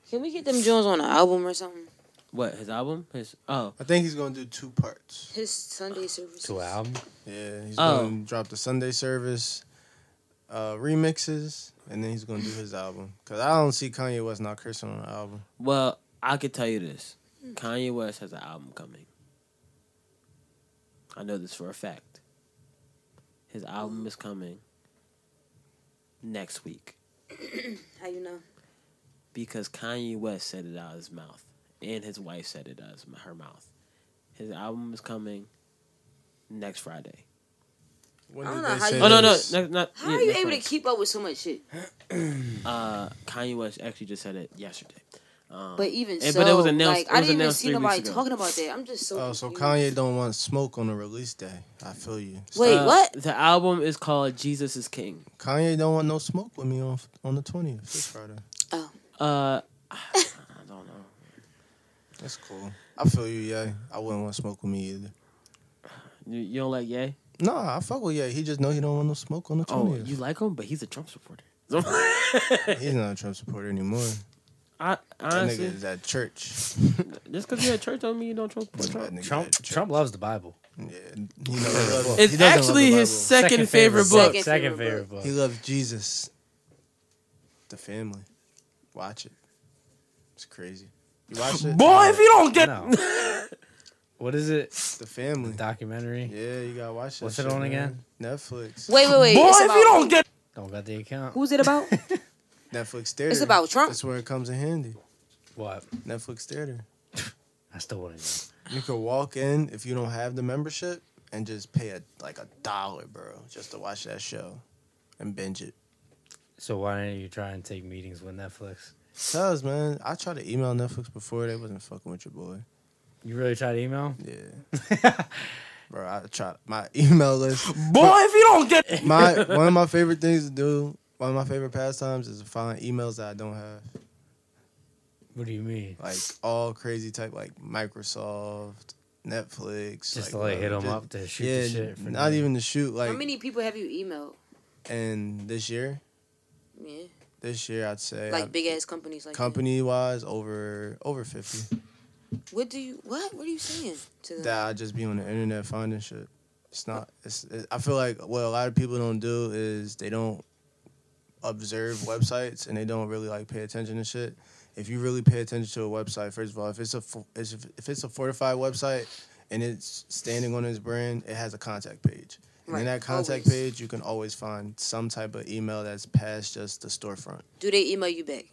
Can we get them Jones on an album or something?
What his album? His oh,
I think he's gonna do two parts.
His Sunday service.
To album? Yeah, he's
Oh.
gonna drop the Sunday service uh, remixes, and then he's gonna do his album. Cause I don't see Kanye West not cursing on the album.
well, I could tell you this:
Hmm.
Kanye West has an album coming. I know this for a fact. His album is coming next week
<clears throat> How you know?
because Kanye West said it out of his mouth, and his wife said it out of his- her mouth. His album is coming next Friday.
When
I don't know how you.
Oh no no! no not,
how
yeah,
are you
next
able
Friday.
to keep up with so much shit?
<clears throat> uh, Kanye West actually just said it yesterday. Um,
But even
and-
so,
but it was announced.
like
it
I
was
didn't even
announced
see
three
nobody
weeks ago.
talking about that. I'm just so.
Oh, so Kanye
confused.
don't want smoke on the release day. I feel you.
Uh, The album is called Jesus is King.
Kanye don't want no smoke with me on on the twentieth this Friday.
Uh, I don't know.
That's cool. I feel you, yeah. I wouldn't want smoke with me either.
You, you don't like Ye?
Nah, I fuck with yeah. He just know he don't want no smoke on the
Oh,
twentieth.
you like him, but he's a Trump supporter.
He's not a Trump supporter anymore.
<laughs> I honestly,
that nigga is at
<laughs>
church.
just because you're at church don't mean you don't Trump. support Trump.
Trump, Trump
loves the Bible.
Yeah, he never loved it.
It's
He doesn't love
actually
the
his
Bible.
second Second favorite favorite book. book.
Second favorite book.
He loves Jesus, the family. Watch it. It's crazy. You watch it,
Boy, if you don't get- <laughs>
No. what is it?
The family
documentary.
Yeah, you gotta watch that
What's
shit,
it on
man.
again?
Netflix.
Wait, wait, wait. it's about,
get,
don't got the account.
Who's it
<laughs>
about?
Netflix theater.
It's about Trump.
That's where it comes in handy.
What?
Netflix theater.
<laughs> I still want to
You could walk in if you don't have the membership and just pay a like a dollar, bro, just to watch that show and binge it.
<laughs> So why don't you try and take meetings with Netflix?
Cuz man, I tried to email Netflix before they wasn't fucking with your boy.
You really tried to email?
Yeah.
<laughs>
Bro, I tried my <laughs> email list.
Boy, if you don't get
<laughs>
my one of my favorite things to do, one of my favorite pastimes is to find emails that I don't have.
What do you mean?
Like all crazy type, like Microsoft, Netflix.
Just to, like, hit
bro,
'em
just-
up to shoot the shit for
not
no-
even to shoot. Like
How many people have you emailed?
and this year,
Yeah,
this year I'd say
like big ass companies like. that.
company wise over over fifty.
What do you? What? What are you saying to them?
That I just be on the internet finding shit. It's not. It's. It, I feel like what a lot of people don't do is they don't observe websites and they don't really like pay attention to shit. If you really pay attention to a website, first of all, if it's a fo- it's, if it's a fortified website and it's standing on its brand, it has a contact page. And in
Right,
that contact
always.
page, you can always find some type of email that's past just the storefront.
Do they email you back?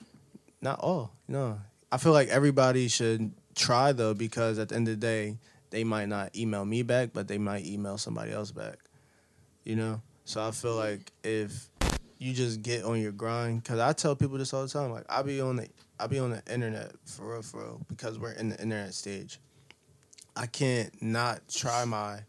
Not all. No. I feel like everybody should try though because at the end of the day, they might not email me back, but they might email somebody else back. You know? So I feel like if you just get on your grind cuz I tell people this all the time like I be on the I be on the internet for real for real because we're in the internet stage. I can't not try my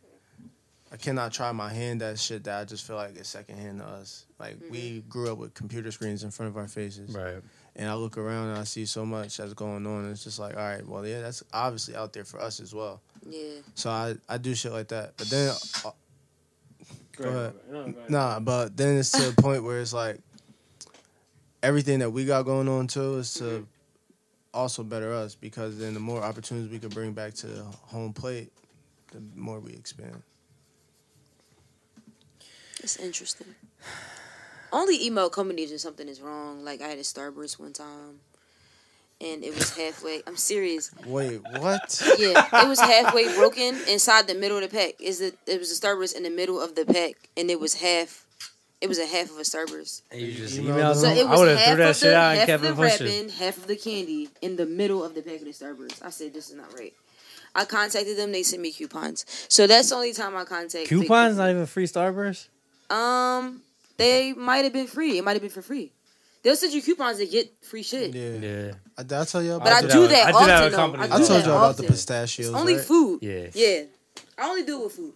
I cannot try my hand at shit that I just feel like is secondhand to us. Like we
Mm-hmm.
grew up with computer screens in front of our faces.
Right.
And I look around and I see so much that's going on. And it's just like, all right, well, yeah, that's obviously out there for us as well.
Yeah.
So I, I do shit like that. But then, uh,
Go
go
ahead, go ahead. No,
ahead.
go ahead.
Nah, but then it's to the point where it's like everything that we got going on too is to
Mm-hmm.
also better us because then the more opportunities we can bring back to the home plate, the more we expand.
It's interesting. Only email companies or something is wrong. Like I had a Starburst one time, and it was halfway. I'm serious.
Wait, what?
<laughs> Yeah, it was
<laughs>
halfway broken inside the middle of the pack. Is it? It was a Starburst in the middle of the pack, and it was half. It was a half of a Starburst.
And you just
emailed
emailed
them?
So
them?
it
I
was
would have
half
threw that
of
shit
the,
out
half
and
of
kept it
the
pushing.
wrapping, half of the candy in the middle of the pack of the Starburst. I said this is not right. I contacted them. They sent me coupons. So that's the only time I contact big
Coupons, not even
<laughs>
free Starburst.
Um, they might have been free. It might have been for free. They'll send you coupons to get free shit.
Yeah.
Yeah.
I, did I tell y'all about
But I do that
I do that
often,
with
though.
companies.
I
I
do
told
that
y'all about the
often.
pistachios.
Only
right?
food.
Yeah.
Yeah. I only do it with food.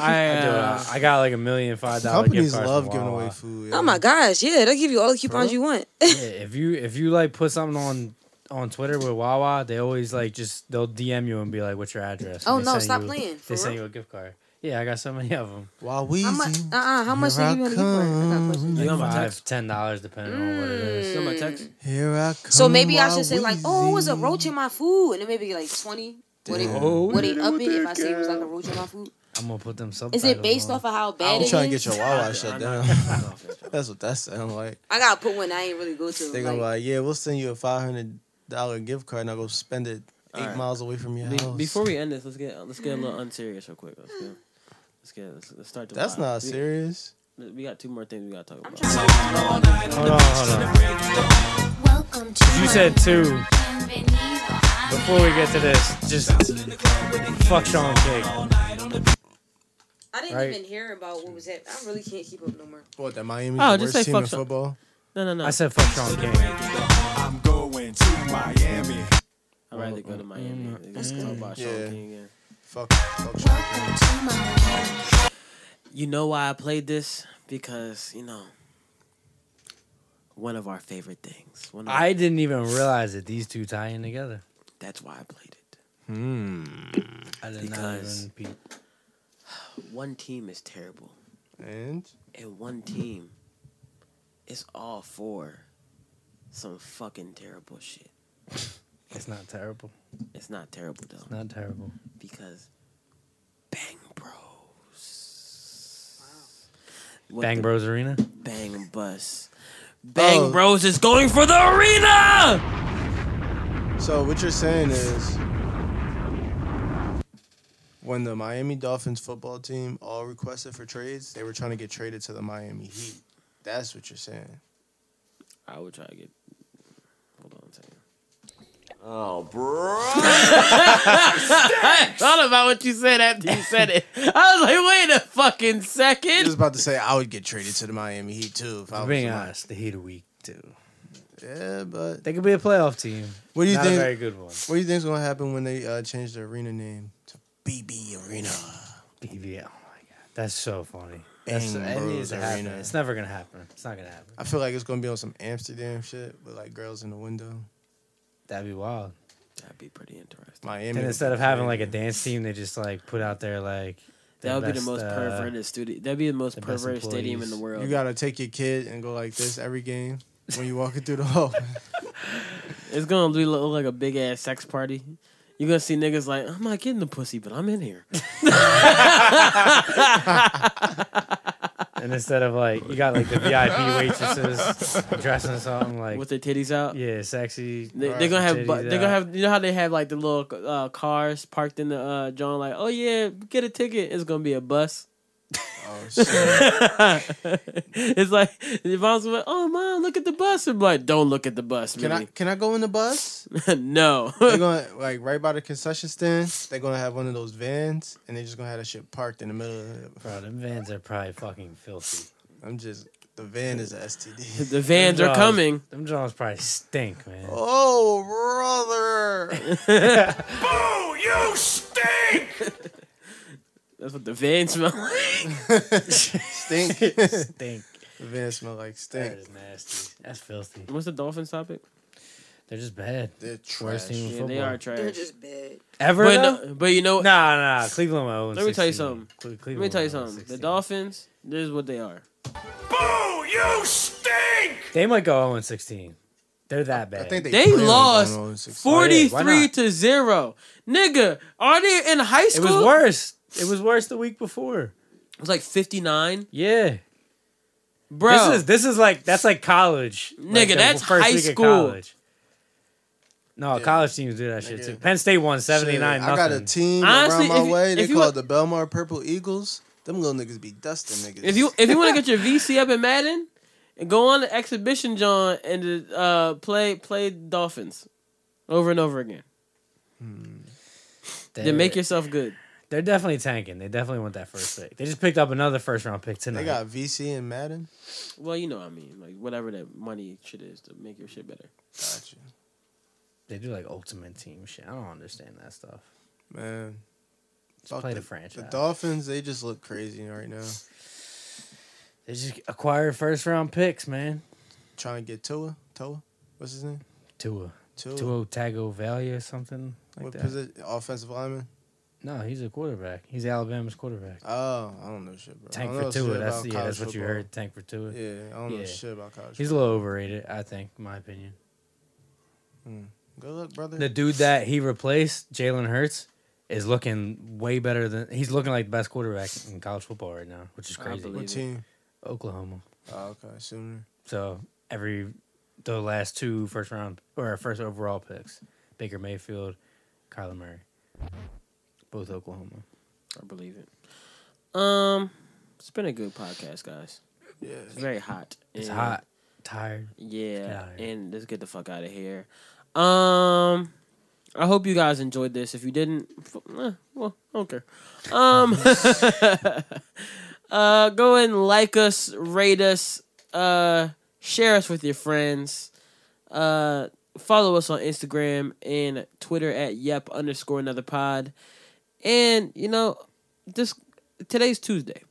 I, uh, I got like a million five dollar
Companies
gift cards
love
from
giving
Wawa.
away food.
Oh my gosh, yeah, they'll give you all the coupons
Bro.
you want.
yeah, if you if you like put something on on Twitter with Wawa, they always like just they'll DM you and be like, "What's your address?" And
Oh,
they
no,
send
stop
you-
playing,
They
for
send
real?
you a gift card. Yeah, I got so many of them.
Wow,
How much? Uh
uh-uh,
uh How much are you gonna get for it? I got questions.
Like five,
text?
ten dollars depending on what it is.
You want my text?
Here I come.
Mm. So maybe I should say
Wazzy.
like, oh, it was a roach in my food, and then maybe like twenty. What it,
Damn.
what
Oh,
it
yeah,
up
what
it if
that
I say it was
guy.
like a roach in my food?
I'm gonna put them something.
Is it based off of how bad
I'm
it is?
trying to get your Wawa shut down. <laughs> That's what that sound like.
<laughs> I gotta put one I ain't really go to.
They gonna be
like-
like, yeah, we'll send you a five hundred dollar gift card and I'll go spend it eight
Alright.
miles away from your
Be-
house.
before we end this, let's get um, let's get a little unserious real quick. Let's get let's get let's, let's start the.
That's
vibe.
not
We-
serious.
We got two more things we gotta talk about.
Hold on, hold on. You said two. Before we get to this, just fuck Sean Cake.
I didn't
Right.
even hear about what was that. I really can't keep up no more.
What that Miami's
Oh,
the
just say
worst team
fuck
in
some-
football?
No, no, no.
I said fuck Sean King.
I'm going to Miami.
I'd rather go to Miami.
Mm,
Let's talk about Sean
Yeah.
King. Yeah.
Fuck, fuck Sean King.
You know why I played this? Because you know, one of our favorite things. One of
I didn't even realize that these two tie in together.
That's why I played it.
Hmm. I did
Because-
not even. peep.
One team is terrible,
And
and one team is all for some fucking terrible shit.
It's not terrible.
It's not terrible though.
It's not terrible.
because Bang Bros. What
Bang
the-
Bros Arena.
Bang Bus. Bang
Oh.
Bros is going for the arena!
So what you're saying is when the Miami Dolphins football team all requested for trades, they were trying to get traded to the Miami Heat. That's what you're saying.
I would try to get. Hold on a second.
Oh, bro.
I thought about what you said after you said it. I was like, wait a fucking
I was
second.
about to say I would get traded to the Miami Heat too if I
I'm
was
being
the Mi-
honest, the Heat are weak too.
Yeah, but
They could be a playoff team.
what do you
not
think?
A very good one.
What do you think's gonna happen when they uh, change the arena name to BB Arena?
BVL. Oh my god, that's so funny.
Bang
That's that
Bros
needs to happen.
Arena.
It's never gonna happen. It's not gonna happen.
I feel like it's gonna be on some Amsterdam shit with like girls in the window.
That'd be wild.
That'd be pretty interesting.
Miami.
And instead of having like a dance team, they just like put out there like
That
their
would be the
best,
most
uh,
perverted studio. That'd be the most
the best
perverted stadium in
employees.
the world.
you gotta <laughs> take your kid and go like this
<laughs>
every game when you walking through the hall.
it's gonna be look like a big ass sex party. You're gonna see niggas like, I'm not getting the pussy, but I'm in here.
And instead of like you got <laughs> like
<laughs>
the VIP
<laughs>
waitresses dressing something like
with their titties out.
yeah, sexy.
They,
Right.
they're gonna have
Titties
bu- they're gonna
out.
have you know how they have like the little uh, cars parked in the uh John like oh yeah get a ticket it's gonna be a bus
oh shit.
<laughs> it's like your mom's like oh mom look at the bus and like don't look at the bus
Can I
Minnie."
can I go in the bus?
<laughs> no
They're gonna like right by the concession stand. They're gonna have one of those vans, and they're just gonna have that shit parked in the middle. of it.
Bro, them vans are probably fucking filthy.
I'm just the van is a STD.
<laughs> the vans
Them
are
Johns-
coming
Them Johns probably stink, man.
Oh
<laughs>
brother! <laughs>
Boo, you stink!
that's what the vans <laughs> smell like
<laughs> Stink. the
Stink.
van smell like
That
stink.
is nasty. That's filthy.
what's the Dolphins topic
They're just bad.
They're trash.
Worst team in
yeah
football.
they are trash
They're just bad.
Ever
but
though?
no, but you know
Nah, nah, nah. Cleveland went 0 and
Let me tell you
16.
something.
Cle-
let me
Cleveland
tell you
went 0 and
something the
16.
Dolphins this is what they are
Boo, you stink!
They might go 0 and 16. They're that bad.
I think they,
They
plan on
lost
going 0-16.
Oh, yeah, why
43
not?
to 0. Nigga, are they in high
it
school?
was worse. It was worse the week before.
It was like 59.
Yeah.
Bro.
This is this is like that's like college. Like,
Nigga,
the
that's high
of
school.
No, college teams do that shit
Nigga.
too. Penn State won 79
Shit, I got a
nothing.
team
Honestly,
around my
if you-
way. They
if you
call
wa-
it the Belmar Purple Eagles. Them little niggas be dusting niggas.
if you if you want to get your
<laughs>
VC up in Madden, go on the exhibition, John, and uh, play play Dolphins over and over again.
They're,
Then make yourself good.
they're definitely tanking. They definitely want that first pick. They just picked up another first round pick tonight.
they got VC and Madden.
Well, you know what I mean. Like, whatever that money shit is to make your shit better.
Gotcha,
they do like ultimate team shit. I don't understand that stuff.
man. Fuck
play the
The
franchise.
Dolphins, they just look crazy right now.
They just acquire first round picks, man.
Trying to get Tua. Tua, what's his name?
Tua.
Tua.
Tua Tagovailoa or something like
what
that.
position? Offensive lineman.
No, he's a quarterback. He's Alabama's quarterback.
Oh, I don't know shit, bro.
Tank
I don't know
Fortua.
shit
That's
about
yeah, that's
college
what you
football.
heard. Tank Fortua.
Yeah, I don't know shit about college
He's a little overrated, I think, in my opinion.
Hmm. Good luck, brother.
The dude that he replaced, Jalen Hurts, is looking way better than he's looking like the best quarterback in college football right now, which is
I
crazy.
believe What it. team?
Oklahoma.
Oh, okay, sooner.
So every the last two first round or first overall picks, Baker Mayfield, Kyler Murray, both Oklahoma.
I believe it. Um, it's been a good podcast, guys.
Yeah,
it's very hot.
It's
and-
hot, tired. Get
Yeah,
outta
and let's get the fuck out of here. Um, I hope you guys enjoyed this. If you didn't, f- eh, well, I don't care. Um, <laughs> uh, go and like us, rate us, uh, share us with your friends. Uh, follow us on Instagram and Twitter at yep underscore another pod. And you know, this today's Tuesday.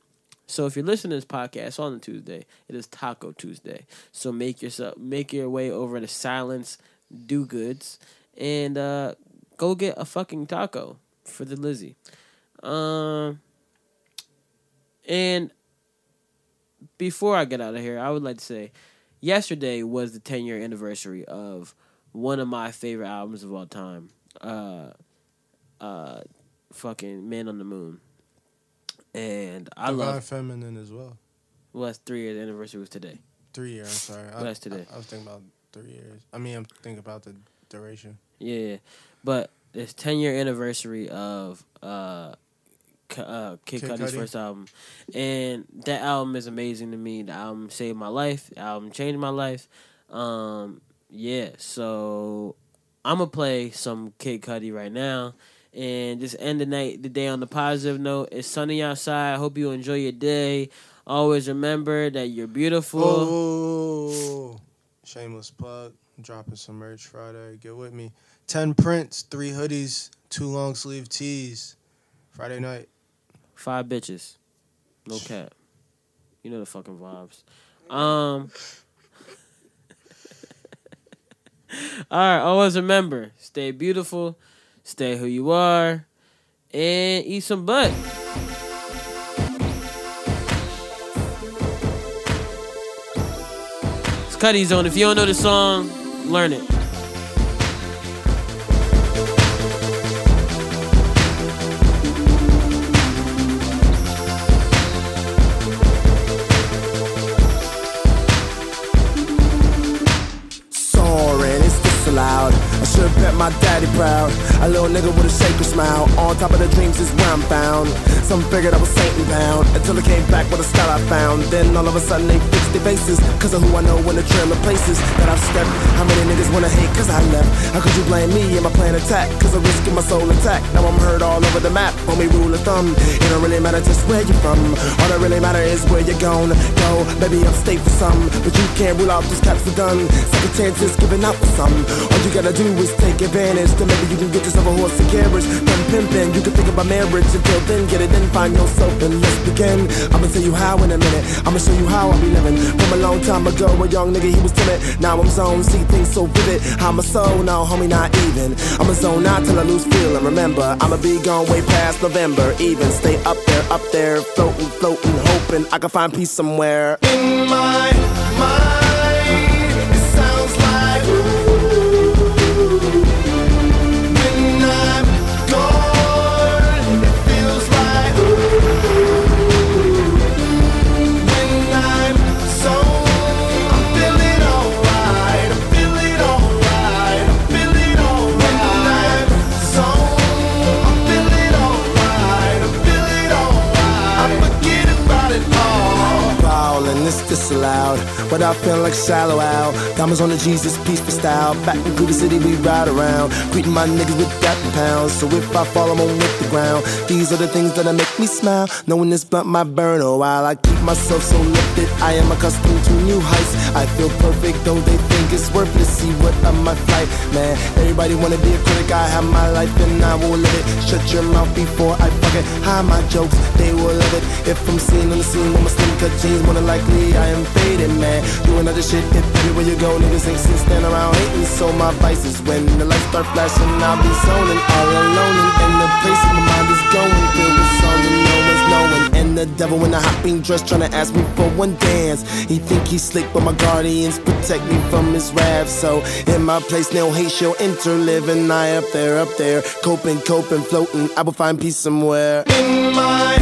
So if you're listening to this podcast on a Tuesday, it is Taco Tuesday. So make yourself make your way over to Silence Do Goods and uh, go get a fucking taco for the Lizzie. Um, and before I get out of here, I would like to say, yesterday was the 10 year anniversary of one of my favorite albums of all time, uh, uh, fucking Man on the Moon. And I
Divine
love
feminine as well.
well, that's three years anniversary was today.
Three years. I'm sorry. I,
That's today.
I, I was thinking about three years. I mean, I'm thinking about the duration.
Yeah, but it's ten year anniversary of uh, K- uh Kid,
Kid
Cudi's
Cudi.
first album, and that album is amazing to me. The album saved my life. The album changed my life. Um, yeah, so I'm gonna play some Kid Cudi right now. And just end the night, the day on the positive note. It's sunny outside. I hope you enjoy your day. Always remember that you're beautiful.
Oh, shameless plug. Dropping some merch Friday. Get with me. Ten prints, three hoodies, two long sleeve tees. Friday night.
Five bitches. No cap. You know the fucking vibes. Um. all right. Always remember: stay beautiful, stay who you are, and eat some butt. It's Cuddy Zone. If you don't know the song, learn it.
Soaring, it's disallowed. I should bet my daddy proud. A little nigga with a shaker smile. On top of the dreams is where I'm found. Some figured I was Satan bound. Until I came back with a style I found. Then all of a sudden they fixed their faces. Cause of who I know in the trail of places that I've stepped. How many niggas wanna hate cause I left? How could you blame me and my plan attack? Cause I'm risking my soul attack. Now I'm heard all over the map. Homie rule of thumb. It don't really matter just where you're from. All that really matter is where you're gonna go. Maybe upstate for some. But you can't rule out those caps are done. Second chances given out for some. All you gotta do is take advantage. Then maybe you can get yourself a horse and carriage. Then pimping, you can think about marriage. Until then, get it, then find yourself and let's begin. I'ma tell you how in a minute. I'ma show you how I be living. From a long time ago, a young nigga, he was timid. Now I'm zoned, see things so vivid. I'm a soul, no homie, not even. I'ma zone out till I lose feeling. Remember, I'ma be gone way past November. Even stay up there, up there, floating, floating, hoping I can find peace somewhere. In my mind, it sounds like.
When I'm gone, it feels like When I'm so I'm feeling alright, I'm feeling alright, I'm feeling alright. When I'm so I'm feeling alright, I'm feeling alright. I forget about it all.
Ball and it's disallowed. But I feel like shallow out. Diamonds on the Jesus, peace for style. Back in Cooper City, we ride around. Greeting my niggas with that and pounds. So if I fall, I'm on with the ground. These are the things that make me smile. Knowing this blunt might burn a while. I keep myself so lifted. I am accustomed to new heights. I feel perfect, though they think it's worthless. See what up my flight, man. Everybody wanna be a critic. I have my life and I will live it. Shut your mouth before I fuck it. Hide my jokes, they will love it. If I'm seen on the scene with my slim cut jeans, more than likely I am faded, man. Doing other shit, hit everywhere you go. Niggas ain't seen stand around hating, so my vice is when the lights start flashing. I'll be zoning all alone and in the place my mind is going. Filled with songs and no one's knowing. And the devil in a hot pink dress tryna ask me for one dance. He think he's slick, but my guardians protect me from his wrath. So in my place, no hate shall enter. Living I up there, up there, coping, coping, floating. I will find peace somewhere.
In my